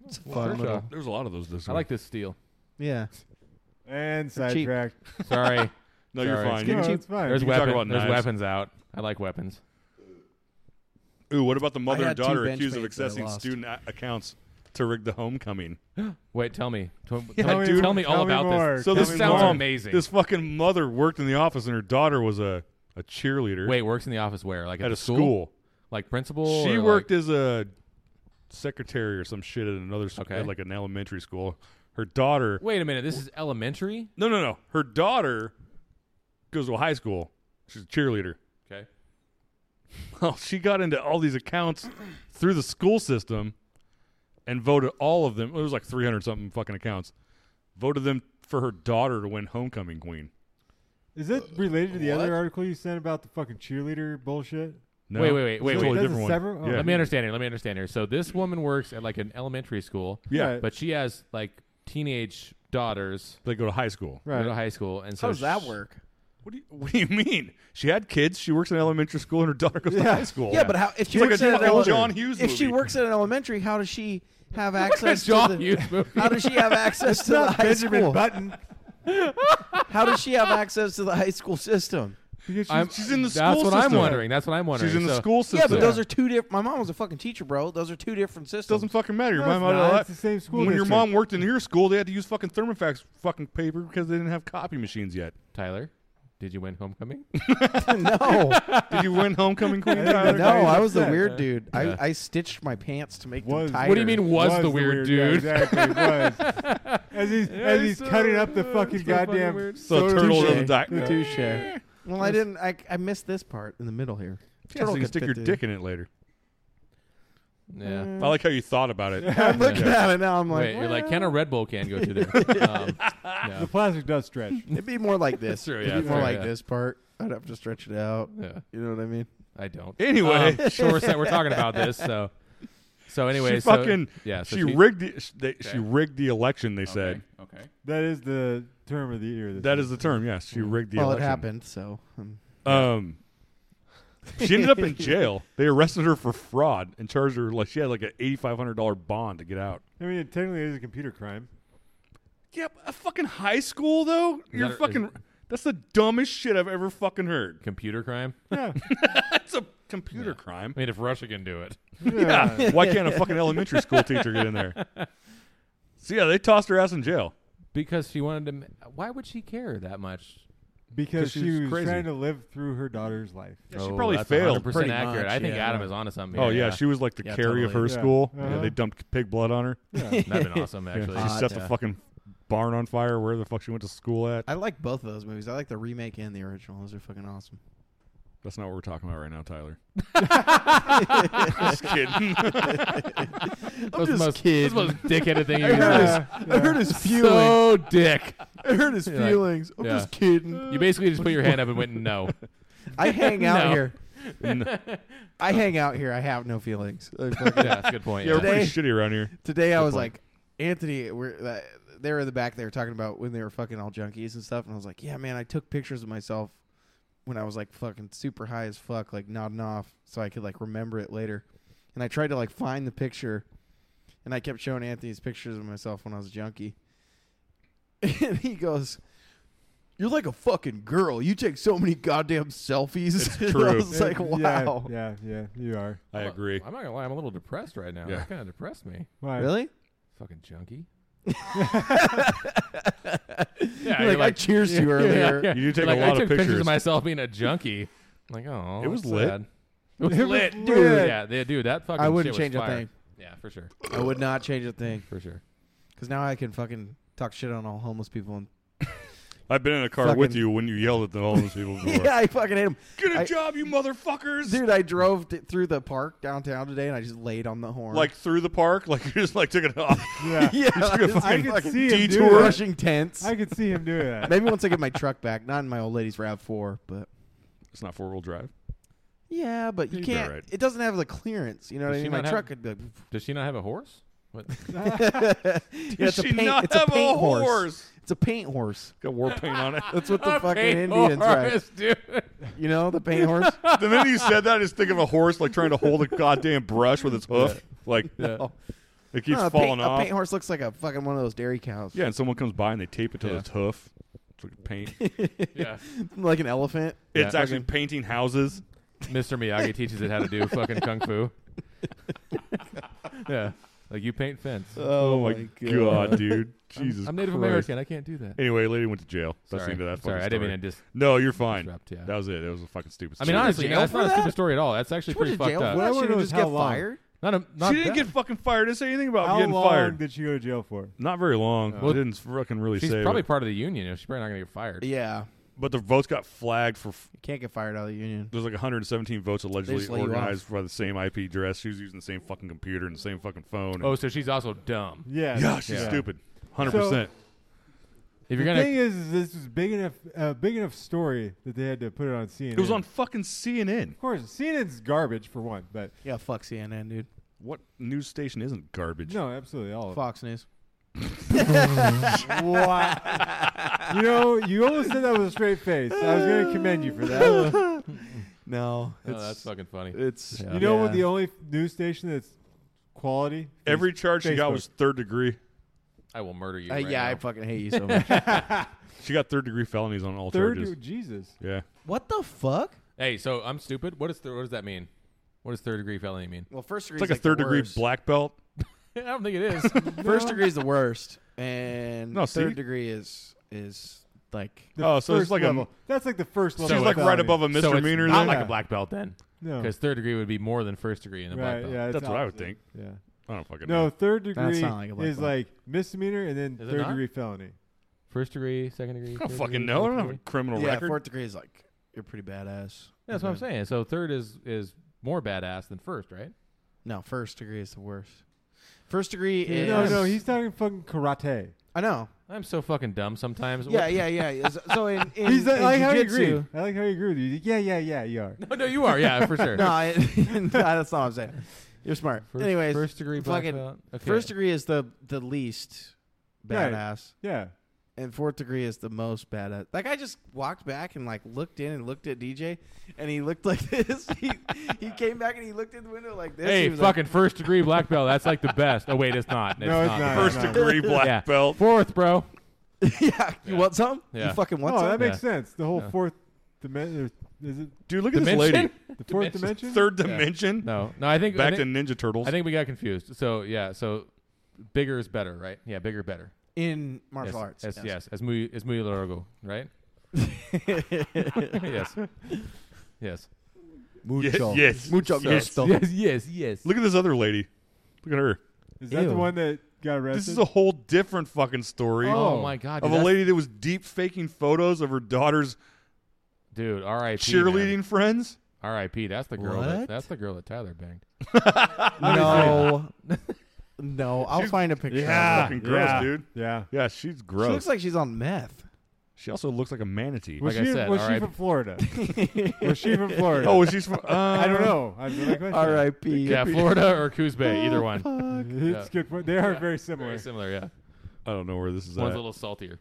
S4: It's a fun
S1: Kershaw.
S4: little.
S5: There's a lot of those this
S1: I
S5: week.
S1: like this steel.
S4: Yeah.
S6: And
S4: They're cheap.
S6: sidetracked.
S1: Sorry.
S5: No,
S1: Sorry.
S5: you're fine.
S6: No,
S5: You-
S6: it's fine.
S1: There's
S5: can talk
S1: weapons.
S5: about
S1: There's
S5: knives.
S1: weapons out. I like weapons.
S5: Ooh, what about the mother
S4: I
S5: and
S4: had two
S5: daughter
S4: bench
S5: accused of
S4: mates that I
S5: accessing
S4: lost.
S5: student a- accounts to rig the homecoming?
S1: Wait, tell me. Tell,
S6: Tell
S1: tell,
S6: me-
S1: dude, tell me all
S6: tell me
S1: about
S6: more.
S1: this.
S5: So
S6: Tell
S5: this
S6: me
S1: sounds
S5: mom-
S1: amazing.
S5: This fucking mother worked in the office, and her daughter was a, a cheerleader
S1: Wait, works in the office where? Like at,
S5: at
S1: the
S5: a school.
S1: Like principal?
S5: She
S1: or
S5: worked
S1: Like,
S5: as a secretary or some shit at another school,
S1: Okay.
S5: like an elementary school. her daughter.
S1: Wait a minute. This is elementary.
S5: No, no, no. Her daughter goes to a high school. She's a cheerleader.
S1: Okay.
S5: Well, she got into all these accounts through the school system and voted all of them. It was like 300 something fucking accounts. Voted them for her daughter to win homecoming queen.
S6: Is it related to the other article you sent about the fucking cheerleader bullshit?
S5: No,
S1: Wait, wait, wait,
S5: it's
S1: wait,
S5: a
S1: wait.
S5: Totally
S6: That's a
S5: different one.
S6: separate- oh.
S5: yeah.
S1: Let me understand here. Let me understand here. So this woman works at like an elementary school,
S5: Yeah.
S6: Right.
S1: but she has like teenage daughters
S5: They go to high school.
S1: who go
S6: Right.
S1: to high school, and so
S4: How does that
S1: sh-
S4: work?
S5: What do you What do you mean? She had kids. She works in elementary school, and her daughter goes to high school.
S4: Yeah, but how if she
S5: It's like
S4: works
S5: a
S4: at an
S5: fucking
S4: ele-
S5: John Hughes
S4: if she
S5: movie.
S4: works at an elementary, how does she have access
S1: John
S4: to the,
S1: Hughes movie.
S4: How does she have access to the high
S6: Benjamin
S4: school?
S6: Button.
S4: How does she have access to the high school system?
S6: Because she's-
S1: I'm-
S5: she's in the
S1: That's
S5: school
S1: what I'm
S5: system.
S1: wondering. That's what I'm wondering.
S5: she's in the
S1: So-
S5: school system.
S4: Yeah, but those are two different. My mom was a fucking teacher, bro. Those are two different systems.
S5: doesn't fucking matter. Your
S6: No,
S5: mom
S6: it's
S5: had a
S6: not.
S5: lot-
S6: It's the same school
S5: When your
S6: district.
S5: mom worked in your school, they had to use fucking thermofax fucking paper because they didn't have copy machines yet.
S1: Tyler, did you win homecoming?
S4: no,
S5: Did you win homecoming queen?
S6: think
S5: Tyler?
S4: no. I was the
S6: Yeah.
S4: weird dude. I, I stitched my pants to make
S6: Was.
S4: them tighter.
S1: What do you mean was, the, weird
S6: yeah,
S1: dude?
S6: exactly, was. As he's, as he's cutting up the fucking goddamn.
S5: So turtle
S4: Touche.
S5: doesn't die.
S4: Touche. Well, I didn't. I, I missed this part in the middle here.
S5: Yeah, so you
S4: Turtle
S5: can
S4: gets
S5: stick your
S4: bit, dude.
S5: dick in it later.
S1: Yeah.
S5: I like how you thought about it.
S4: I'm looking at it now. I'm like,
S1: Wait, you're like,
S4: "Well,
S1: can a Red Bull can go through there? um, yeah.
S6: The plastic does stretch.
S4: It'd be more like
S1: That's
S4: this.
S1: true, yeah,
S4: It'd be
S1: that's
S4: more
S1: true,
S4: like
S1: yeah.
S4: this part. I'd have to stretch it out.
S1: yeah,
S4: You know what I mean?
S1: I don't.
S5: Anyway,
S1: Um, sure, we're, sa- we're talking about this. So, so anyway,
S5: she
S1: so-
S5: fucking
S1: yeah, so
S5: she, rigged the, sh- they, she
S2: Okay.
S5: rigged the election. They said
S2: Okay.
S6: That is the term of the year. This
S5: that is the term. Yes, she rigged the
S4: well,
S5: election.
S4: it happened, so um,
S5: Um, she ended up in jail. They arrested her for fraud and charged her like she had like an eighty five hundred dollar bond to get out.
S6: I mean, it technically is a computer crime.
S5: Yeah, but a fucking high school though. You're
S1: that- is-
S5: fucking. That's the dumbest shit I've ever fucking heard.
S1: computer crime.
S6: Yeah.
S5: That's a computer crime.
S1: I mean, if Russia can do it,
S6: yeah.
S5: Yeah. Why can't a fucking elementary school teacher get in there? So yeah, they tossed her ass in jail.
S1: because she wanted to. ma- Why would she care that much?
S6: Because she
S5: she's
S6: was
S5: crazy.
S6: trying to live through her daughter's life.
S5: Yeah, she
S1: Oh,
S5: probably
S1: that's
S5: failed.
S1: 100%
S4: pretty
S1: accurate.
S4: much,
S1: I think
S4: yeah.
S1: Adam is on to something.
S5: oh
S1: here,
S5: yeah,
S1: yeah.
S5: she was like the
S4: Yeah,
S5: carry of her
S4: totally.
S6: Yeah.
S5: school. Yeah,
S6: Uh-huh.
S5: they dumped pig blood on her.
S1: that'd been awesome actually.
S5: she
S4: Hot,
S5: set the
S4: yeah.
S5: fucking barn on fire. Where the fuck she went to school at?
S4: I like both of those movies. I like the remake and the original. Those are fucking awesome.
S5: That's not what we're talking about right now, Tyler. Just kidding.
S1: That was the
S4: just
S1: most, That's
S4: kidding.
S1: the most dickheaded thing you've
S4: heard
S1: ever
S4: his-
S6: Yeah,
S4: I hurt his feelings.
S1: So dick.
S4: I hurt his
S1: You're like,
S4: feelings. I'm
S1: yeah.
S4: just kidding.
S1: You basically just put your hand up and went no.
S4: I hang out
S1: No.
S4: here.
S5: No.
S4: I hang out here. I have no feelings. I fucking-
S1: Yeah, that's a good point.
S5: Yeah, we're
S1: Yeah.
S5: pretty
S4: Today-
S5: shitty around here.
S4: Today I
S5: Good
S4: was
S5: point.
S4: like, Anthony, we're uh, they were in the back. They were talking about when they were fucking all junkies and stuff. And I was like, yeah, man, I took pictures of myself when I was like fucking super high as fuck, like nodding off, so I could like remember it later. And I tried to like find the picture, and I kept showing Anthony's pictures of myself when I was a junkie. And he goes. You're like a fucking girl. You take so many goddamn selfies.
S5: It's
S4: And I
S5: true.
S4: was like,
S6: Yeah,
S4: wow.
S6: Yeah, yeah, you are.
S5: I agree.
S1: I'm not gonna lie. I'm a little depressed right now.
S5: Yeah.
S1: That kind of depressed me.
S6: Why?
S4: Really?
S1: Fucking junkie. yeah,
S4: like,
S1: you're
S4: I cheers to you
S1: Yeah, yeah,
S4: earlier.
S1: yeah.
S5: You do take
S1: Like,
S5: a
S1: I
S5: lot of
S1: took pictures.
S5: pictures.
S1: of myself being a junkie. I'm like, oh,
S5: It was
S1: that's
S5: lit.
S1: sad. It was
S6: It was
S1: lit, dude.
S6: lit.
S1: Yeah, they, dude, that fucking.
S4: I wouldn't
S1: shit was
S4: change a
S1: fire.
S4: thing.
S1: Yeah, for sure,
S4: I would not change a thing.
S1: for sure.
S4: Because now I can fucking talk shit on all homeless people. And
S5: I've been in a car with
S4: Fucking-
S5: you when you yelled at the homeless people before.
S4: yeah, I fucking hate them.
S5: Get a
S4: I-
S5: job, you motherfuckers!
S4: Dude, I drove t- through the park downtown today and I just laid on the horn.
S5: Like through the park, like you just like took it off.
S6: Yeah.
S4: yeah,
S5: You took a
S4: I
S5: fucking
S6: could see him do
S5: detour.
S6: that.
S4: rushing tents.
S6: I could see him doing that.
S4: Maybe once I get my truck back, not in my old lady's Rav Four, but
S5: It's not four wheel drive.
S4: yeah, but you
S5: He's
S4: can't.
S5: alright.
S4: It doesn't have the clearance. You know what
S1: Does
S4: I
S1: she
S4: mean? My
S1: not have-
S4: truck could be. Like,
S1: Does she not have a horse? What?
S4: yeah, it's a
S5: she
S4: paint.
S5: not
S4: it's a
S5: have a
S4: paint horse.
S5: horse?
S4: It's a paint horse.
S5: Got war paint on it.
S4: That's what the
S1: A
S4: fucking
S1: paint
S4: Indians ride.
S1: horse, dude.
S4: You know the paint horse.
S5: the minute you said that, I just think of a horse like trying to hold a goddamn brush with its hoof. Like
S4: No.
S5: it keeps
S4: No, a
S5: falling
S4: paint,
S5: off.
S4: A paint horse looks like a fucking one of those dairy cows.
S5: yeah, and someone comes by and they tape it to
S1: Yeah.
S5: its hoof. It's like paint.
S1: Yeah.
S4: like an elephant.
S5: It's
S1: Yeah.
S5: actually painting houses.
S1: Mr. Miyagi teaches it how to do fucking kung fu. yeah, like you paint fence.
S5: Oh, my god, dude! Jesus,
S1: I'm Native
S5: Christ.
S1: American. I can't do that.
S5: Anyway, lady went to jail. That's the
S1: Sorry.
S5: end of that.
S1: Sorry,
S5: fucking
S1: I didn't
S5: story.
S1: mean to dis-
S5: No, you're fine.
S1: disrupt, yeah.
S5: That was it. It was a fucking stupid.
S1: I mean,
S5: story.
S1: honestly,
S4: jail
S1: that's
S4: for
S1: not a
S4: that?
S1: stupid story at all. That's actually
S4: She
S1: pretty
S4: went to
S1: fucked
S4: jail
S1: up.
S4: for that.
S6: What I
S4: She
S6: wanna
S4: didn't
S6: know
S4: just
S6: is how
S4: get
S6: long.
S4: fired.
S1: Not a, not
S5: she didn't
S1: that.
S5: get fucking fired. Didn't say anything about
S6: How
S5: getting
S6: long
S5: fired.
S6: did she go to jail for?
S5: Not very long.
S1: Well,
S5: Well, didn't fucking really
S1: She's
S5: say.
S1: probably
S5: it.
S1: part of the union. you know, She's probably not gonna get fired.
S4: Yeah,
S5: but the votes got flagged for. f-
S4: you can't get fired out of the union.
S5: There's like 117 votes
S4: They
S5: allegedly
S4: just let you off.
S5: organized by the same IP address. She was using the same fucking computer and the same fucking phone.
S1: Oh, so she's also dumb.
S6: Yeah.
S5: yeah, she's stupid. 100. percent
S1: If you're
S6: The
S1: gonna,
S6: thing is, is this was big enough, uh, big enough story that they had to put it on CNN.
S5: It was on fucking CNN.
S6: Of course, CNN's garbage for one, but
S4: Yeah, fuck CNN, dude.
S5: What news station isn't garbage?
S6: no, absolutely all of it.
S4: Fox News.
S6: Wow. you know, you almost said that with a straight face. I was going to commend you for that.
S4: No,
S1: oh, that's fucking funny.
S5: It's
S6: You know
S4: Yeah.
S6: what? The only news station that's quality.
S5: every charge she got
S6: Facebook.
S5: was third degree.
S1: I will murder you.
S4: Uh,
S1: right
S4: yeah, I
S1: now.
S4: fucking hate you so much.
S5: She got third degree felonies on all
S6: third.
S5: charges.
S6: Jesus.
S5: Yeah.
S4: what the fuck?
S1: hey, so I'm stupid. What is th- what does that mean? What does third degree felony mean?
S4: Well, first degree.
S5: It's like a third degree black belt.
S1: I don't think it is.
S4: First degree is the worst, and
S5: No, see?
S4: third degree is is like
S5: oh, so it's
S6: First
S5: like
S6: level.
S5: a
S6: That's like the first level.
S1: So
S5: she's
S1: it's
S5: like right
S6: felony.
S5: above a
S1: so
S5: misdemeanor.
S1: it's not
S5: then?
S1: like a
S6: Yeah.
S1: black belt then,
S6: No.
S1: because third degree would be more than first degree in a black
S6: Oh. Right.
S1: belt.
S6: Yeah. it's
S5: That's what I would
S6: opposite.
S5: think.
S6: Yeah.
S5: I don't fucking
S6: No,
S5: know.
S6: third degree
S4: not like a black
S6: is
S4: belt.
S6: like misdemeanor and then
S1: Is it
S6: third
S1: not?
S6: degree felony.
S1: First degree, second degree.
S5: I don't
S1: third
S5: fucking
S1: degree,
S5: know. I
S1: fourth
S5: don't have a
S1: degree.
S5: criminal
S4: yeah.
S5: record.
S4: Fourth degree is like you're pretty badass.
S1: Yeah, that's what I'm saying. So third is is more badass than first, right?
S4: No, first degree is the worst. First degree is
S6: No, no, he's talking fucking karate.
S4: I know.
S1: I'm so fucking dumb sometimes.
S4: Yeah,
S1: What-
S4: yeah, yeah. yeah. So- So in, in,
S6: He's like,
S4: in
S6: I like how you
S4: jiu-jitsu-
S6: agree. I like how you agree with you. He's like, Yeah, yeah, yeah, you are.
S1: No, no, you are. Yeah, for sure.
S4: No, I, that's not what I'm saying. You're smart.
S1: First-
S4: Anyways,
S1: first degree black
S4: fucking-
S1: belt. Okay.
S4: First degree is the the least
S6: Right.
S4: badass,
S6: Yeah.
S4: and fourth degree is the most badass. Like I just walked back and like looked in and looked at DJ, and he looked like this. he, he came back and he looked in the window like this.
S1: Hey,
S4: He was
S1: fucking first degree black belt. That's like the best. Oh wait, it's not.
S6: No, it's not.
S5: First
S6: No, no.
S5: degree black
S1: Yeah.
S5: belt.
S1: Fourth, bro.
S4: Like, yeah, you want some?
S1: Yeah.
S4: You fucking want
S6: oh,
S4: some?
S6: that makes
S1: Yeah.
S6: sense. The whole
S1: Yeah.
S6: fourth dimension. Is it
S5: Dude, look at this
S1: Dimension?
S5: lady.
S6: the fourth
S1: Dimension.
S6: dimension?
S5: Third dimension.
S1: No, no. I think
S5: Back
S1: I think,
S5: to Ninja Turtles.
S1: I think we got confused. So yeah, so bigger is better, right? Yeah, bigger better.
S4: in martial
S1: yes,
S4: arts.
S1: Yes, yes. As muy as muy largo, right? yes. Yes.
S5: Ye- yes.
S4: Mucho
S5: yes.
S4: gusto.
S1: Yes. Yes. Yes.
S5: Look at this other lady. Look at her.
S6: Is that
S4: Ew.
S6: the one that got arrested?
S5: This is a whole different fucking story
S1: Oh, my god,
S5: of
S1: dude,
S5: a
S1: that's-
S5: lady that was deep faking photos of her daughter's
S1: dude. R.I.P.
S5: cheerleading
S1: man.
S5: friends.
S1: R.I.P. That's the girl. That,
S4: What?
S1: that's the girl that Tyler banged.
S4: No, no. I'll find a picture.
S5: Yeah,
S4: of her.
S5: fucking gross,
S6: yeah.
S5: dude.
S6: Yeah.
S5: Yeah, she's gross.
S4: she looks like she's on meth.
S5: She also looks like a manatee.
S6: Was
S1: Like I
S6: she,
S1: said,
S6: was
S1: RIP.
S6: she from Florida? was she from Florida?
S5: oh, she's from. Uh,
S6: I don't know. I don't question.
S4: R.I.P.
S1: Yeah, Florida or
S5: Oh,
S1: Kuzbay, either one.
S6: It's good. point. They are very similar.
S1: Very similar. Yeah.
S5: I don't know where this is
S1: One's
S5: at.
S1: a little saltier.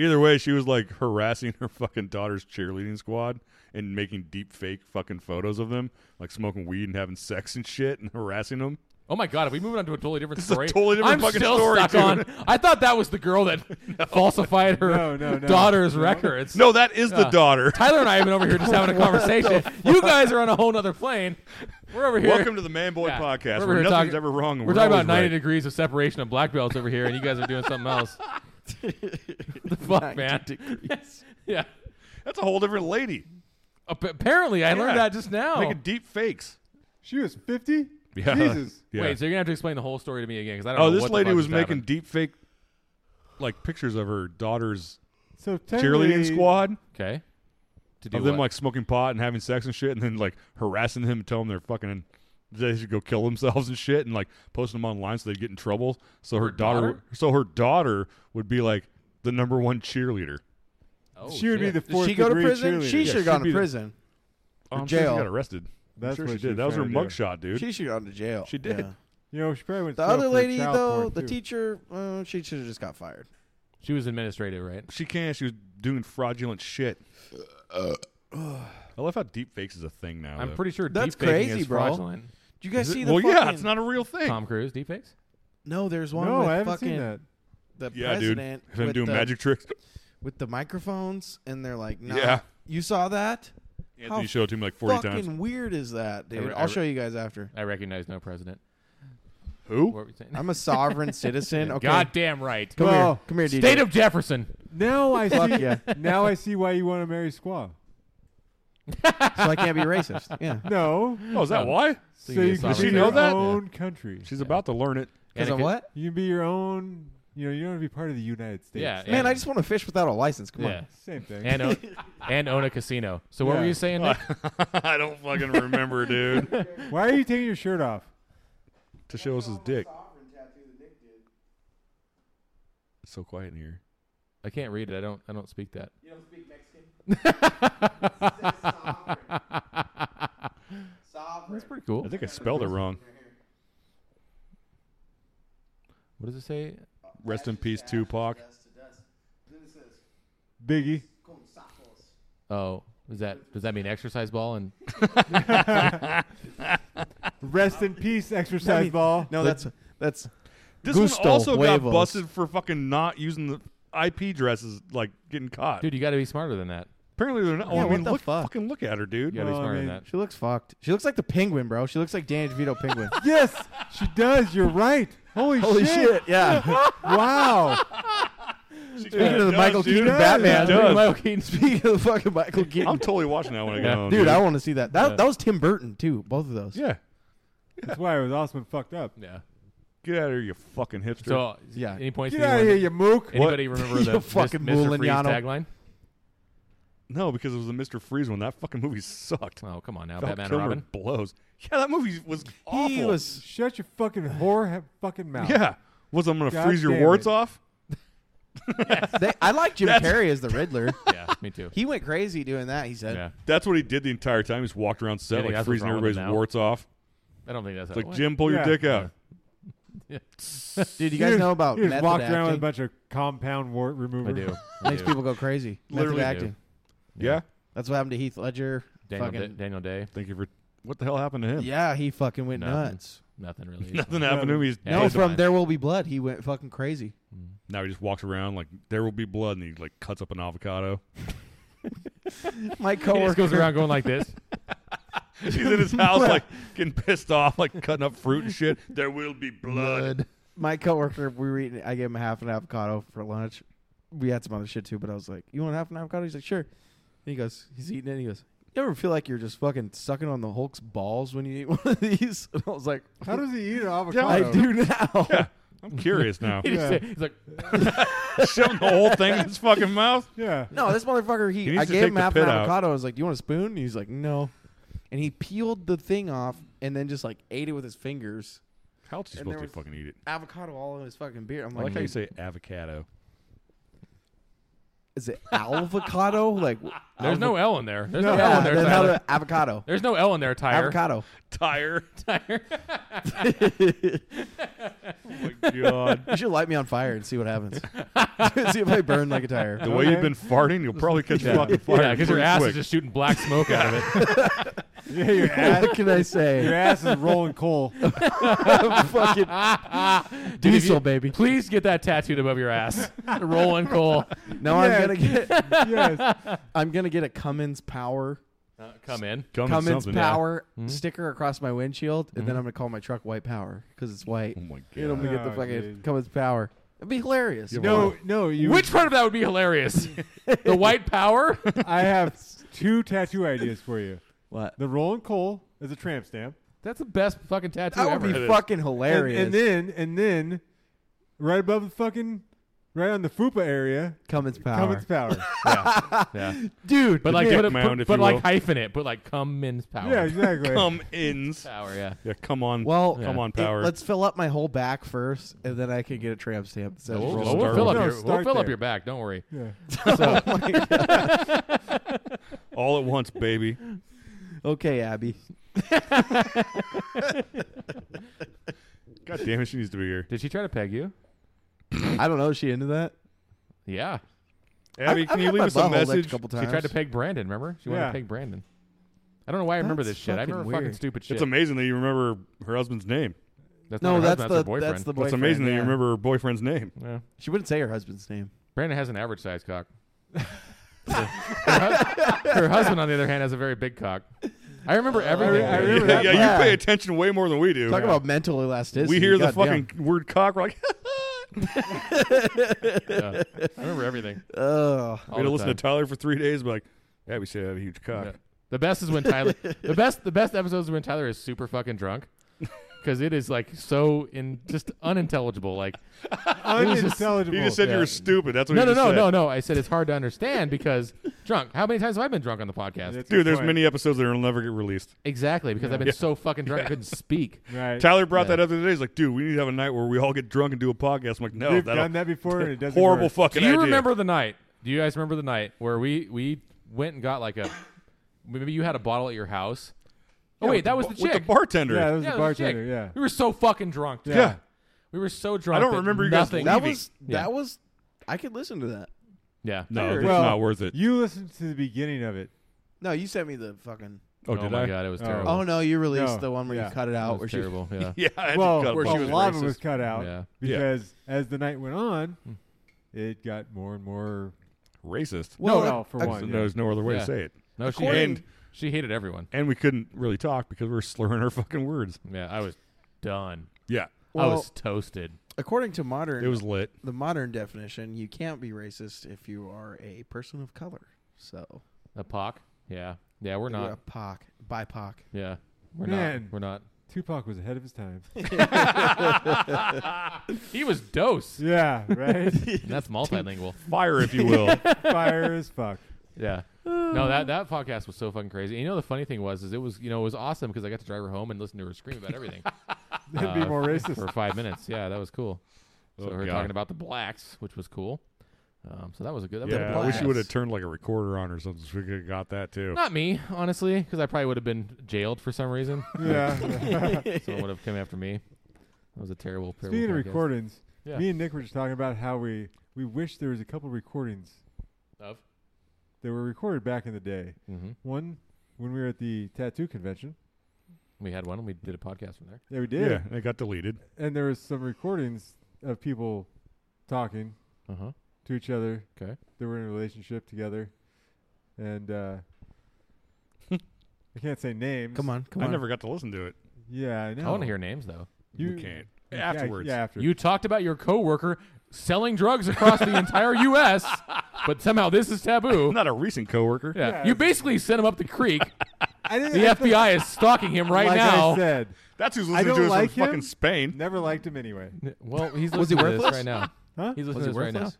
S5: Either way, she was like harassing her fucking daughter's cheerleading squad and making deep fake fucking photos of them, like smoking weed and having sex and shit and harassing them.
S1: Oh my god, are we moving on to a totally different
S5: is a
S1: story?
S5: totally different
S1: I'm
S5: fucking
S1: still
S5: story,
S1: stuck on.
S5: dude.
S1: I thought that was the girl that falsified her
S6: No, no, no.
S1: daughter's
S6: No.
S1: records.
S5: No, that is the
S1: Uh,
S5: daughter.
S1: Tyler and I have been over here just having a conversation. You guys are on a whole nother plane. We're over here.
S5: Welcome to the Man Boy
S1: Yeah.
S5: Podcast,
S1: We're
S5: where
S1: here
S5: nothing's
S1: talking-
S5: ever wrong. and
S1: We're talking about
S5: always
S1: 90
S5: right.
S1: degrees of separation of black belts over here, and you guys are doing something else. the fuck, man? yeah.
S5: That's a whole different lady.
S1: Ap- apparently, I learned
S5: Yeah.
S1: that just now.
S5: Making deep fakes.
S6: She was 50?
S5: Oh. Yeah.
S6: Jesus.
S5: Yeah.
S1: Wait, so you're gonna have to explain the whole story to me again because I don't.
S5: oh,
S1: know
S5: this
S1: what the
S5: lady
S1: fuck
S5: was
S1: just
S5: making
S1: happened.
S5: deep fake, like pictures of her daughter's
S6: So
S5: cheerleading
S6: technically-
S5: squad
S1: Okay. To do
S5: of them
S1: what?
S5: like smoking pot and having sex and shit, and then like harassing them and telling them they're fucking they should go kill themselves and shit, and like posting them online so they'd get in trouble. So her, daughter,
S1: daughter?
S5: so her daughter would be like the number one cheerleader.
S1: Oh,
S6: She would be
S1: shit.
S6: the
S4: Did
S6: fourth
S4: she go to
S6: degree
S4: prison?
S6: cheerleader.
S4: She
S5: Yeah,
S4: should have
S5: she'd
S4: gone
S5: be
S4: to
S5: the-
S4: prison.
S5: Oh, I'm
S4: jail.
S5: sure she got arrested. I'm
S6: That's
S5: sure she
S6: what she was
S5: did. That was her
S6: trying to do.
S5: mugshot, dude.
S4: She should have gone to jail.
S5: She did.
S4: Yeah.
S6: You know, she probably went to
S4: The
S6: jail
S4: other
S6: for
S4: lady,
S6: child
S4: though,
S6: porn,
S4: the
S6: too.
S4: teacher, uh, she should have just got fired.
S1: She was administrative, right?
S5: She can. She was doing fraudulent shit. I love how deep fakes is a thing now.
S1: I'm
S5: though.
S1: pretty sure
S4: That's
S1: deepfaking
S4: crazy,
S1: is
S4: bro.
S1: fraudulent.
S4: Did you guys
S5: Is it-
S4: see the
S5: well,
S4: fucking?
S5: yeah, it's not a real thing.
S1: Tom Cruise deepfakes.
S4: No, there's one.
S6: No,
S4: with
S6: I haven't
S4: fucking
S6: seen that.
S4: The
S5: yeah, dude.
S4: president
S5: Him
S4: with
S5: doing
S4: the,
S5: magic tricks.
S4: with the microphones, and they're like, nah,
S5: Yeah.
S4: you saw that?
S5: Anthony showed it to me like 40
S4: fucking
S5: times.
S4: weird is that, dude?
S1: re- I
S4: I'll
S1: re-
S4: show you guys after.
S1: I recognize no president. What
S5: Who?
S1: were we saying?
S4: I'm a sovereign citizen. Okay,
S1: Goddamn right.
S4: come
S6: Well,
S4: here, come here, DJ.
S1: State of Jefferson.
S6: Now I
S4: Fuck
S6: see.
S4: yeah.
S6: Now I see why you want to marry Squaw.
S4: so I can't be racist. Yeah.
S6: No.
S5: Oh, is that
S1: Um,
S5: why?
S6: So
S1: you
S6: you
S1: get
S6: can
S1: Does
S6: be
S5: she know
S6: your
S5: that?
S6: own country.
S5: She's about to learn it.
S4: Because of
S1: Anakin-
S4: what?
S6: You can be your own. You know, you don't want to be part of the United States.
S1: Yeah,
S4: Man, I just want to fish without a license. Come
S1: yeah,
S4: on.
S6: Same thing.
S1: and own, and own a casino. So what were
S6: Yeah.
S1: you saying? Nick?
S5: I don't fucking remember, dude.
S6: Why are you taking your shirt off?
S5: to show us his dick. It's so quiet in here.
S1: I can't read it. I don't. I don't speak that.
S4: You don't speak Mexican?
S1: That's pretty cool.
S5: I think I spelled it wrong.
S1: What does it say?
S5: Rest in peace, Tupac.
S6: Biggie.
S1: Oh, does that does that mean exercise ball? And
S6: Rest in peace, exercise ball.
S4: No, that's that's
S5: This
S4: Gusto
S5: one also
S4: huevos.
S5: got busted for fucking not using the IP dresses, like getting caught.
S1: dude, you got to be smarter than that.
S5: Apparently they're not.
S4: Yeah,
S5: oh, I
S4: what
S5: mean,
S4: the
S5: look,
S4: fuck?
S5: fucking look at her, dude.
S1: You got to
S6: Well,
S1: be
S6: I
S1: smarter
S6: mean-
S1: than that.
S4: she looks fucked. She looks like the penguin, bro. She looks like Danny DeVito penguin.
S6: Yes, she does. You're right. Holy,
S4: Holy
S6: shit.
S4: shit! Yeah.
S6: Wow.
S4: Speaking of the
S5: does,
S4: Michael
S5: dude.
S4: Keaton
S5: Yeah,
S4: Batman,
S5: she does.
S4: Michael Keaton. Speaking of the fucking Michael Keaton,
S5: I'm totally watching that when I get
S1: Yeah.
S5: home,
S4: dude,
S5: dude.
S4: I want to see that. That that was Tim Burton too. Both of those.
S5: yeah,
S6: That's why it was awesome and fucked up.
S1: Yeah.
S5: get out of here, you fucking hipster.
S1: So
S4: Yeah.
S1: yeah. Any points?
S6: Get
S1: to
S6: out of
S1: anyone-
S6: here, you mook.
S1: Anybody remember
S4: You
S1: the mis-
S4: fucking
S1: Mr. Freeze
S4: Mulignano.
S1: tagline?
S5: no, because it was the Mister Freeze one. That fucking movie sucked.
S1: Oh, come on now,
S5: Val
S1: Batman and
S5: Kilmer
S1: Robin.
S5: blows. Yeah, that movie was awful.
S4: He was
S6: Shut your fucking whore ha- fucking mouth.
S5: Yeah, was I'm gonna
S6: God
S5: freeze your
S6: damn
S5: warts
S6: it.
S5: off?
S4: They, I like Jim
S5: That's-
S4: Carrey as the Riddler.
S1: yeah, me too.
S4: He went crazy doing that. He said,
S1: Yeah,
S5: That's what he did the entire time. He's walked around set
S1: Yeah,
S5: like
S1: that's what's
S5: freezing
S1: wrong with
S5: everybody's
S1: him now.
S5: warts off.
S1: I don't think that's
S5: It's
S1: how
S5: like
S1: it
S5: Jim, pull your
S6: Yeah.
S5: dick out.
S4: "Dude, you guys know about
S6: You just
S4: method
S6: walked
S4: acting?
S6: around with a bunch of compound wart remover.
S1: went. I do. I
S4: Makes
S1: do.
S4: people go crazy.
S5: Literally do.
S4: method acting.
S5: Yeah.
S4: That's what happened to Heath Ledger.
S1: Daniel,
S4: fucking,
S1: Da- Daniel Day.
S5: Thank you for what the hell happened to him?
S4: yeah, he fucking went
S1: Nothing.
S4: nuts.
S1: Nothing really.
S5: Nothing happened to him. He's
S1: Yeah,
S4: no,
S1: he's
S4: from
S1: fine.
S4: There Will Be Blood, he went fucking crazy.
S5: now he just walks around like there will be blood, and he like cuts up an avocado.
S4: My
S1: He
S4: coworker
S1: just goes around going like this.
S5: He's in his house like getting pissed off, like cutting up fruit and shit. There will be blood.
S4: my coworker, we were eating. I gave him half an avocado for lunch. We had some other shit too, but I was like, "You want half an avocado?" He's like, "Sure." And he goes, he's eating it. And he goes, "You ever feel like you're just fucking sucking on the Hulk's balls when you eat one of these?" And I was like,
S6: How does he eat an avocado?
S4: "I do now."
S5: I'm curious now.
S1: He just
S6: Yeah.
S1: said- he's like,
S5: Shoving the whole thing in his fucking mouth.
S6: Yeah.
S4: No, this motherfucker.
S5: He
S4: He,
S5: needs
S4: I
S5: to
S4: gave
S5: take
S4: him
S5: the
S4: half an
S5: pit out.
S4: avocado. I was like, "Do you want a spoon?" And he's like, "No," and he peeled the thing off and then just like ate it with his fingers.
S5: How else
S4: And
S5: you supposed
S4: there
S5: to
S4: was-
S5: fucking eat it?
S4: Avocado all in his fucking beer. I'm
S5: I like
S4: like,
S5: how you say avocado.
S4: "Is it avocado?" like, there's
S1: there's no L in there. There's no,
S4: yeah,
S1: L in there.
S4: there's
S1: Tyler.
S4: another avocado.
S1: There's no L in there, Tyre.
S4: Avocado.
S5: Tire.
S1: Tyre.
S5: Oh my god.
S4: You should light me on fire and see what happens. see if I burn like a tire.
S5: The way you've been farting, you'll probably catch
S1: Yeah,
S5: fucking fire.
S1: because your
S5: pretty
S1: ass
S5: quick.
S1: is just shooting black smoke out of it.
S6: Yeah, your ass,
S4: what can I
S6: your
S4: say?
S6: ass is rolling coal.
S4: fucking
S1: Dude, if
S4: diesel,
S1: you-
S4: baby.
S1: Please get that tattooed above your ass. Rolling coal.
S4: No,
S6: Yeah.
S4: I'm gonna get.
S6: yes.
S4: I'm gonna get a Cummins Power.
S1: Uh, come in.
S5: Coming
S4: Cummins
S5: something, yeah.
S4: Power sticker across my windshield, and then I'm gonna call my truck White Power because it's white.
S5: Oh my
S4: And I'm
S5: god.
S4: gonna get the
S6: Oh,
S4: fucking
S6: dude.
S4: Cummins Power. It'd be hilarious.
S6: No, no, you
S1: Which part of that would be hilarious? the white power?
S6: I have two tattoo ideas for you.
S4: What?
S6: The rolling coal is a tramp stamp.
S1: That's the best fucking tattoo
S4: That
S1: ever.
S4: would be
S5: is.
S4: fucking
S6: And,
S4: hilarious.
S6: and then and then right above the fucking right on the fupa area,
S4: Cummins Power.
S6: Cummins power.
S1: yeah.
S4: Dude,
S1: But like,
S5: dick
S1: put, it-
S5: mound,
S1: put,
S5: if
S1: but
S5: you
S1: like
S5: will.
S1: hyphen it. Put like come in's power.
S6: yeah, exactly.
S5: Come ins.
S1: Power, yeah.
S5: Yeah, come on.
S4: Well,
S5: come
S1: yeah.
S5: on,
S4: it-
S5: power.
S4: let's fill up my whole back first, and then I can get a tramp stamp. that says
S1: We'll,
S4: roll
S1: we'll
S5: start
S1: fill,
S5: with-
S1: up,
S6: No,
S1: your, we'll
S6: start
S1: fill up
S6: there.
S1: your back. Don't worry.
S6: Yeah.
S5: All at once, baby.
S4: Okay, Abby.
S5: God damn it, she needs to be here.
S1: Did she try to peg you?
S4: I don't know. Is she into that?
S1: Yeah.
S5: Abby,
S4: I've-
S5: can
S4: I've
S5: you
S4: had
S5: leave
S4: my
S5: us a
S4: butthole licked
S5: message?
S4: couple
S1: She
S4: times.
S1: tried to peg Brandon, remember? She wanted
S6: Yeah.
S1: to peg Brandon. I don't know why I remember
S4: That's
S1: this shit. I
S4: fucking
S1: remember fucking
S4: weird.
S1: stupid shit.
S5: It's amazing that you remember her husband's name.
S1: That's not
S4: No,
S1: her
S4: that's,
S1: husband,
S4: the
S1: her boyfriend.
S4: that's the
S5: It's
S4: boyfriend.
S5: amazing that
S4: yeah.
S5: you remember her boyfriend's name.
S1: Yeah.
S4: She wouldn't say her husband's name.
S1: Brandon has an average size cock. her, hu- her husband, on the other hand, has a very big cock. I remember everything.
S6: I
S5: Yeah,
S6: remember
S5: yeah,
S6: that
S5: you
S4: part.
S5: pay attention way more than we do.
S4: Talk about mental elasticity.
S5: we hear the
S4: goddamn.
S5: fucking word cock, we're like,
S1: Yeah. I remember everything.
S4: Ugh.
S1: All
S5: we had
S1: the
S5: to listen
S1: time.
S5: to Tyler for three days, but like, yeah, we should have a huge cock.
S1: Yeah. The best is when Tyler. the best the best episodes is when Tyler is super fucking drunk. Because it is like so in just unintelligible. Like
S6: Unintelligible.
S5: He just said you
S1: Yeah.
S5: were stupid. That's what
S1: no
S5: he
S1: no
S5: just
S1: no
S5: said.
S1: no no. I said it's hard to understand because drunk. How many times have I been drunk on the podcast?
S6: That's a
S5: Dude,
S6: good
S5: there's
S6: point.
S5: many episodes that will never get released.
S1: exactly because I've been so fucking drunk I couldn't speak.
S6: Right.
S5: Tyler brought
S1: Yeah.
S5: that up the other day. He's like, dude, we need to have a night where we all get drunk and do a podcast. I'm like, no,
S6: We've
S5: that'll-
S6: done that before and it doesn't
S5: horrible
S6: work.
S5: fucking
S1: Do you
S5: idea.
S1: remember the night? Do you guys remember the night where we we went and got like a maybe you had a bottle at your house? Oh
S5: Yeah,
S1: wait,
S5: with
S1: that was
S5: ba-
S1: the
S5: with
S1: chick.
S5: the bartender.
S6: Yeah, that was
S1: yeah,
S6: the
S1: it was chick.
S6: bartender. Yeah.
S1: we were so fucking drunk. dude.
S5: Yeah.
S1: we were so drunk.
S5: don't
S1: that
S5: remember you guys
S1: nothing.
S5: leaving.
S4: That was
S1: Yeah.
S4: that was. I could listen to that.
S1: yeah.
S5: No, it's
S6: Well,
S5: not worth it.
S6: You listened to the beginning of it.
S4: No, you sent me the fucking.
S5: oh, did
S1: my
S5: I?
S1: god, it was
S6: Oh.
S1: terrible.
S4: Oh no, you released
S6: No,
S4: the one where
S6: yeah.
S4: you cut it
S1: It
S4: out.
S1: was
S4: Where she,
S1: terrible. Yeah.
S5: Yeah, I just
S6: Well,
S5: got a
S4: where she
S5: bunch
S6: a
S5: of
S4: was
S6: lot of
S4: racist.
S6: it was cut out
S1: Yeah.
S5: Yeah.
S6: because as the night went on, it got more and more.
S5: racist.
S4: Well,
S6: no, no, for
S4: uh,
S5: So
S6: one. yeah.
S5: There's no other way
S1: Yeah.
S5: to say it.
S1: No, she
S5: According-
S1: hated, she hated everyone.
S5: And we couldn't really talk because we were slurring our fucking words.
S1: Yeah, I was done.
S5: Yeah,
S1: I
S4: Well-
S1: was toasted.
S4: according to modern,
S5: it was lit.
S4: the modern definition. You can't be racist if you are a person of color. So
S1: A pock. Yeah. Yeah, we're
S4: you're a
S1: not.
S4: POC, BIPOC.
S1: Yeah. We're
S6: Man.
S1: not. We're not.
S6: Tupac was ahead of his time.
S1: He was dose.
S6: yeah, right.
S1: And that's multilingual.
S5: Fire, if you will.
S6: Fire as fuck.
S1: Yeah. No, that that podcast was so fucking crazy. And you know the funny thing was is it was you know it was awesome because I got to drive her home and listen to her scream about everything
S6: That'd be
S1: Uh,
S6: more
S1: for
S6: racist.
S1: five minutes. Yeah, that was cool. So
S5: Oh,
S1: her
S5: God.
S1: talking about the blacks, which was cool. Um, so that was a good. That was a
S5: yeah,
S1: good
S5: I wish
S1: podcast.
S5: you would have turned like a recorder on or something so we could have got that too.
S1: Not me, honestly, because I probably would have been jailed for some reason.
S6: yeah.
S1: Someone would have come after me. That was a terrible. terrible
S6: Speaking of
S1: podcast.
S6: recordings,
S1: Yeah.
S6: me and Nick were just talking about how we we wish there was a couple recordings
S1: Of?
S6: that were recorded back in the day.
S1: Mhm.
S6: One when we were at the tattoo convention.
S1: we had one and we did a podcast from there.
S6: Yeah, we
S5: yeah,
S6: did.
S5: and it got deleted.
S6: And there was some recordings of people talking
S1: Uh
S5: Uh-huh.
S1: huh.
S6: to each other.
S1: Okay.
S6: They were in a relationship together, and uh, I can't say names.
S4: Come on, come
S5: I
S4: on.
S5: never got to listen to it.
S6: Yeah, I know.
S1: I want to hear names though.
S6: You
S5: we can't.
S6: yeah,
S5: Afterwards.
S6: Yeah, after.
S1: You talked about your coworker selling drugs across the entire U.S., but somehow this is taboo.
S5: I'm not a recent coworker.
S1: Yeah.
S6: Yeah.
S1: You basically sent him up the creek.
S6: I didn't,
S1: The
S6: I thought-
S1: FBI is stalking him right
S6: like
S1: now.
S6: I said,
S5: That's who's
S6: I
S5: listening
S6: don't
S5: to us
S6: like
S5: from
S6: him.
S5: fucking Spain.
S6: never liked him anyway.
S1: Well, he's listening
S4: Was he
S1: to this
S4: worthless?
S1: right now.
S6: Huh?
S1: He's listening
S4: Was
S1: to
S4: he
S1: this right now.
S4: worthless?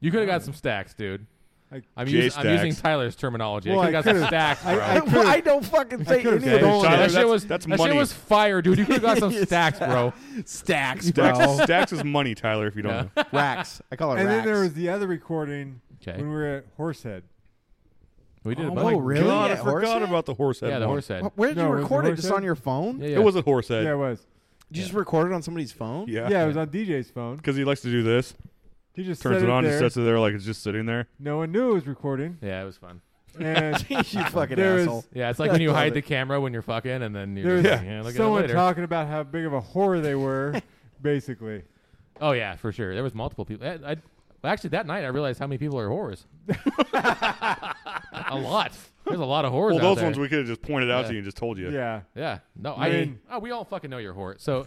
S1: You could have got some stacks, dude.
S6: I-
S1: I'm,
S5: Jay
S1: using, I'm using
S5: stacks.
S1: Tyler's terminology.
S6: Well,
S1: I could
S6: I
S1: have got some
S6: could've-
S1: stacks, bro.
S6: I- I could've-
S4: I don't fucking say
S6: could've
S4: any
S6: said
S4: of those.
S5: Tyler,
S1: that
S5: that's-
S1: shit was
S5: that's
S1: that
S5: money.
S1: shit was fire, dude. You could have got some stacks, bro.
S4: Stacks, bro.
S5: Dax, Dax is money, Tyler, if you don't know.
S4: racks. I call it
S6: And
S4: racks.
S6: then there was the other recording
S1: Okay.
S6: when we were at Horsehead.
S1: We did a
S4: Oh,
S1: bunch.
S4: my really?
S5: God, I
S4: At
S5: forgot
S4: Horsehead?
S5: about the horse head.
S1: Yeah, the
S5: one.
S1: horse head.
S4: Wh- Where did
S6: No,
S4: you
S6: was it
S4: record it? Just
S6: Horsehead?
S4: on your phone?
S1: Yeah,
S5: It
S1: yeah.
S5: was a horse head.
S6: Yeah, it was.
S4: Did you just record it on somebody's phone?
S5: Yeah.
S6: Yeah, it was on DJ's phone.
S5: Because he likes to do this.
S6: He just
S5: Turns
S6: set
S5: it on,
S6: there.
S5: just sets it there like it's just sitting there.
S6: No one knew it was recording.
S1: yeah, it was fun.
S6: And
S4: you fucking
S6: There was-
S4: asshole.
S1: Yeah, it's like when you
S4: Love
S1: hide
S4: it.
S1: the camera when you're fucking, and then
S6: there
S1: you're
S6: was
S1: just like, yeah, look
S6: someone
S1: at it later.
S6: talking about how big of a whore they were, basically.
S1: Oh yeah, for sure. There was multiple people. I, I, well, actually, that night I realized how many people are whores. a lot. There's a lot of whores.
S5: Well,
S1: out
S5: those
S1: there.
S5: ones we could have just pointed out
S1: Yeah.
S5: to you and just told you.
S6: Yeah.
S1: Yeah. No,
S6: I
S1: I.
S6: mean-
S1: oh, we all fucking know you're a whore. So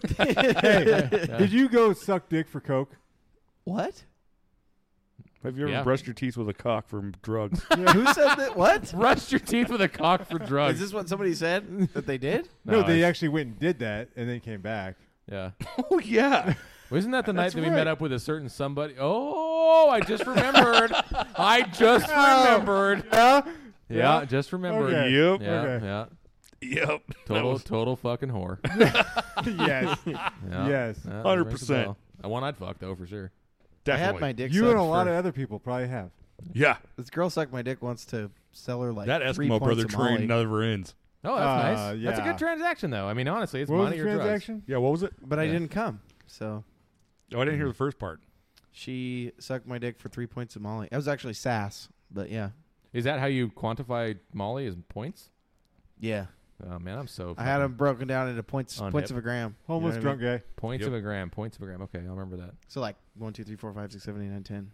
S6: Did you go suck dick for coke?
S4: What?
S5: Have you ever
S1: Yeah.
S5: brushed your teeth with a cock from drugs?
S4: Who said that? What?
S1: brush your teeth with a cock for drugs.
S4: Is this what somebody said that they did?
S6: No, they
S1: it's-
S6: actually went and did that and then came back.
S1: Yeah.
S5: oh, yeah.
S1: Wasn't that the night
S6: That's
S1: that we met
S6: right.
S1: up with a certain somebody? Oh, I just remembered. I just remembered.
S6: Yeah.
S1: Yeah,
S6: Yeah.
S1: just remembered.
S6: Okay.
S5: Yep.
S1: Yeah,
S6: Okay.
S1: yeah.
S5: Yep.
S1: Total, total fucking whore.
S6: yes.
S1: Yeah.
S6: Yes.
S1: Yeah,
S5: 100%.
S1: rings a bell. A one I'd fuck though for sure.
S4: I had
S5: Definitely.
S4: my dick.
S6: You
S4: sucked
S6: and a lot
S4: for-
S6: of other people probably have.
S5: yeah.
S4: This girl sucked my dick once to sell her like
S5: That
S4: three
S5: Eskimo
S4: points
S5: brother
S4: of
S5: train
S4: Molly.
S5: never ends.
S1: Oh, that's
S6: Uh,
S1: nice. That's a
S6: yeah.
S1: good transaction though. I mean, honestly, it's
S6: What was
S1: money
S6: the
S1: or drugs.
S6: transaction?
S5: Yeah, what was it?
S4: but I
S1: Yeah.
S4: didn't come. So
S5: Oh, I didn't hear the first part.
S4: she sucked my dick for three points of Molly. That was actually sass, but yeah,
S1: Is that how you quantify Molly as points?
S4: yeah.
S1: Oh man, I'm so
S4: I had
S1: fucking-
S4: them broken down into points
S1: On
S4: points
S1: hip.
S4: of a gram. You know
S6: Homeless
S4: what I
S6: drunk
S4: mean?
S6: guy.
S1: points
S5: Yep.
S1: of a gram, points of a gram. Okay, I'll remember that.
S4: So like one, two, three, four, five, six, seven, eight, nine, ten.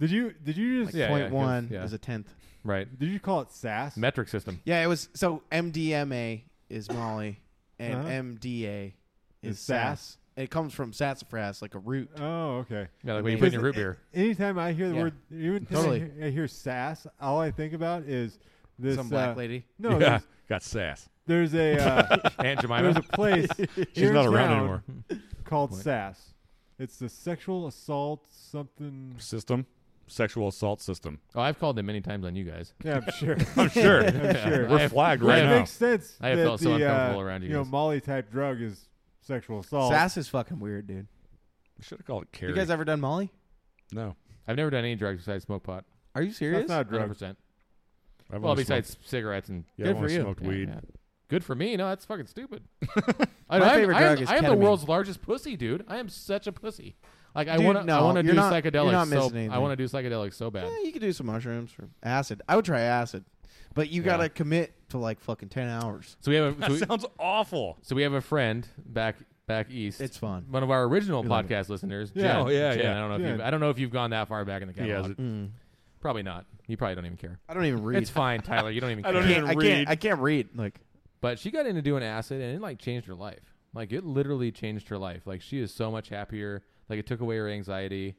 S6: Did you did you
S4: Like
S6: just
S1: Yeah,
S4: point
S1: yeah, 'cause-
S4: one
S1: yeah.
S4: is a tenth.
S1: Right.
S6: did you call it sass?
S1: Metric system.
S4: Yeah, it was so MDMA is Molly and
S6: Uh-huh.
S4: MDA is
S6: Is sass.
S4: sass. Uh, It comes from sassafras, like a root.
S6: Oh, okay.
S1: Yeah, like what you
S4: Amazing.
S1: put in your root beer.
S6: Anytime I hear the
S4: Yeah.
S6: word, even
S4: Totally.
S6: I, hear, I hear sass, all I think about is This
S4: Some black
S6: uh,
S4: lady.
S6: No,
S5: yeah, got sass.
S6: there's, there's a uh,
S1: Aunt Jemima.
S6: there's a place
S5: She's
S6: here
S5: not
S6: in
S5: around
S6: town
S5: anymore.
S6: called SAS. It's the sexual assault something.
S5: System, sexual assault system.
S1: oh, I've called them many times on you guys.
S6: Yeah, I'm sure.
S5: I'm sure.
S6: I'm sure.
S5: We're
S1: I have-
S5: flagged
S1: I
S5: right
S1: have-
S6: It
S5: now.
S6: makes sense.
S1: I have
S6: that
S1: felt so
S6: the,
S1: uncomfortable
S6: uh,
S1: around you
S6: You know,
S1: guys.
S6: Molly type drug is sexual assault.
S4: Sass is fucking weird, dude.
S5: We should have called it Carrie.
S4: You guys ever done Molly?
S5: no.
S1: I've never done any drugs besides smoke pot.
S4: Are you serious?
S6: That's not a
S1: Hundred
S6: drug.
S1: percent.
S5: I've
S1: Well,
S5: only
S1: besides
S5: smoked-
S1: cigarettes and
S5: yeah,
S4: good
S5: I've only
S4: for you.
S5: Smoked
S1: yeah,
S5: weed.
S1: yeah. Good for me. No, that's fucking stupid. I,
S4: My
S1: I am-
S4: favorite
S1: I am,
S4: drug is
S1: I am the
S4: ketamine.
S1: world's largest pussy, dude. I am such a pussy. Like I
S4: Dude,
S1: want to. I
S4: no,
S1: want to
S4: you're
S1: do
S4: not-
S1: psychedelics.
S4: you're not
S1: so,
S4: missing
S1: I
S4: anything.
S1: want to do psychedelics so bad.
S4: Yeah, you could do some mushrooms or acid. I would try acid, but you
S1: Yeah.
S4: gotta commit to like fucking ten hours.
S1: So we have. A, so,
S5: That
S1: we,
S5: sounds awful.
S1: so we have a friend back back east.
S4: It's fun.
S1: one of our original
S4: We love it.
S1: podcast listeners.
S6: Yeah.
S1: Jen.
S5: Oh, yeah,
S1: Jen,
S5: yeah.
S1: I don't know. If
S6: Yeah.
S1: you've, I don't know if you've gone that far back in the
S5: He has
S1: catalog.
S5: it.
S4: Mm.
S1: Probably not. You probably don't even care.
S4: I don't even read.
S1: It's fine, Tyler. You don't even.
S5: I
S1: care.
S5: don't
S4: I can't,
S5: even
S4: I
S5: read.
S4: can't. I can't read. Like
S1: But she got into doing acid and it like changed her life. Like it literally changed her life. Like she is so much happier. Like it took away her anxiety.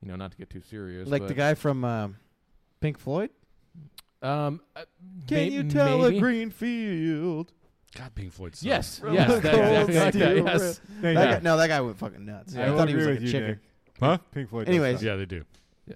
S1: You know, not to get too serious.
S4: like
S1: but,
S4: the guy from um, Pink Floyd.
S1: Um, uh,
S4: Can
S1: may-
S4: you tell
S1: maybe?
S4: a green field?
S5: God, Pink Floyd. Sucks.
S1: Yes,
S4: From
S1: yes,
S4: the
S1: that's exactly like
S4: cold
S1: that.
S4: steel
S1: Yes,
S6: Thank
S4: That
S6: you.
S4: guy, no, that guy went fucking nuts.
S6: I,
S4: I,
S6: will
S4: thought he was
S6: agree
S4: like a
S6: with you,
S4: chicken.
S6: Nick.
S5: Huh?
S6: Pink Floyd.
S4: Anyways.
S5: Yeah, they do.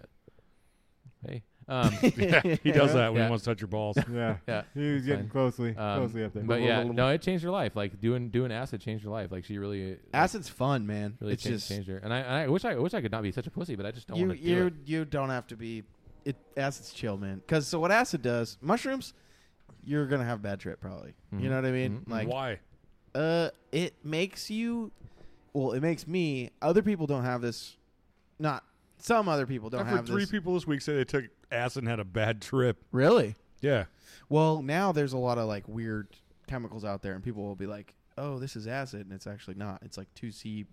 S1: hey, um,
S5: Yeah, he does that when
S1: Yeah.
S5: he wants to touch your balls.
S6: yeah.
S1: Yeah.
S6: He was getting
S1: Fine.
S6: closely,
S1: um,
S6: closely up there.
S1: but yeah, no, it changed her life. Like doing doing acid changed her life. Like she really like,
S4: Acid's fun, man.
S1: really
S4: it's
S1: changed,
S4: just
S1: changed her. And I, and I wish I wish I could not be such a pussy, but I just don't
S4: you.
S1: want to do
S4: You
S1: it.
S4: you don't have to be. It acid's chill, man. Because so what acid does? Mushrooms, you're gonna have a bad trip probably.
S1: Mm-hmm.
S4: You know what I mean? Like
S5: Why?
S4: Uh, it makes you. Well, it makes me. Other people don't have this. Not some other people don't
S5: I've heard
S4: have
S5: three
S4: this.
S5: people this week say they took acid and had a bad trip.
S4: Really?
S5: Yeah.
S4: Well, now there's a lot of like weird chemicals out there, and people will be like, "Oh, this is acid," and it's actually not. It's like two C,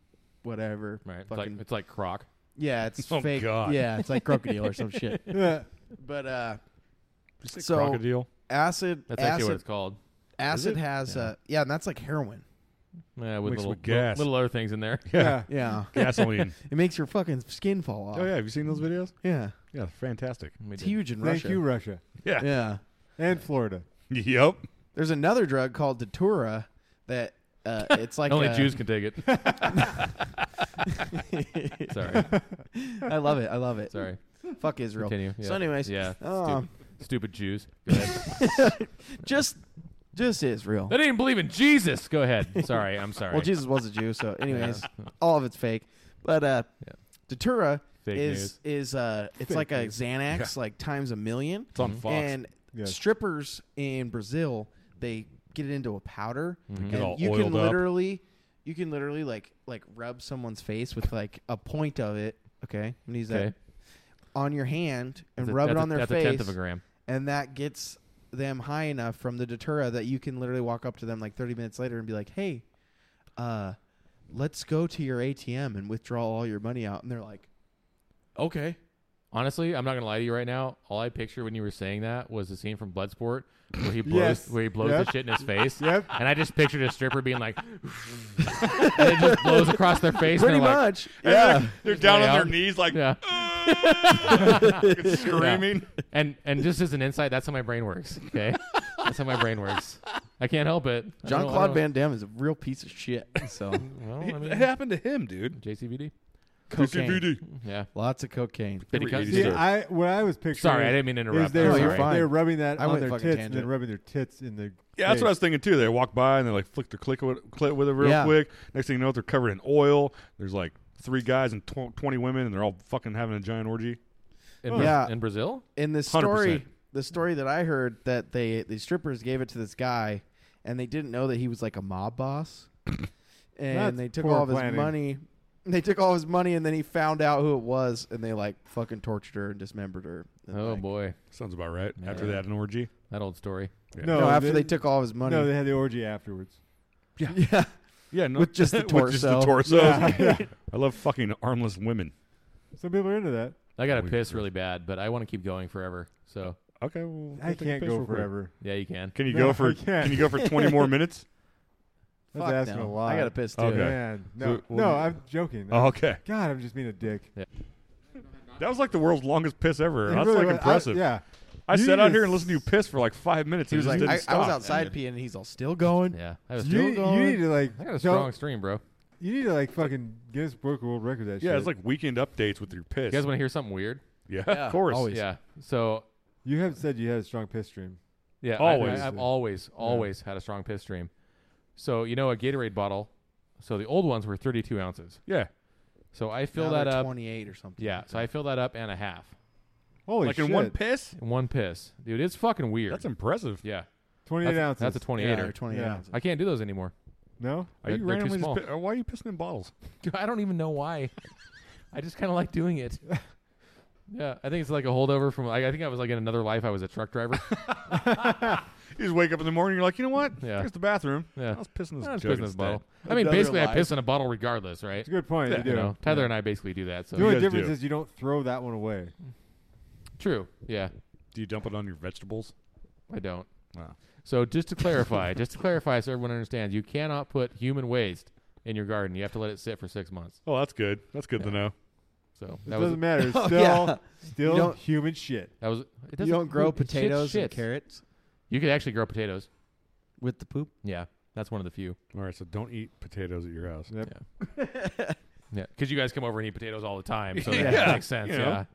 S4: whatever.
S1: Right? It's like
S4: Fucking,
S1: it's like croc.
S4: yeah, it's
S5: Oh,
S4: fake.
S5: God.
S4: Yeah, it's like crocodile or some shit.
S6: Yeah.
S4: But uh,
S5: Did you say
S4: So-
S5: crocodile?
S4: acid.
S1: That's actually what
S4: acid.
S1: it's called.
S4: Acid has.
S1: Yeah.
S4: Uh, yeah, and that's like heroin.
S1: Yeah, with
S5: Mixed
S1: little,
S5: with gas.
S1: little other things in there.
S6: yeah.
S4: Yeah,
S5: Gasoline.
S4: it makes your fucking skin fall off.
S5: oh yeah. Have you seen those videos?
S4: yeah.
S5: Yeah, they're fantastic.
S1: We
S4: It's
S1: did.
S4: huge in
S6: Thank
S4: Russia.
S6: you, Russia.
S5: Yeah.
S4: Yeah.
S6: And Florida.
S5: Yep.
S4: There's another drug called Datura that uh, it's like
S1: Only
S4: a-
S1: Jews can take it. Sorry,
S4: I love it. I love it.
S1: sorry.
S4: Fuck Israel.
S1: Continue.
S4: So,
S1: Yeah.
S4: anyways,
S1: yeah,
S4: um,
S1: stupid, stupid Jews. Go ahead.
S4: just just Israel.
S1: they didn't even believe in Jesus. Go ahead. Sorry, I'm sorry.
S4: Well, Jesus was a Jew, so anyways, all of it's fake. But uh,
S1: Yeah.
S4: Datura
S1: Fake
S4: is is uh, it's like a Xanax, like times a million.
S5: It's on Fox.
S4: And
S6: Yes.
S4: strippers in Brazil, they get it into a powder,
S5: Get all
S4: and you can
S5: oiled up.
S4: literally, you can literally like like rub someone's face with like a point of it. Okay, I'm gonna use that
S1: Okay.
S4: on your hand and
S1: That's a-
S4: rub it
S1: that's a-
S4: on their
S1: that's
S4: face,
S1: a tenth of a gram.
S4: and that gets them high enough from the datura that you can literally walk up to them like 30 minutes later and be like, "Hey, uh, let's go to your ATM and withdraw all your money out," and they're like, "Okay."
S1: Honestly, I'm not gonna lie to you right now. All I picture when you were saying that was the scene from Bloodsport where he blows
S6: Yes.
S1: where he blows
S6: Yep.
S1: the shit in his face.
S6: Yep.
S1: And I just pictured a stripper being like and it just blows across their face
S4: Pretty
S1: and they're
S4: much,
S5: Yeah.
S4: yeah.
S5: They're, down
S1: lay
S5: on their
S1: out.
S5: knees, like
S1: like Yeah.
S5: screaming.
S1: And and just as an insight, that's how my brain works. Okay? that's how my brain works. I can't help it. I
S4: John
S1: don't- I
S4: Claude
S1: don't-
S4: Van Damme is a real piece of shit. So
S1: Well, I
S5: It
S1: mean
S5: happened to him, dude.
S1: JCVD.
S4: cocaine,
S5: CCVD.
S1: Yeah.
S4: lots of cocaine.
S1: Did he
S5: Every
S1: come-
S5: idiot.
S6: See,
S5: Sure.
S6: I what I was picturing.
S1: Sorry, I didn't mean to interrupt.
S6: Is they
S1: I'm
S6: were,
S4: No, you're
S1: sorry.
S4: fine.
S6: They were rubbing that
S4: I
S6: on
S4: went
S6: their tits
S4: fucking
S6: and
S4: tangent.
S6: then rubbing their tits in the.
S5: Yeah, that's
S6: face.
S5: what I was thinking too. They walk by and they like flick their click with, clit with it real
S4: Yeah.
S5: quick. Next thing you know, they're covered in oil. There's like three guys and tw- twenty women, and they're all fucking having a giant orgy.
S1: In,
S4: Oh,
S1: Bra-
S4: yeah.
S1: in Brazil?
S4: in the story
S5: 100%.
S4: the story that I heard that they the strippers gave it to this guy and they didn't know that he was like a mob boss. and
S6: That's
S4: they took
S6: poor
S4: all of his
S6: planning.
S4: money. They took all his money and then he found out who it was and they like fucking tortured her and dismembered her. And,
S1: Oh
S4: like-
S1: boy.
S5: Sounds about right. After
S1: Yeah.
S5: that, an orgy.
S1: That old story.
S6: No,
S4: No, after they, took all of his money.
S6: No, they had the orgy afterwards.
S4: yeah.
S5: Yeah, no,
S4: With just the
S5: with just the
S4: torso.
S5: torsos. I love fucking armless women.
S6: Some people are into that.
S1: I gotta
S5: We-
S1: piss really bad, but I want to keep going forever. So
S5: Okay, well,
S6: I
S5: take a
S6: can't
S5: piss
S6: go
S5: real quick.
S6: forever.
S1: yeah, you can.
S5: Can you
S6: No,
S5: go
S6: I
S5: for?
S6: can't.
S5: Can you go for twenty more minutes?
S6: That's
S4: Fuck
S6: asking
S4: no.
S6: a lot.
S4: I got to piss too.
S5: Okay.
S6: Man, no,
S5: So,
S6: no,
S5: well,
S6: I'm joking.
S1: Uh-huh.
S5: Oh, okay,
S6: God, I'm just being a dick.
S5: that was like the world's longest piss ever.
S6: It
S5: That's
S6: really
S5: like
S6: was- I-
S5: impressive.
S6: yeah.
S5: I
S6: You
S5: sat out
S6: just-
S5: here and listened to you piss for like five minutes.
S4: He
S5: and
S4: was
S5: it
S4: like,
S5: just
S4: I,
S5: didn't
S4: I was
S5: stop.
S4: outside peeing, and he's all still going.
S1: Yeah, I, was
S6: You,
S1: still
S6: you need to like.
S1: I got a
S6: don't-
S1: strong stream, bro.
S6: You need to like fucking Guinness Book of World Record that shit.
S5: Yeah, it's like weekend updates with your piss.
S1: You guys want to hear something weird?
S5: yeah,
S4: Yeah,
S5: of course.
S4: always.
S1: Yeah. So
S6: you have said you had a strong piss stream.
S1: Yeah, I-
S5: Always.
S1: I, have always, always had a strong piss stream. So you know a Gatorade bottle. So the old ones were 32 ounces.
S5: Yeah,
S1: So I fill
S4: Now
S1: that
S4: they're
S1: up.
S4: 28 or something.
S1: Yeah, so I fill that up and a half
S6: Holy
S5: like
S6: shit!
S5: in one piss.
S1: in one piss, dude. It's fucking weird.
S5: That's impressive.
S1: yeah,
S6: Twenty-eight
S1: that's,
S6: ounces.
S1: That's a 28er.
S4: Yeah, 28
S6: Yeah.
S4: ounces.
S1: I can't do those anymore.
S6: no.
S5: Are
S1: They're- they're
S5: you
S1: too
S5: randomly?
S1: small.
S5: Just pi- or why are you pissing in bottles?
S1: Dude, I don't even know why. I just kind of like doing it. Yeah, I think it's like a holdover from. Like, I think I was like in another life. I was a truck driver.
S5: You just wake up in the morning. You're like, you know what?
S1: Yeah.
S5: Here's the bathroom.
S1: Yeah.
S5: I was pissing this
S1: I was
S5: jug
S1: pissing this
S5: instead.
S1: bottle. I mean,
S4: Another
S1: basically, I
S4: life.
S1: piss in a bottle regardless, right?
S6: It's a good point.
S5: Yeah,
S6: you do.
S1: You know, Tyler and I basically do that. So
S6: the
S5: it.
S6: only
S5: guys
S6: difference
S5: do.
S6: is you don't throw that one away.
S1: true. Yeah.
S5: Do you dump it on your vegetables?
S1: I don't.
S5: Wow.
S1: So just to clarify, just to clarify, so everyone understands, you cannot put human waste in your garden. You have to let it sit for six months.
S5: Oh, that's good. That's good to know.
S1: So
S6: It
S1: that was
S6: doesn't matter. It's
S4: Oh,
S6: still,
S4: yeah. You
S6: still
S4: don't-
S6: human shit.
S1: that was. It
S4: You
S1: doesn't-
S4: don't grow
S1: who- shit,
S4: potatoes and
S1: shit.
S4: carrots
S1: You could actually grow potatoes.
S4: with the poop.
S1: Yeah, that's one of the few.
S5: All right, so don't eat potatoes at your house.
S6: Yep.
S1: Yeah, because you guys come over and eat potatoes all the time, so
S5: Yeah.
S1: that makes sense.
S5: You know.
S1: Yeah,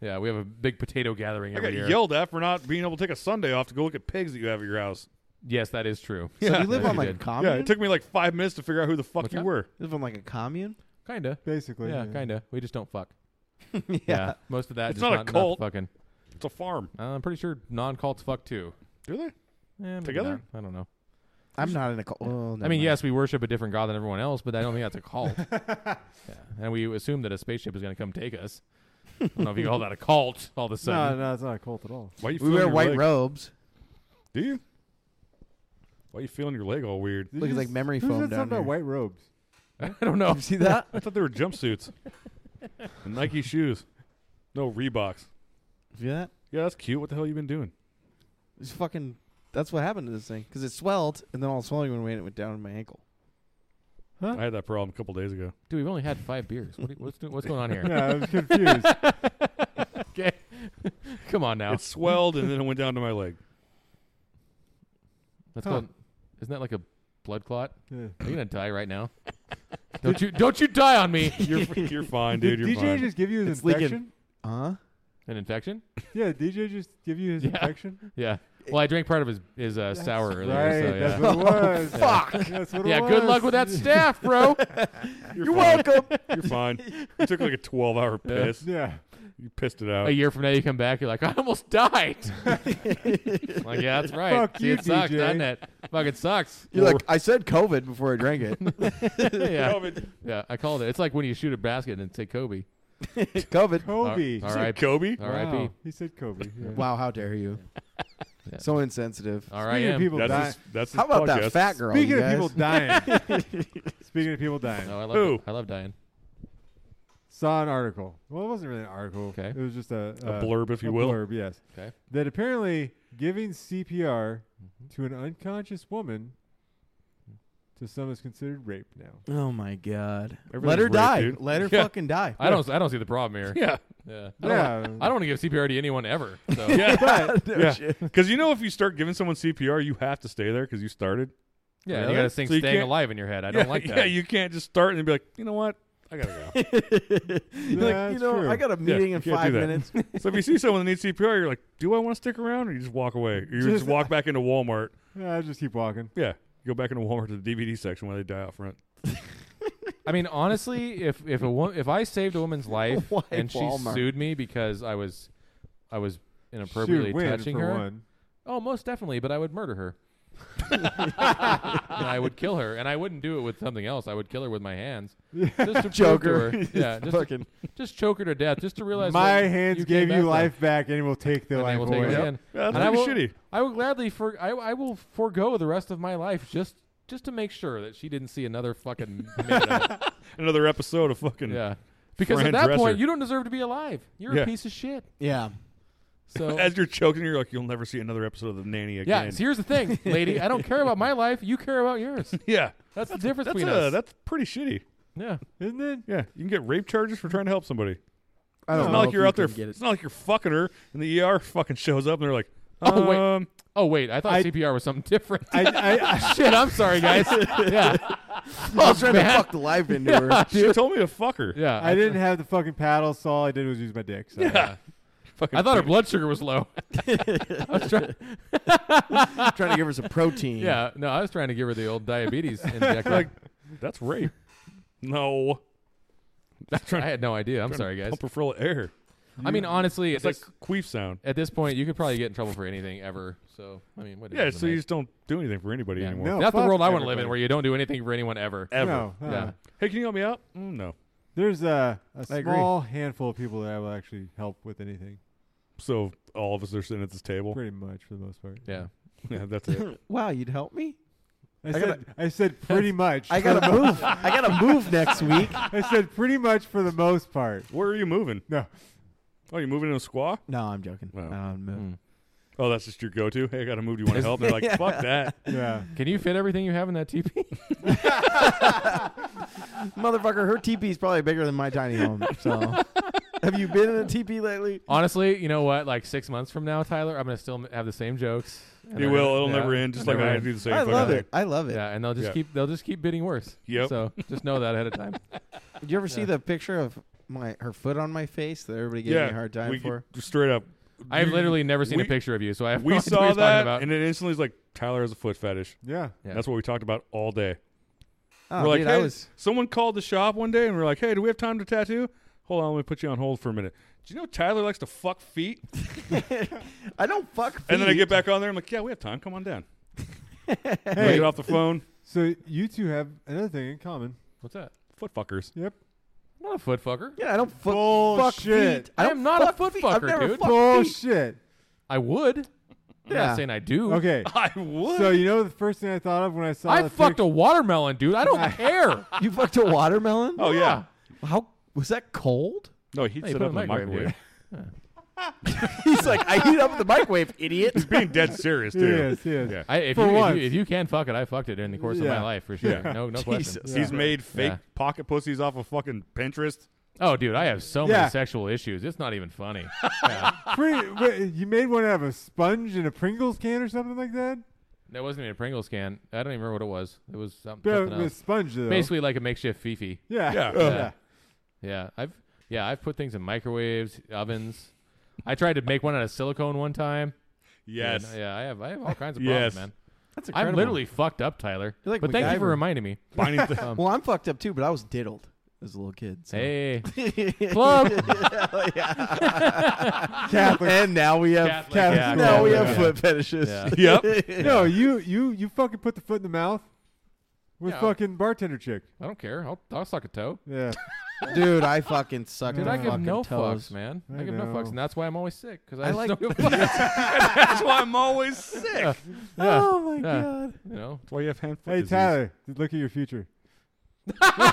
S1: yeah, we have a big potato gathering
S5: I
S1: every
S5: got
S1: year.
S5: yelled at for not being able to take a Sunday off to go look at pigs that you have at your house.
S1: Yes, that is true.
S4: So do you live
S1: Yes,
S4: on
S1: you
S4: like
S1: did.
S4: a
S1: Yeah,
S4: commune?
S5: Yeah, it took me like five minutes to figure out who the fuck
S1: What's
S5: you
S1: that?
S5: were.
S4: You live on like a commune?
S1: Kinda.
S6: Basically.
S1: Yeah, kinda. We just don't fuck.
S4: yeah.
S1: Yeah, most of that.
S5: It's
S1: just
S5: not a
S1: not not
S5: cult.
S1: Fucking.
S5: It's a farm.
S1: Uh, I'm pretty sure non-cults fuck too.
S5: Do they?
S1: Eh, maybe
S5: Together?
S1: not. I don't know.
S4: I'm not in a cult. Oh,
S1: I mean, yes, we worship a different god than everyone else, but I don't think that's a cult. yeah. And we assume that a spaceship is going to come take us. I don't know if you call that a cult all of a
S6: No,
S1: sudden.
S6: no, it's not a cult at all.
S5: Why you
S4: We
S5: feeling
S4: wear
S5: your
S4: white
S5: leg?
S4: robes.
S5: Do you? Why you feeling your leg all weird?
S6: Did
S4: Look,
S6: you
S4: it's like
S6: s-
S4: memory
S6: who
S4: foam
S6: said
S4: down
S6: something about
S4: here.
S6: white robes?
S1: I don't know.
S4: You see that?
S5: I thought they were jumpsuits. and Nike shoes. No Reeboks.
S4: See that?
S5: Yeah, that's cute. What the hell you been doing?
S4: It's fucking. That's what happened to this thing because it swelled and then all the swelling went away and it went down to my ankle.
S5: I had that problem a couple days ago.
S1: Dude, we've only had five beers. What do you- what's, do- what's going on here?
S6: Yeah, I was confused.
S1: Okay. Come on now.
S5: It swelled and then it went down to my leg.
S1: That's
S6: Huh.
S1: called, isn't that like a blood clot?
S6: Yeah.
S1: Are you going to die right now? don't you don't you die on me.
S5: You're you're fine,
S6: Did
S5: dude. You're
S6: DJ
S5: fine.
S6: just give you his
S4: It's leaking.
S6: infection?
S4: Huh?
S1: An infection?
S6: Yeah, did DJ just give you his
S1: Yeah.
S6: infection?
S1: Yeah. Well, I drank part of his his uh, sour earlier.
S6: Right,
S1: so, yeah. Oh,
S6: that's what it was.
S4: Fuck.
S6: That's what it
S1: yeah,
S6: was.
S1: good luck with that staff, bro.
S5: You're, welcome. You're fine. You took like a 12 hour
S1: Yeah.
S5: piss.
S6: Yeah.
S5: You pissed it out.
S1: a year from now you come back, you're like, I almost died. like, yeah, that's right.
S6: Fuck
S1: See,
S6: you,
S1: it sucks,
S6: DJ.
S1: doesn't it? Fucking sucks.
S4: You're like, I said COVID before I drank it.
S1: yeah.
S5: COVID.
S1: yeah, I called it. It's like when you shoot a basket and say Kobe.
S4: COVID.
S6: Kobe.
S1: All right.
S5: Kobe?
S1: All right,
S6: Wow.
S1: P.
S6: He said Kobe. Yeah.
S4: Wow, how dare you?
S1: Yeah.
S4: So insensitive.
S1: All
S6: Speaking
S1: right.
S6: of people dying.
S5: That's his, that's his
S4: How about
S5: podcast.
S4: that fat girl?
S6: Speaking
S4: you
S6: of people
S4: guys?
S6: dying. Speaking of people dying.
S1: No, Oh, I love
S5: Who?
S1: it. I love dying.
S6: Saw an article. Well, it wasn't really an article.
S1: Okay.
S6: It was just a,
S5: A blurb, if you
S6: a
S5: will.
S6: blurb, yes.
S1: Okay.
S6: That apparently giving CPR
S1: Mm-hmm.
S6: to an unconscious woman to some is considered rape now.
S4: Oh my god.
S5: Everything's
S4: Let her
S5: rape,
S4: die.
S5: dude.
S4: Let her
S5: Yeah.
S4: fucking die.
S1: I don't. I don't see the problem here.
S5: Yeah.
S1: Yeah. I don't,
S6: Yeah.
S1: I don't want to give CPR to anyone ever. So.
S5: Yeah.
S4: No
S5: yeah.
S4: shit.
S5: Because you know, if you start giving someone CPR, you have to stay there because you started.
S1: Yeah,
S5: Really?
S1: you got to sing
S5: So you
S1: "Staying
S5: can't-
S1: Alive" in your head. I don't
S5: yeah,
S1: like that.
S5: Yeah, you can't just start and be like, you know what? I gotta go.
S4: You're like, you
S6: That's
S4: know,
S6: true.
S4: I got a meeting in
S5: you can't do
S4: five
S5: that.
S4: minutes.
S5: so if you see someone that needs CPR, you're like, do I want to stick around, or you just walk away? Or you just,
S6: Just-
S5: walk back into Walmart.
S6: Yeah, I'll just keep walking.
S5: Yeah, you go back into Walmart to the DVD section where they die out front.
S1: I mean, honestly, if if a wo- if I saved a woman's life
S4: Why
S1: and she
S4: Walmart?
S1: sued me because I was I was
S6: She
S1: inappropriately
S6: would win
S1: touching
S6: for
S1: her,
S6: one.
S1: Oh, most definitely, but I would murder her. and I would kill her, and I wouldn't do it with something else. I would kill her with my hands, just to prove to
S4: Choke her.
S1: her- Yeah, just,
S4: Fucking-
S1: just choke her to death, just to realize
S6: My
S1: what
S6: hands
S1: you
S6: gave
S1: came
S6: you
S1: back
S6: life
S1: from.
S6: back, and will take the
S1: And they
S6: life
S1: will take
S6: away.
S1: it again.
S5: Yeah, that's
S1: and I will,
S5: pretty shitty.
S1: I will gladly for I, I will forego the rest of my life just just to make sure that she didn't see another fucking minute of it.
S5: Another episode of fucking.
S1: Yeah, because
S5: Fran
S1: at that
S5: Dresser.
S1: point you don't deserve to be alive. You're
S5: Yeah.
S1: a piece of shit.
S4: Yeah.
S1: So
S5: As you're choking, you're like, you'll never see another episode of The Nanny
S1: yeah,
S5: again.
S1: so here's the thing, lady. I don't care about my life. You care about yours.
S5: yeah.
S1: That's, the difference
S5: That's
S1: between
S5: uh,
S1: us.
S5: that's pretty shitty.
S1: yeah.
S6: Isn't it?
S5: Yeah, you can get rape charges for trying to help somebody.
S4: I don't
S5: It's
S4: know
S5: not like
S4: if
S5: you're
S4: you
S5: out there.
S4: can get it.
S5: It's not like you're fucking her, and the ER fucking shows up, and they're like,
S1: Oh, wait.
S5: um,
S1: Oh wait, I thought
S6: I-
S1: CPR was something different.
S6: I, I, I,
S1: Shit, I'm sorry, guys. yeah,
S4: I was trying to
S1: Oh, man.
S4: fuck the life into her.
S5: She told me to fuck her.
S1: yeah.
S6: I didn't have the fucking paddle, so all I did was use my dick. So.
S5: Yeah. Fucking
S1: I thought her
S5: penis.
S1: blood sugar was low.
S4: trying to give her some protein.
S1: yeah, no, I was trying to give her the old diabetes injection.
S5: Like, that's rape. No.
S1: I had no idea. I'm sorry, guys.
S5: Pump her full of air.
S1: I mean, honestly, at
S5: It's like
S1: this,
S5: queef sound.
S1: at this point, you could probably get in trouble for anything ever. So, I mean, what
S5: Yeah,
S1: difference
S5: so
S1: does it
S5: you
S1: make?
S5: just don't do anything for anybody
S1: Yeah.
S5: anymore.
S6: No.
S1: that's the
S6: Oh, fuck
S1: world I want to live in,
S6: everybody.
S1: where you don't do anything for anyone ever.
S5: Ever.
S6: No, uh,
S1: Yeah.
S5: Hey, can you help me out? Mm, no.
S6: There's a, a
S4: agree.
S6: small handful of people that I will actually help with anything,
S5: So all of us are sitting at this table.
S6: pretty much for the most part.
S1: Yeah,
S5: Yeah, that's it.
S4: Wow, you'd help me?
S6: I,
S4: gotta-
S6: said I said pretty much.
S4: I
S6: for the
S4: gotta
S6: mo-
S4: move. I gotta move next week.
S6: I said pretty much for the most part.
S5: Where are you moving?
S6: No,
S5: Oh, you moving in a squaw?
S4: No, I'm joking.
S5: Wow.
S4: I don't move.
S1: Mm.
S5: Oh, that's just your go-to. Hey, I got to move. Do you want to help? They're like, fuck that.
S6: yeah.
S1: can you fit everything you have in that teepee?
S4: Motherfucker, her teepee's probably bigger than my tiny home. So, have you been in a teepee lately?
S1: Honestly, you know what? Like six months from now, Tyler, I'm gonna still have the same jokes. and
S5: You
S1: they're
S5: will.
S1: gonna-
S5: It'll
S1: yeah,
S5: never end. Just
S1: they'll
S5: like
S1: never
S5: I
S1: end.
S5: do the same.
S4: I
S5: fucking
S4: love
S5: thing.
S4: it. I love it.
S1: Yeah, and they'll just
S5: Yeah.
S1: keep they'll just keep bidding worse.
S5: Yep.
S1: So just know that ahead of time.
S4: Did you ever see the picture of my her foot on my face that everybody gave me a hard time
S5: we-
S4: for?
S5: Straight up.
S1: I have
S5: You-
S1: literally never seen a
S5: we-
S1: picture of you, so I have no
S5: We
S1: idea what
S5: saw
S1: he's talking
S5: that,
S1: about.
S5: and it instantly is like Tyler has a foot fetish.
S6: Yeah.
S1: Yeah.
S5: That's what we talked about all day.
S4: Oh,
S5: we're like,
S4: dude,
S5: hey,
S4: I was.
S5: someone called the shop one day and we're like, hey, do we have time to tattoo? Hold on, let me put you on hold for a minute. Do you know Tyler likes to fuck feet?
S4: I don't fuck. Feet.
S5: And then I get back on there. I'm like, yeah, we have time. Come on down. hey.
S6: Hey.
S5: get off the phone.
S6: So you two have another thing in common.
S1: What's that?
S5: Foot fuckers.
S6: Yep.
S1: I'm not a foot fucker.
S4: Yeah, I don't fu- fuck
S6: Bullshit.
S4: feet. I,
S1: I
S4: don't
S1: am not a
S4: fuck
S1: foot
S4: feet. I've
S1: fucker,
S4: never
S1: dude.
S4: fucked feet.
S6: Bullshit.
S1: I would. I'm
S4: Yeah.
S1: not saying I do.
S6: Okay.
S5: I would.
S6: So you know the first thing I thought of when I saw
S1: I
S6: the
S1: fucked
S6: pic-
S1: a watermelon, dude. I don't care.
S4: You fucked a watermelon?
S5: oh, yeah.
S4: How was that cold?
S5: No, he'd
S1: Hey,
S5: sit
S1: put
S5: up in the
S1: microwave,
S5: microwave.
S4: He's like, I heat up the microwave, idiot.
S5: He's being dead serious,
S6: He
S5: dude.
S6: is. He is.
S5: Yeah.
S1: I, if,
S6: For
S1: you, if,
S6: once.
S1: you, if you can fuck it, I fucked it during the course of my
S6: Yeah.
S1: life for sure. No, no question.
S4: Jesus.
S5: He's made fake
S1: Yeah.
S5: pocket pussies off of fucking Pinterest.
S1: Oh, dude, I have so
S6: Yeah.
S1: many sexual issues. It's not even funny.
S6: Pretty- wait, you made one out of a sponge and a Pringles can or something like that.
S1: that wasn't even a Pringles can. I don't even remember what it was. It was some-
S6: But
S1: something
S6: it was
S1: else.
S6: sponge though.
S1: Basically, like a makeshift fifi.
S6: Yeah.
S5: Yeah.
S4: Oh,
S1: Yeah. Yeah, I've yeah, I've put things in microwaves, ovens. I tried to make one out of silicone one time.
S5: Yes.
S1: And, uh, yeah, I have I have all kinds of
S5: Yes.
S1: problems, man.
S4: That's
S1: I'm literally fucked up, Tyler.
S4: You're like
S1: but thank you for
S4: MacGyver.
S1: reminding me. Um,
S5: Binding th-
S4: Well, I'm fucked up too, but I was diddled as a little kid. So.
S1: Hey, club.
S6: Catholic.
S4: And now we have
S1: Catholic,
S6: Catholic.
S1: yeah,
S4: now we
S1: Catholic,
S4: have
S1: yeah.
S4: foot fetishes.
S1: Yeah.
S5: yep.
S6: No, you you you fucking put the foot in the mouth with
S1: Yeah.
S6: fucking bartender chick.
S1: I don't care. I'll, I'll suck a toe.
S6: Yeah.
S4: Dude, I fucking suck.
S1: Dude,
S4: my
S1: I give
S4: fucking
S1: no
S4: toes.
S1: fucks, man. I,
S6: I
S1: give no
S6: know.
S1: fucks, and that's why I'm always sick. Because
S4: I
S1: I,
S4: like-
S1: just don't give a fuck.
S5: That's why I'm always sick. That's
S1: Yeah.
S4: Oh my
S1: Yeah.
S4: god.
S1: You know,
S5: why you have hand foot
S6: hey
S5: disease.
S6: Tyler, look at your future.
S4: I'm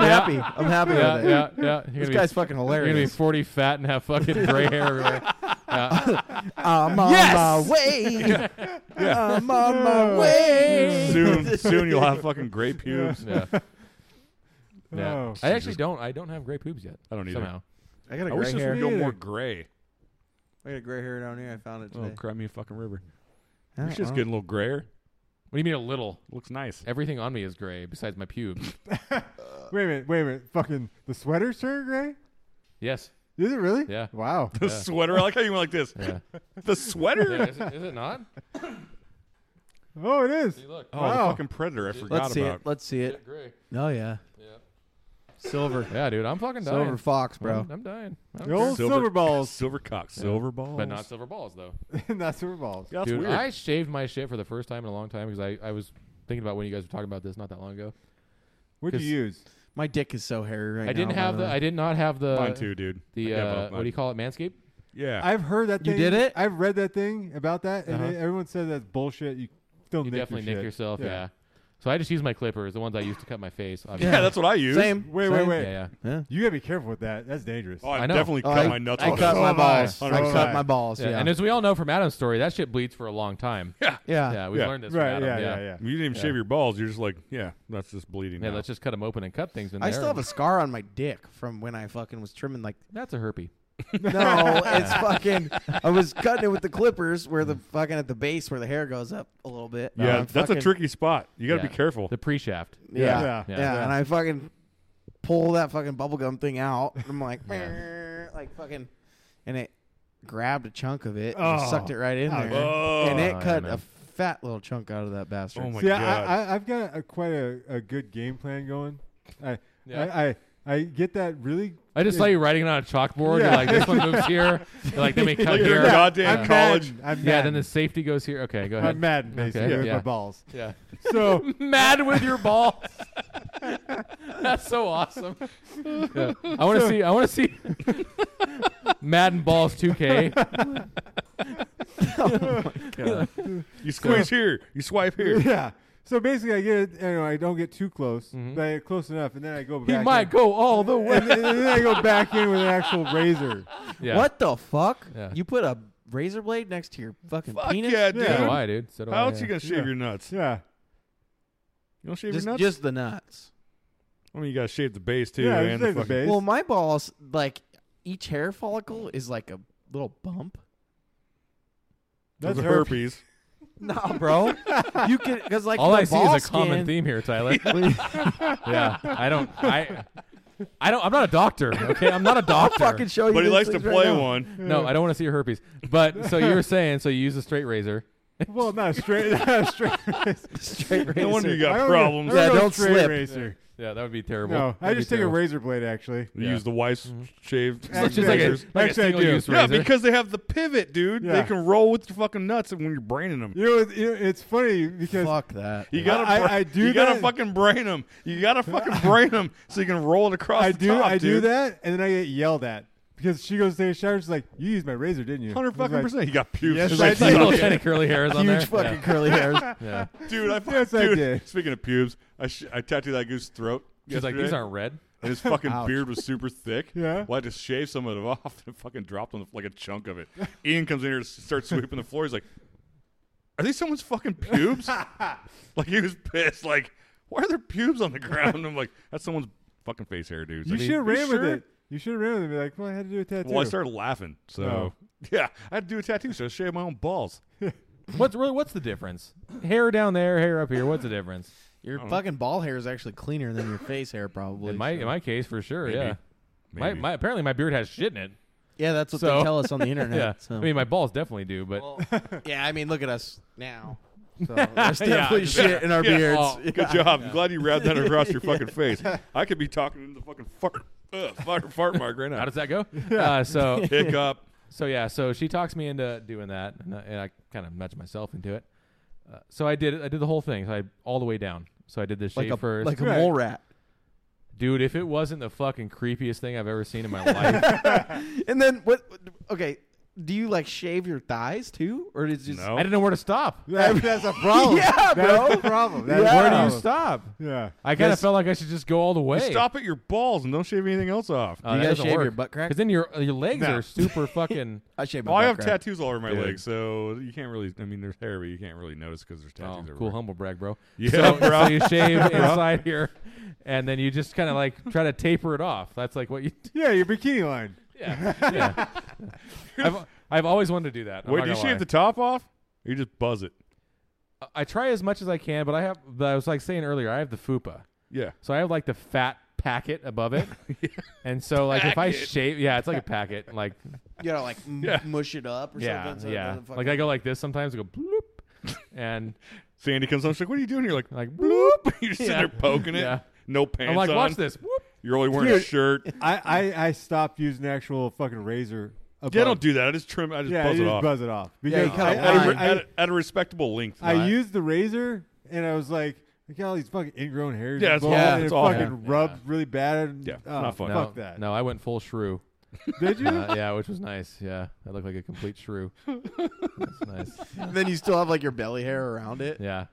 S4: happy. I'm happy
S1: yeah,
S4: with it.
S1: yeah, yeah. You're
S4: This
S1: gonna
S4: guy's
S1: be, you're
S4: fucking
S1: gonna be
S4: hilarious.
S1: 40, fat, and have fucking gray hair everywhere. Yeah.
S4: I'm on my way. I'm on my way.
S5: Soon, soon you'll have fucking gray pubes.
S1: yeah.
S4: Oh,
S1: Yeah.
S6: Oh.
S1: I actually don't. I don't have gray poobs yet.
S5: I don't either.
S1: Somehow.
S4: I got a
S5: I wish
S4: gray
S5: this
S4: hair.
S5: would go
S6: Me
S5: more
S6: either.
S5: gray.
S4: I got a gray hair down here. I found it
S5: Oh,
S4: today.
S5: cry me a fucking river.
S4: Oh,
S5: It's just
S4: oh.
S5: getting a little grayer.
S1: What do you mean a little?
S5: Looks nice.
S1: Everything on me is gray besides my pubes.
S6: Wait a minute, wait a minute. Fucking the sweater's turned gray?
S1: yes.
S6: Is it really?
S1: Yeah.
S6: Wow.
S5: The sweater. I like how you went like this.
S1: Yeah.
S5: The
S1: Yeah,
S5: sweater.
S1: is, it, is it not?
S6: Oh, it is.
S1: See, look.
S5: Oh,
S6: Wow.
S5: the fucking predator. I forgot
S4: Let's see
S5: about.
S4: it. Let's see it.
S1: Shit, gray.
S4: Oh yeah.
S1: Yeah.
S4: Silver.
S1: Yeah, dude, I'm fucking dying.
S4: Silver fox,
S1: I'm-
S4: bro.
S1: I'm, dying. I don't
S6: The old silver, balls.
S5: Silver cock. Silver balls.
S1: care. But not silver balls, though.
S6: Not silver balls.
S5: That's
S1: dude,
S5: weird.
S1: I shaved my shit for the first time in a long time because I, I was thinking about when you guys were talking about this not that long ago.
S6: What do
S1: 'Cause-
S6: you use?
S4: My dick is so hairy right now.
S1: I didn't
S4: by
S1: have the.
S4: way.
S1: I did not have the.
S5: Mine too, dude.
S1: uh, The
S5: I
S1: uh,
S5: got both
S1: what do you call it? Manscaped.
S5: mine. Yeah.
S6: I've heard that
S4: You
S6: thing.
S4: did it?
S6: I've read that thing about that, and
S1: Uh-huh.
S6: they- everyone said that's bullshit. You still
S1: You
S6: nick
S1: definitely
S6: your
S1: nick
S6: shit.
S1: yourself. Yeah. So I just use my clippers, the ones I used to cut my face. Obviously.
S5: Yeah, that's what I use.
S4: Same.
S6: Wait,
S4: same.
S6: wait, wait.
S1: yeah, yeah.
S4: Yeah.
S6: You gotta be careful with that. That's dangerous.
S5: Oh, I've
S1: I know.
S5: definitely
S4: Oh,
S5: cut my nuts
S4: I
S5: off. oh,
S4: cut
S5: So
S4: my
S5: have
S4: balls.
S5: I.
S4: I,
S5: On both
S4: cut
S5: sides.
S4: my balls.
S1: Yeah,
S4: Yeah.
S1: and as we all know from Adam's story, that shit bleeds for a long time.
S5: Yeah.
S4: yeah.
S1: Yeah, we've
S5: Yeah.
S1: learned this from
S6: right?
S1: Adam.
S6: Yeah,
S1: yeah.
S6: yeah, yeah.
S5: You didn't even shave your balls. You're just like, yeah, that's just bleeding.
S1: Yeah,
S5: now.
S1: let's just cut them open and cut things in
S4: I
S1: there.
S4: still have a scar on my dick from when I fucking was trimming like
S1: That's a herpy.
S4: No, it's fucking. I was cutting it with the clippers, where the fucking at the base where the hair goes up a little bit.
S5: yeah,
S4: I'm
S5: that's a
S4: fucking-
S5: tricky spot. You got to
S1: Yeah.
S5: be careful.
S1: The pre-shaft.
S4: Yeah.
S6: Yeah.
S4: Yeah.
S1: Yeah.
S6: Yeah.
S4: and I fucking pull that fucking bubblegum thing out, and I'm like, "Brr," like fucking, and it grabbed a chunk of it, and
S6: Oh.
S4: just sucked it right in there,
S5: Oh.
S4: and it
S1: Oh,
S4: cut
S1: yeah,
S4: a fat little chunk out of that bastard.
S5: Oh my
S6: See, I,
S5: god.
S6: I, I- I've got a, quite a, a good game plan going. I,
S1: Yeah.
S6: I, I, I get that really.
S1: I just saw you writing it on a chalkboard.
S6: Yeah.
S1: You're like, this one moves here. You're like, then we cut
S5: Like you're
S1: here.
S5: a goddamn
S6: I'm
S5: college.
S6: Madden. I'm
S1: Yeah, then the
S6: Madden.
S1: safety goes here. Okay, go
S6: I'm
S1: ahead.
S6: Madden basically
S1: Okay,
S6: with
S1: yeah.
S6: my balls.
S1: Yeah.
S6: So
S1: Mad with your balls. That's so awesome. Yeah. I want to see. I want to see Madden Balls 2K.
S5: You squeeze here. You swipe here.
S6: yeah. So basically, I get it. You know, I don't get too close, but I get close enough, and then I go back.
S1: He Mm-hmm. might
S6: in,
S1: go all the way.
S6: and, then, and then I go back in with an actual razor.
S1: Yeah.
S4: What the fuck?
S1: Yeah.
S4: You put a razor blade next to your fucking
S5: Fuck
S4: penis?
S5: yeah, dude.
S1: So do I, dude. So do I,
S5: How else
S1: yeah.
S5: you gonna shave
S6: Yeah.
S5: your nuts? You
S6: Yeah.
S5: don't shave
S4: Just,
S5: your nuts.
S4: just the nuts.
S5: I mean, you gotta shave the base too.
S6: yeah.
S5: and
S6: it's like the
S5: fucking-
S6: base.
S4: Well, my balls, like each hair follicle is like a little bump.
S5: Those
S6: That's
S5: are
S6: herpes.
S5: herpes.
S4: Nah, bro. you can because like
S1: All
S4: the
S1: I see
S4: ball
S1: is a common
S4: skin-
S1: theme here, Tyler. yeah, I don't. I. I don't. I'm not a doctor. Okay, I'm not a doctor.
S4: I'll fucking show you.
S5: But he
S4: these
S5: likes to
S4: things right
S5: play
S4: now.
S5: one.
S1: no, I don't want to see your herpes. But so you were saying, so you use a straight razor.
S6: Well, not a straight, not a straight razor.
S4: Straight razor.
S5: No wonder you
S6: I
S5: got
S6: don't
S5: problems.
S6: Go, I
S4: Yeah,
S6: don't go
S4: don't
S6: straight
S4: slip.
S6: razor.
S1: Yeah, that would be terrible.
S6: No, I
S1: That'd be
S6: just take a
S1: terrible.
S6: razor blade actually.
S5: You
S1: Yeah.
S5: use the wife's shaved
S6: It's
S1: Just like a,
S5: razors.
S1: like a
S6: Actually, I do.
S1: single-use
S5: Yeah,
S1: razor.
S5: because they have Mm-hmm. the pivot, dude.
S6: Yeah.
S5: They can roll with your fucking nuts when you're braining them.
S6: You know, it, you know, it's funny because
S4: Fuck that.
S5: You gotta,
S6: I-
S5: bra-
S6: I do
S5: You gotta
S6: that.
S5: fucking brain them. You gotta fucking brain them so you can roll it across.
S6: I
S5: the
S6: do,
S5: top,
S6: I do
S5: dude.
S6: that, and then I get yelled at because she goes to take a shower. She's like, "You used my razor, didn't you?" I
S5: Hundred
S6: was
S5: fucking
S6: like,
S5: percent. You got pubes.
S6: Yes,
S5: It's
S6: I
S5: like,
S1: Like little
S5: "Fuck
S1: tiny curly hairs on there.
S4: Huge fucking curly hairs.
S1: Yeah. yeah.
S5: it, dude, I fucking,
S6: Yes, I
S5: dude,
S6: did.
S5: Speaking of pubes, I sh- I tattooed that goose's throat.
S1: She's like,
S5: yesterday,
S1: these aren't red.
S5: And his fucking
S4: Ouch.
S5: beard was super thick.
S6: Yeah.
S5: Well, I just shaved some of it off and fucking dropped on the, like a chunk of it. Ian comes in here and s- starts sweeping the floor. He's like, "Are these someone's fucking pubes?" like he was pissed. Like, why are there pubes on the ground? I'm like, that's someone's fucking face hair, dude. He's
S6: You
S5: like,
S6: should have
S5: "Are you
S6: ran
S5: sure?"
S6: with it. You should have ran with it. Be like, "Well, I had to do a tattoo."
S5: Well, I started laughing. So
S6: Oh.
S5: yeah, I had to do a tattoo. So I shaved my own balls.
S1: What's really? What's the difference? Hair down there, hair up here. What's the difference?
S4: Your fucking ball hair is actually cleaner than your face hair, probably.
S1: In my
S4: so-
S1: in my case, for sure.
S5: Maybe.
S1: Yeah. My,
S5: Maybe.
S1: my apparently my beard has shit in it.
S4: yeah, that's what
S1: So-
S4: they tell us on the internet.
S1: Yeah.
S4: so.
S1: I mean, my balls definitely do, but
S4: yeah, I mean, look at us now. So, there's definitely
S1: just-
S4: shit in our
S5: yeah.
S4: beards.
S1: Oh,
S4: Yeah.
S5: Good job. I'm glad you wrapped that across your fucking face. I could be talking into the fucking fart, uh, fart, fart mark right
S1: how
S5: now.
S1: does that go? Uh, so
S5: Hiccup.
S1: So yeah, so she talks me into doing that, and I, and I kind of nudged myself into it. Uh, so I did it. I did the whole thing. So I all the way down. So I did the shave
S4: Like a
S1: first.
S4: like a
S6: Right.
S4: mole rat.
S1: Dude, if it wasn't the fucking creepiest thing I've ever seen in my life,
S4: And then what? Okay, do you like shave your thighs too, or is it just
S5: No.
S1: I didn't know where to stop.
S6: That- that's a problem.
S4: Yeah,
S6: that's
S4: bro.
S6: the problem. That's
S4: Yeah.
S6: the
S1: Where do you
S6: problem.
S1: stop?
S6: Yeah.
S1: I kind of
S4: Yes.
S1: felt like I should just go all the way.
S5: You stop at your balls and don't shave anything else off.
S1: Uh, that
S4: You gotta
S1: doesn't
S4: shave
S1: work.
S4: your butt crack?
S1: Because then your your legs
S5: No.
S1: are super fucking.
S4: I shave my
S5: well, Oh, I
S4: butt
S5: have
S4: crack.
S5: tattoos all over my
S1: Dude.
S5: legs, so you can't really. I mean, there's hair, but you can't really notice because there's
S1: Oh,
S5: tattoos.
S1: cool
S5: everywhere.
S1: humble brag, bro.
S5: Yeah,
S1: so,
S5: bro.
S1: so you shave inside here, and then you just kind of like try to taper it off. That's like what you. do.
S6: Yeah, your bikini line.
S1: Yeah, yeah. I've I've always wanted to do that. I'm
S5: Wait,
S1: not
S5: do you
S1: gonna
S5: shave
S1: lie.
S5: the top off? Or you just buzz it.
S1: I try as much as I can, but I have. But I was like saying earlier, I have the fupa,
S5: Yeah.
S1: so I have like the fat packet above it, and so like if I
S5: Packet.
S1: shave, yeah, it's like a packet, like
S4: You gotta like m-
S5: Yeah.
S4: mush it up or
S1: yeah,
S4: something. so it
S1: yeah,
S4: doesn't
S1: like I go like this sometimes, I go bloop, and
S5: Sandy comes home. She's like, "What are you doing?" You're like,
S1: like bloop.
S5: you're just
S1: Yeah.
S5: sitting there poking it.
S1: Yeah.
S5: No pants.
S1: I'm like,
S5: on.
S1: watch this. Whoop.
S5: You're only wearing a
S6: Dude.
S5: shirt.
S6: I, I, I stopped using actual fucking razor. Above.
S5: Yeah, I don't do that. I just trim. I just
S6: Yeah,
S5: buzz
S6: you
S5: it
S6: just
S5: off.
S6: buzz it off.
S4: Yeah, you
S6: Because
S4: cut a
S6: I,
S5: at, a,
S4: line.
S5: re- at,
S6: I,
S5: a, at a respectable length.
S6: I,
S5: Right.
S6: used the razor and I was like, look at all these fucking ingrown hairs.
S5: Yeah,
S6: and
S5: it's
S6: blah,
S5: awful.
S6: and
S5: It's
S6: it
S5: awful.
S6: fucking rubbed really bad. And,
S5: Yeah, it's
S6: oh,
S5: not fun.
S1: No,
S6: Fuck that.
S1: No, I went full shrew.
S6: Did you?
S1: Uh, yeah, which was nice. Yeah, I looked like a complete shrew. That's nice.
S4: then you still have like your belly hair around it.
S1: Yeah,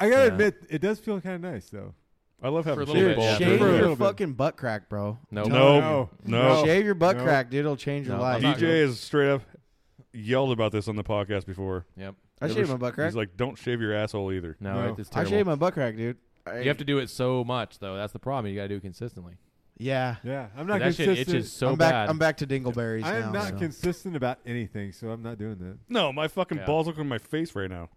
S6: I gotta
S1: yeah.
S6: admit, it does feel kind of nice though.
S5: I love having
S1: For a little
S5: shaved
S1: bit, yeah.
S5: balls.
S4: Shave
S6: For a
S4: your
S6: little bit.
S4: fucking butt crack, bro.
S1: no,
S5: No,
S6: No.
S5: no,
S4: Shave your butt
S6: No.
S4: crack, dude. It'll change your
S1: No,
S4: life.
S1: I'm not-
S5: DJ has straight up yelled about this on the podcast before.
S1: Yep.
S4: I
S5: Never
S4: shave
S5: sh-
S4: my butt crack.
S5: He's like, don't shave your asshole either.
S1: No,
S6: No.
S1: it- it's
S4: I
S1: terrible.
S4: shave my butt crack, dude. I-
S1: you have to do it so much though. That's the problem. You got to do it consistently.
S4: Yeah.
S6: Yeah, I'm not
S1: that
S6: consistent.
S1: shit itches so
S4: I'm back.
S1: bad.
S4: I'm back to dingleberries
S6: I
S4: now,
S6: am not
S4: so.
S6: consistent about anything, so I'm not doing that.
S5: No, my fucking
S1: Yeah.
S5: balls look like my face right now.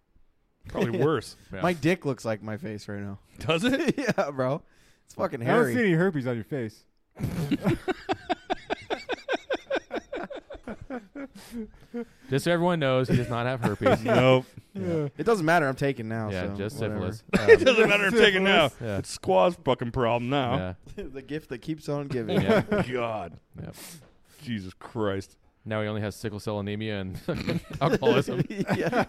S5: Probably worse.
S1: Yeah.
S4: My dick looks like my face right now.
S5: Does it?
S4: yeah, bro. It's fucking
S6: I don't see
S4: hairy.
S6: any herpes on your face.
S1: Just so everyone knows, he does not have herpes.
S5: Nope.
S4: It doesn't matter. I'm taking now.
S1: yeah,
S4: so
S1: just
S4: whatever.
S1: syphilis.
S5: It doesn't matter if I'm taking now.
S1: Yeah.
S5: It's Squaw's fucking problem now.
S1: yeah,
S4: the gift that keeps on giving.
S1: yeah.
S5: God.
S1: Yep.
S5: Jesus Christ.
S1: Now he only has sickle cell anemia and alcoholism.
S4: yeah.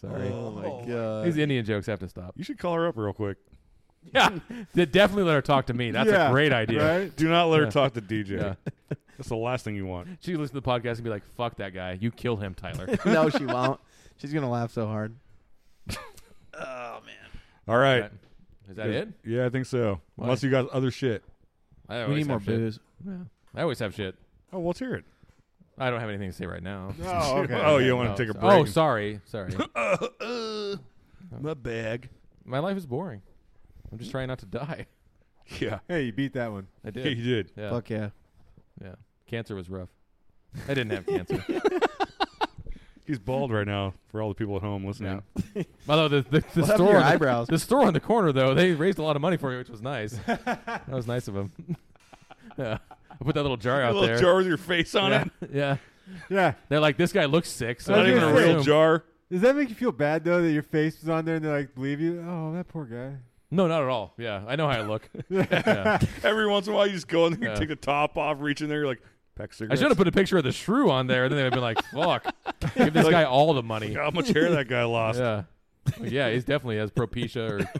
S1: Sorry.
S4: Oh my god.
S1: These Indian jokes have to stop.
S5: You should call her up real quick.
S1: Yeah, they definitely let her talk to me. That's
S6: Yeah,
S1: a great idea.
S6: Right?
S5: Do not let
S1: Yeah.
S5: her talk to DJ.
S1: Yeah.
S5: That's the last thing you want.
S1: She listens to the podcast and be like, "Fuck that guy. You kill him, Tyler."
S4: no, she won't. She's gonna laugh so hard.
S5: All right.
S1: Is that it?
S5: Yeah, I think so.
S1: Why?
S5: Unless you got other shit.
S1: I
S4: we
S1: always
S4: need more
S1: have shit.
S4: booze.
S1: Yeah. I always have shit.
S5: Oh, well, let's hear it.
S1: I don't have anything to say right now.
S6: Oh, okay.
S5: Oh, you want to take a break? Uh,
S1: Oh, sorry, sorry.
S5: my bag.
S1: My life is boring. I'm just trying not to die.
S5: Yeah.
S6: Hey, you beat that one.
S1: I
S5: yeah, you
S1: did.
S5: did.
S1: Yeah,
S4: Fuck yeah.
S1: yeah. Cancer was rough. I didn't have cancer.
S5: He's bald right now for all the people at home listening.
S1: Although the the, the
S4: What happened to
S1: store
S4: your
S1: on the-
S4: eyebrows?
S1: the store on the corner though, they raised a lot of money for me, which was nice. that was nice of them. yeah. I put that little jar out
S5: A little
S1: there.
S5: jar with your face on
S1: yeah.
S5: it.
S1: yeah.
S6: Yeah.
S1: They're like, this guy looks sick. So
S5: Not
S1: we're
S5: even
S1: gonna
S5: a
S6: gonna
S5: real
S1: assume-
S5: jar.
S6: Does that make you feel bad though that your face was on there and they're like, believe you? Oh, that poor guy.
S1: No, not at all. Yeah, I know how I look. Yeah.
S5: Every once in a while, you just go in there,
S1: Yeah.
S5: you take the top off, reach in there, you're like, pack
S1: I
S5: cigarettes.
S1: should have put a picture of the shrew on there, and then they'd have been like, "Fuck, give this
S5: Like-
S1: guy all the money."
S5: How much hair that guy lost.
S1: Yeah, Like, yeah, he's definitely has propecia, or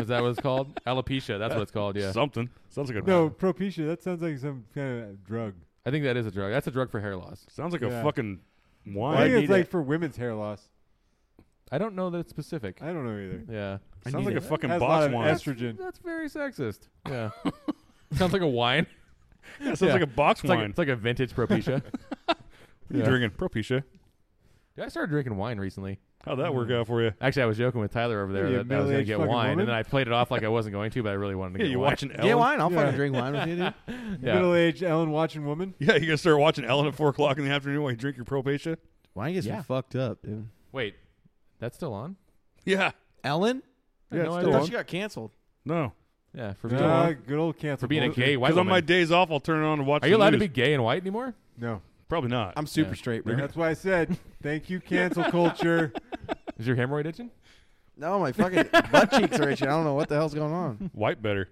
S1: is that what it's called? Alopecia. That's what it's called. Yeah,
S5: Something. Sounds like a
S6: no, propecia. That sounds like some kind of drug.
S1: I think that is a drug. That's a drug for hair loss.
S5: Sounds like
S6: Yeah.
S5: a fucking
S6: I
S5: wine.
S6: think
S4: need
S6: it's like
S4: it.
S6: for women's hair loss.
S1: I don't know that it's specific.
S6: I don't know either.
S1: yeah,
S5: Sounds like a fucking
S6: Has a lot
S5: box
S6: of
S5: wine.
S6: estrogen.
S1: that's very sexist. Yeah, sounds like a wine.
S5: Sounds
S1: yeah.
S5: like a box
S1: It's like,
S5: wine.
S1: it's like a vintage propecia.
S5: What are you
S1: yeah.
S5: drinking? Propecia.
S1: Dude, I started drinking wine recently.
S5: How'd that
S1: Mm.
S5: work out for you?
S1: Actually, I was joking with Tyler over there
S6: you a
S1: that, that I was going to
S6: middle-aged
S1: get
S6: fucking
S1: wine,
S6: woman?
S1: and then I played it off like I wasn't going to, but I really wanted to
S5: Yeah,
S1: get
S5: you
S1: wine.
S5: watching
S4: Get
S5: Ellen?
S4: wine. I'll
S6: Yeah.
S4: fucking drink wine with you, dude.
S1: Yeah.
S6: Middle aged Ellen watching woman.
S5: Yeah, you gonna start watching Ellen at four o'clock in the afternoon while you drink your Propecia?
S4: Wine gets
S1: Yeah.
S4: me fucked up, dude.
S1: Wait, that's still on?
S5: Yeah.
S4: Ellen?
S1: I had
S5: Yeah,
S1: no
S5: it's
S1: idea.
S5: still on.
S4: got canceled.
S5: No.
S1: Yeah, for being,
S6: Ah, good old cancer.
S1: for being a
S6: culture.
S1: gay white
S5: Because on
S1: woman.
S5: my days off, I'll turn it on and watch.
S1: Are you
S5: the
S1: allowed to
S5: news.
S1: be gay and white anymore?
S6: No.
S5: Probably not.
S4: I'm super
S1: Yeah.
S4: straight, bro.
S6: That's why I said, thank you, cancel culture.
S1: Is your hemorrhoid itching?
S4: No, my fucking butt cheeks are itching. I don't know what the hell's going on.
S5: white better.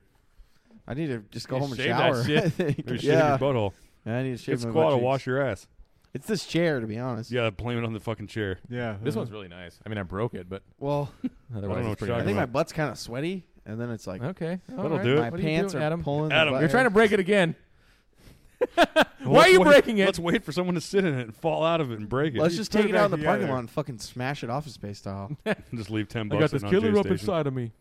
S4: I need to just go
S1: You
S4: home and
S1: shave that
S4: shower.
S1: shit.
S4: I think.
S5: You're
S4: Yeah.
S5: shaving your butthole.
S4: I need to shave
S5: It's
S4: my
S5: quad
S4: butt
S5: to
S4: cheeks.
S5: wash your ass.
S4: It's this chair, to be honest.
S5: Yeah, blame it on the fucking chair.
S6: Yeah.
S1: This
S6: uh,
S1: one's really nice. I mean, I broke it, but
S4: Well,
S1: otherwise
S5: know
S1: it's
S5: what
S1: pretty
S4: I
S5: you're
S1: nice.
S4: think
S5: talking
S4: my butt's kind of sweaty, and then it's like
S1: Okay, all
S5: That'll
S1: right.
S5: do it.
S4: my
S1: What
S4: pants
S1: you
S4: are
S1: doing, Adam?
S4: pulling.
S5: Adam,
S4: the butt
S1: You're trying to
S4: hair.
S1: break it again. Why are you
S5: Let's wait-
S1: breaking it?
S5: Let's wait for someone to sit in it and fall out of it and break it.
S4: Let's just
S6: put
S4: take
S6: it
S4: it out in
S6: back
S4: the parking
S6: together.
S4: lot and fucking smash it Office Space style.
S5: just leave ten
S1: I
S5: bucks.
S1: got this
S5: sitting on
S1: killer
S5: Jay's
S1: up
S5: station.
S1: inside of me.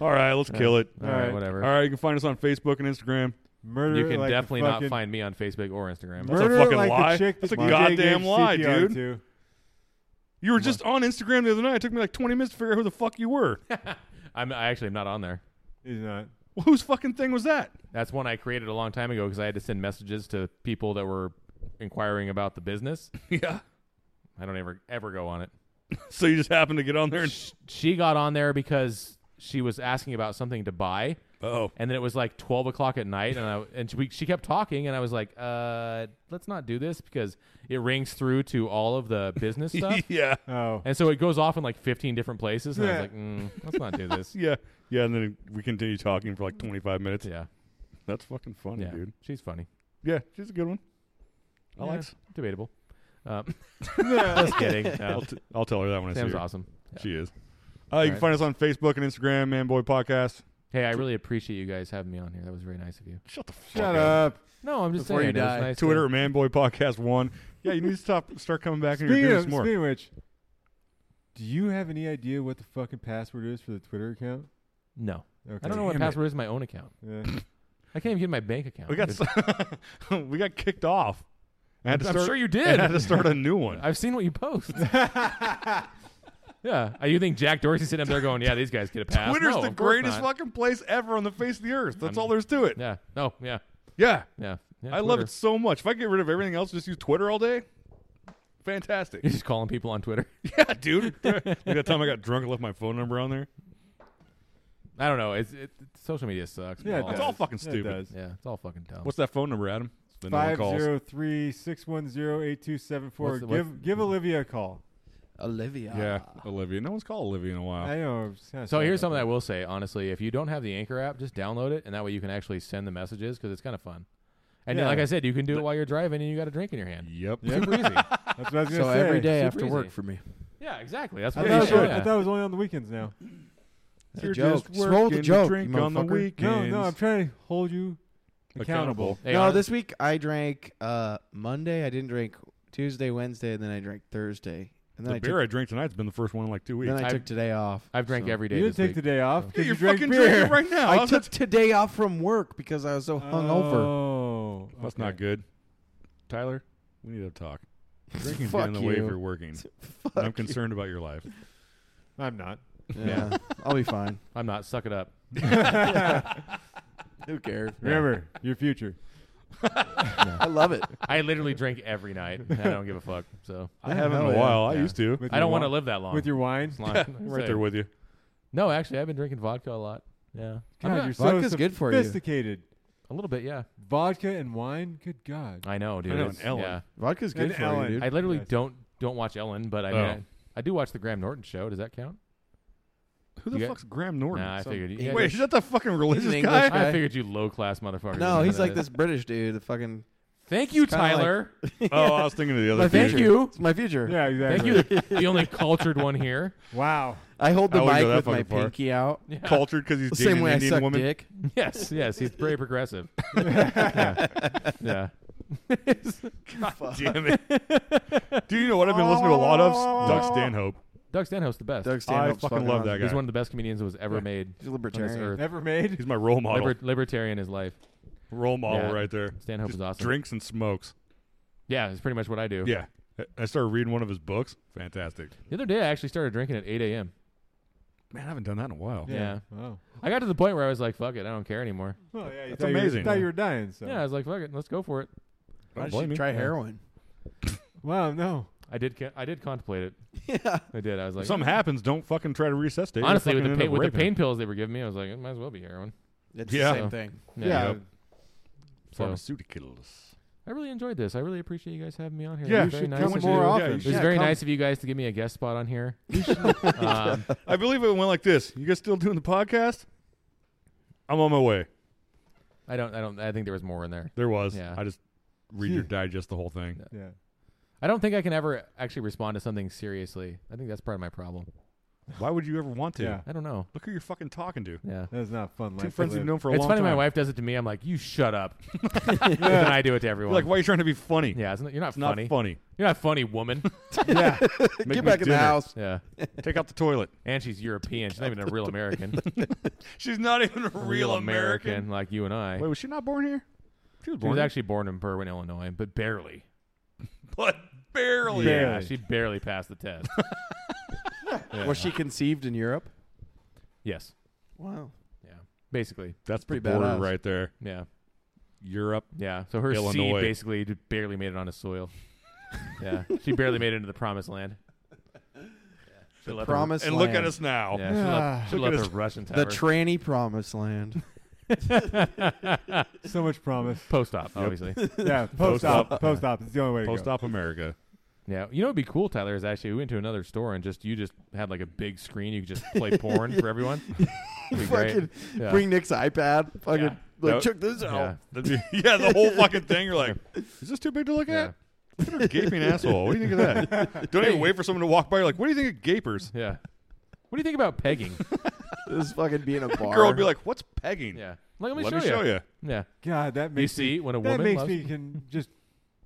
S5: All right, let's kill it.
S1: All right,
S6: right.
S1: whatever.
S5: All right, you can find us on Facebook and Instagram.
S6: murder
S1: You can
S6: like the
S1: definitely not
S6: fucking-
S1: find me on Facebook or Instagram.
S5: That's a
S6: murder
S5: fucking
S6: like the
S5: lie.
S6: chick
S5: That's
S6: that
S5: a
S6: DJ
S5: goddamn
S6: gave
S5: lie,
S6: CPR
S5: dude.
S6: to.
S5: You were just on Instagram the other night. It took me like twenty minutes to figure out who the fuck you were.
S1: I'm I actually am not on there.
S6: He's not.
S5: well, whose fucking thing was that?
S1: That's one I created a long time ago because I had to send messages to people that were inquiring about the business.
S5: yeah.
S1: I don't ever ever go on it.
S5: So you just happened to get on there and
S1: Sh- She got on there because she was asking about something to buy.
S5: oh,
S1: And then it was like twelve o'clock at night, and I and she, we, she kept talking, and I was like, uh, "Let's not do this because it rings through to all of the business stuff."
S5: yeah,
S6: Oh.
S1: And so it goes off in like 15 different places. And I was
S6: Yeah.
S1: like, mm, let's not do this.
S5: yeah, yeah. And then we continue talking for like twenty five minutes.
S1: yeah.
S5: That's fucking funny,
S1: Yeah.
S5: dude.
S1: She's funny.
S5: Yeah, she's a good one. I
S1: Yeah,
S5: like.
S1: Debatable. Um, just kidding. No,
S5: I'll, t- I'll tell her that when I see
S1: Sam's
S5: her.
S1: awesome. Yeah.
S5: She is. Uh, you
S1: right.
S5: can find us on Facebook and Instagram, Manboy Podcast.
S1: Hey, I really appreciate you guys having me on here. That was very nice of you.
S5: Shut the fuck
S6: Shut
S5: up.
S6: up.
S1: No, I'm just
S4: Before
S1: saying.
S4: you
S1: it was
S4: die.
S1: nice to-
S5: Twitter, Manboy Podcast One. Yeah, you need to stop, start coming back and you're
S6: Speaking
S5: doing
S6: of,
S5: this more.
S6: speaking of which, do you have any idea what the fucking password is for the Twitter account?
S1: No,
S6: Okay.
S1: I don't know what
S5: Damn it.
S1: password is in my own account.
S6: Yeah.
S1: I can't even get in my bank account.
S5: we got s- we got kicked off. I had to
S1: I'm
S5: start,
S1: sure you
S5: I
S1: did.
S5: had to start a new one.
S1: I've seen what you post. yeah, Uh, you think Jack Dorsey sitting up there going, "Yeah, these guys get a pass."
S5: Twitter's
S1: No,
S5: the
S1: of course
S5: greatest
S1: not.
S5: fucking place ever on the face of the earth. That's
S1: I'm-
S5: all there's to it.
S1: Yeah. No. Yeah.
S5: Yeah.
S1: Yeah. yeah,
S5: I love
S1: Twitter.
S5: it so much. If I get rid of everything else, just use Twitter all day. Fantastic.
S1: You're just calling people on Twitter.
S5: yeah, dude. like that time I got drunk and left my phone number on there.
S1: I don't know. It's it, it- social media sucks.
S6: Yeah, it
S5: It's
S6: does.
S5: all fucking
S6: Yeah, it
S5: stupid.
S6: does.
S1: Yeah, it's all fucking dumb.
S5: What's that phone number, Adam? That no one
S6: Five
S5: calls.
S6: zero three six one zero eight two seven four.
S1: What's the- what's-
S6: Give give Olivia a call.
S4: Olivia.
S5: Yeah, Olivia. No one's called Olivia in a while.
S6: I know. I'm
S1: so here's something I will say honestly: if you don't have the Anchor app, just download it, and that way you can actually send the messages because it's kind of fun. And
S6: Yeah.
S1: like I said, you can do it while you're driving and you got a drink in your hand.
S5: yep.
S1: Super easy.
S6: That's what I was gonna
S4: So
S6: say.
S4: every day
S1: Super
S4: after
S1: easy.
S4: work for me.
S1: Yeah, exactly. That's
S6: I
S1: what
S6: thought,
S1: you
S6: it was,
S1: should.
S6: I thought it was only on the weekends now.
S4: It's a joke. Just roll the joke,
S5: drink
S4: you
S5: on the
S4: motherfucker.
S6: No,
S5: weekends.
S6: no, I'm trying to hold you
S5: Accountable.
S6: accountable.
S1: Hey,
S4: no,
S1: hon-
S4: this week I drank uh, Monday. I didn't drink Tuesday, Wednesday, and then I drank Thursday. And then
S5: the
S4: I
S5: beer
S4: took,
S5: I drank tonight's been the first one in like two weeks.
S4: then I
S1: I've-
S4: took today off.
S1: I've drank every day.
S6: You didn't
S1: this week.
S6: take the day off
S5: Yeah,
S6: because
S5: you're
S6: you drank
S5: fucking
S6: beer.
S5: drinking right now.
S4: I
S5: How's
S4: took
S5: that-
S4: today off from work because I was so hungover.
S6: Oh,
S5: That's
S6: okay.
S5: not good. Tyler, we need to talk. Drinking's
S4: Fuck
S5: getting in the way
S4: you.
S5: of your working.
S4: Fuck
S5: I'm concerned about your life.
S6: I'm not.
S4: you. Yeah, I'll be fine.
S1: I'm not. Suck it up.
S4: Who cares?
S6: Remember your future.
S4: I love it.
S1: I literally drink every night. and I don't give a fuck. So
S5: I haven't in
S4: hell
S5: a
S4: yeah.
S5: while. I
S1: Yeah.
S5: used to.
S6: With
S1: I
S6: your
S1: don't want to
S6: wi-
S1: live that long.
S4: Um,
S6: with your wine.
S1: It's long.
S5: right
S1: So-
S5: there with you.
S1: No, actually, I've been drinking vodka a lot. Yeah, I'm
S6: God,
S1: not-
S6: you're so
S4: Vodka's good for you.
S6: sophisticated.
S1: a little bit. Yeah,
S6: Vodka and wine. Good God.
S1: I know, dude.
S5: know,
S1: It's-
S5: and Ellen.
S1: Yeah,
S4: Vodka's Uh, good
S6: And
S4: for
S6: Ellen.
S4: you, dude.
S1: I literally
S6: Yes.
S1: don't don't watch Ellen, but I mean,
S5: Oh.
S1: I, I do watch the Graham Norton show. Does that count?
S5: Who the
S1: You got-
S5: fuck's Graham Norton?
S1: Nah, I
S5: Some-
S1: figured. Yeah,
S5: Wait, is that the fucking religious
S4: English
S5: guy?
S4: guy.
S1: I figured you low class motherfucker.
S4: no, he's like this British dude. The fucking
S1: Thank you,
S4: It's kinda like-
S1: Tyler.
S5: Oh, I was thinking of the
S4: My
S5: other.
S1: Thank
S5: dude.
S4: future.
S1: you.
S4: It's my future.
S6: Yeah,
S1: Thank
S6: exactly.
S1: you. The only cultured one here.
S6: Wow.
S4: I hold the
S5: I wouldn't
S4: mic
S5: go that
S4: with my
S5: fucking far.
S4: pinky out.
S1: Yeah.
S5: Cultured because he's
S4: The
S5: dating
S4: same way
S5: an
S4: I
S5: Indian
S4: suck
S5: woman.
S4: dick.
S1: Yes, yes, he's very progressive. yeah. yeah.
S5: Damn it. Do you know what I've been listening to a lot of? Doug Stanhope.
S1: Doug Stanhope's the best.
S4: Doug
S5: I
S4: Stanhope's
S5: fucking love that
S4: awesome.
S5: guy.
S1: He's one of the best comedians that was ever made.
S4: He's a libertarian.
S1: On this earth.
S6: Never made.
S5: He's my role model.
S1: Liber- libertarian is life.
S5: role model
S1: Yeah.
S5: right there.
S1: Stanhope
S5: Just
S1: is awesome.
S5: Drinks and smokes.
S1: Yeah, it's pretty much what I do.
S5: Yeah. I- I started reading one of his books. Fantastic.
S1: The other day, I actually started drinking at 8 a.m.
S5: Man, I haven't done that in a while.
S1: Yeah.
S6: Wow.
S1: I got to the point where I was like, fuck it, I don't care anymore.
S6: Oh. Well, yeah, you
S5: That's
S6: thought you were-
S5: amazing.
S6: thought you were dying. So.
S1: Yeah, I was like, fuck it, let's go for it.
S4: Why
S5: Don't
S4: don't
S5: blame
S4: you
S5: me.
S4: try heroin?
S6: Wow. No.
S1: I did, ca- I did contemplate it.
S4: Yeah.
S1: I did. I was
S5: If
S1: like,
S5: something happens, don't fucking try to resuscitate. You'll
S1: honestly, with
S5: fucking
S1: the
S5: end
S1: pain,
S5: up
S1: with the
S5: raping.
S1: pain pills they were giving me, I was like, it might as well be heroin.
S4: It's
S5: Yeah.
S4: the same thing.
S6: Yeah.
S5: Yep.
S1: So
S5: Pharmaceuticals.
S1: I really enjoyed this. I really appreciate you guys having me on here.
S5: Yeah.
S1: it was very
S5: You should
S1: nice.
S5: come
S1: of you.
S5: more
S1: it
S5: often.
S1: was very nice of you guys to give me a guest spot on here. um,
S5: I believe it went like this. You guys still doing the podcast? I'm on my way.
S1: I don't, I don't, I think there was more in there.
S5: There was.
S1: Yeah.
S5: I just read or digest the whole thing.
S6: Yeah.
S1: I don't think I can ever actually respond to something seriously. I think that's part of my problem.
S5: Why would you ever want to?
S6: Yeah.
S1: I don't know.
S5: Look who you're fucking talking to.
S1: Yeah.
S6: That was not a fun. life
S5: Two
S6: to
S5: friends you've
S6: live.
S5: known for a
S1: it's
S5: long
S1: funny
S5: time.
S1: my wife does it to me. I'm like, you shut up. and then I do it to
S5: You're
S1: everyone.
S5: like, why are you trying to be funny?
S1: yeah, isn't it? you're not
S5: It's not
S1: funny.
S5: funny.
S1: You're not funny, woman.
S6: Yeah.
S5: Make
S4: Get
S5: me
S4: back in the
S5: dinner.
S4: house.
S1: yeah.
S5: Take out the toilet.
S1: And she's European. She's not even a real American.
S5: She's not even a real, American.
S1: like you and I.
S5: Wait, was she not born here? She was
S1: she
S5: born
S1: was
S5: here,
S1: actually born in Berwyn, Illinois, but barely.
S5: but Oh, barely.
S1: Yeah,
S6: Barely.
S1: she barely passed the test.
S4: Was she conceived in Europe?
S1: yes.
S4: Wow.
S1: Yeah. Basically.
S5: That's
S4: Pretty
S5: pretty border
S4: badass.
S5: right there.
S1: Yeah.
S5: Europe.
S1: Yeah. So her seed
S5: Illinois.
S1: basically d- barely made it on a soil. yeah. She barely made it into the promised land. She left her-
S4: Promised
S5: And look
S4: land.
S5: at us now.
S1: Yeah, she left, she
S5: Look at
S1: left
S5: us.
S1: her Russian tower.
S4: The tranny promised land.
S6: So much promise.
S1: Post op, obviously.
S6: Yeah. Post
S5: op.
S6: op. Post op. It's the only way.
S5: Post
S6: to go.
S5: op America.
S1: Yeah, you know, it'd be cool, Tyler. Is actually we went to another store and just you just had like a big screen. You could just play porn for everyone. It'd be great.
S4: fucking
S1: Yeah.
S4: bring Nick's iPad. Fucking
S1: Yeah.
S4: like
S5: That-
S4: check this out.
S1: Yeah.
S5: That'd be- yeah, the whole fucking thing. You're like, is this too big to look
S1: Yeah.
S5: at? Look at her gaping asshole. What do you think of that? Don't even wait for someone to walk by. You're like, what do you think of gapers?
S1: yeah. What do you think about pegging?
S4: This fucking being a bar.
S5: Girl would be like, "What's pegging?"
S1: yeah. Like,
S5: Let me show you.
S1: Yeah.
S6: God, that
S1: You
S6: makes me,
S1: see, when a
S6: that
S1: woman
S6: makes
S1: loves
S6: me can just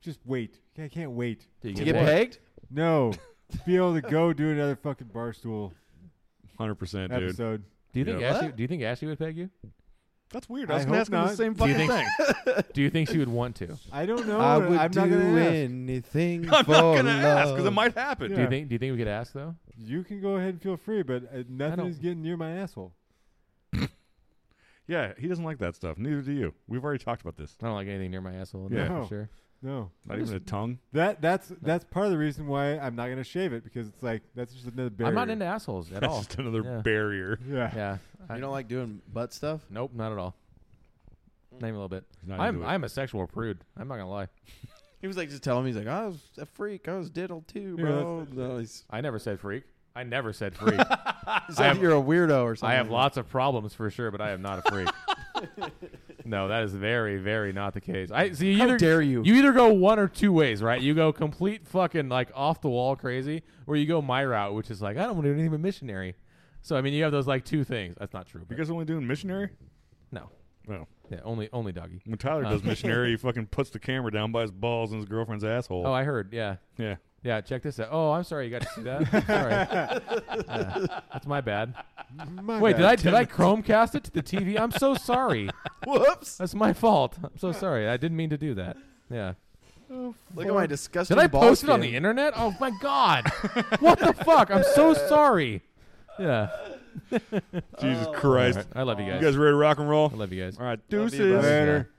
S6: just wait. I can't wait.
S1: Do you
S4: to get pegged?
S6: No, to be able to go do another fucking barstool
S5: Hundred percent, dude.
S6: episode.
S1: Do you think
S5: Yeah.
S1: Ashley? Do you think Ashley would peg you?
S5: That's weird.
S6: I
S5: I was gonna
S6: hope
S5: ask
S6: not.
S5: him the same
S1: Do you
S5: fucking
S1: think?
S5: thing.
S1: do you think she would want to?
S6: I don't know.
S4: I would
S6: I'm
S4: do
S6: not gonna ask.
S4: anything
S5: I'm not
S4: for
S5: gonna
S4: love.
S5: ask because it might happen.
S1: Do you
S6: Yeah.
S1: think? Do you think we could ask though?
S6: You can go ahead and feel free, but uh, nothing
S1: don't-
S6: is getting near my asshole.
S5: Yeah, he doesn't like that stuff. Neither do you. We've already talked about this.
S1: I don't like anything near my asshole.
S5: Yeah.
S1: Yeah,
S6: No.
S1: for sure.
S6: No,
S5: Not even a tongue.
S1: Oh,
S6: that that's that's part of the reason why I'm not gonna shave it because it's like that's just another barrier.
S1: I'm not into assholes at
S5: That's
S1: all.
S5: just another
S1: Yeah.
S5: barrier.
S6: Yeah.
S1: Yeah. I-
S4: You don't like doing butt stuff?
S1: Nope, not at all. Not even a little bit.
S5: not
S1: I'm
S5: into it.
S1: I'm a sexual prude. I'm not gonna lie.
S4: He was like just telling me, he's like, I was a freak. I was diddle too,
S6: Yeah,
S4: bro. no, he's,
S1: I never said freak. I never said freak.
S4: he's
S1: I
S4: like,
S1: have-
S4: you're a weirdo or something.
S1: I have lots of problems for sure, but I am not a freak. no, that is very, very not the case. I see. You
S4: How
S1: either,
S4: dare you.
S1: You either go one or two ways, right? You go complete fucking like off the wall crazy, or you go my route, which is like I don't want to do anything but missionary. So I mean, you have those like two things. That's not true.
S5: You
S1: But
S5: guys only doing missionary?
S1: no,
S5: No.
S1: yeah, only only doggy.
S5: When Tyler
S1: Uh.
S5: does missionary, he fucking puts the camera down by his balls and his girlfriend's asshole.
S1: Oh, I heard. Yeah,
S5: yeah.
S1: yeah. Check this out. Oh, I'm sorry. You got to see that. sorry. Yeah, that's my bad.
S6: My
S1: Wait,
S6: bad.
S1: did I did I Chromecast it to the TV? I'm so sorry.
S4: Whoops!
S1: That's my fault. I'm so sorry. I didn't mean to do that. Yeah.
S4: Look at my disgusting.
S1: Did I
S4: ball
S1: post it on
S4: skin.
S1: the internet? Oh my god. what the fuck? I'm so sorry. Yeah.
S5: Jesus Christ.
S1: I love you
S5: You
S1: guys.
S5: guys ready to rock and roll?
S1: I love Oh. you guys.
S5: All right,
S4: Love you,
S5: deuces.
S4: brother.
S6: Later.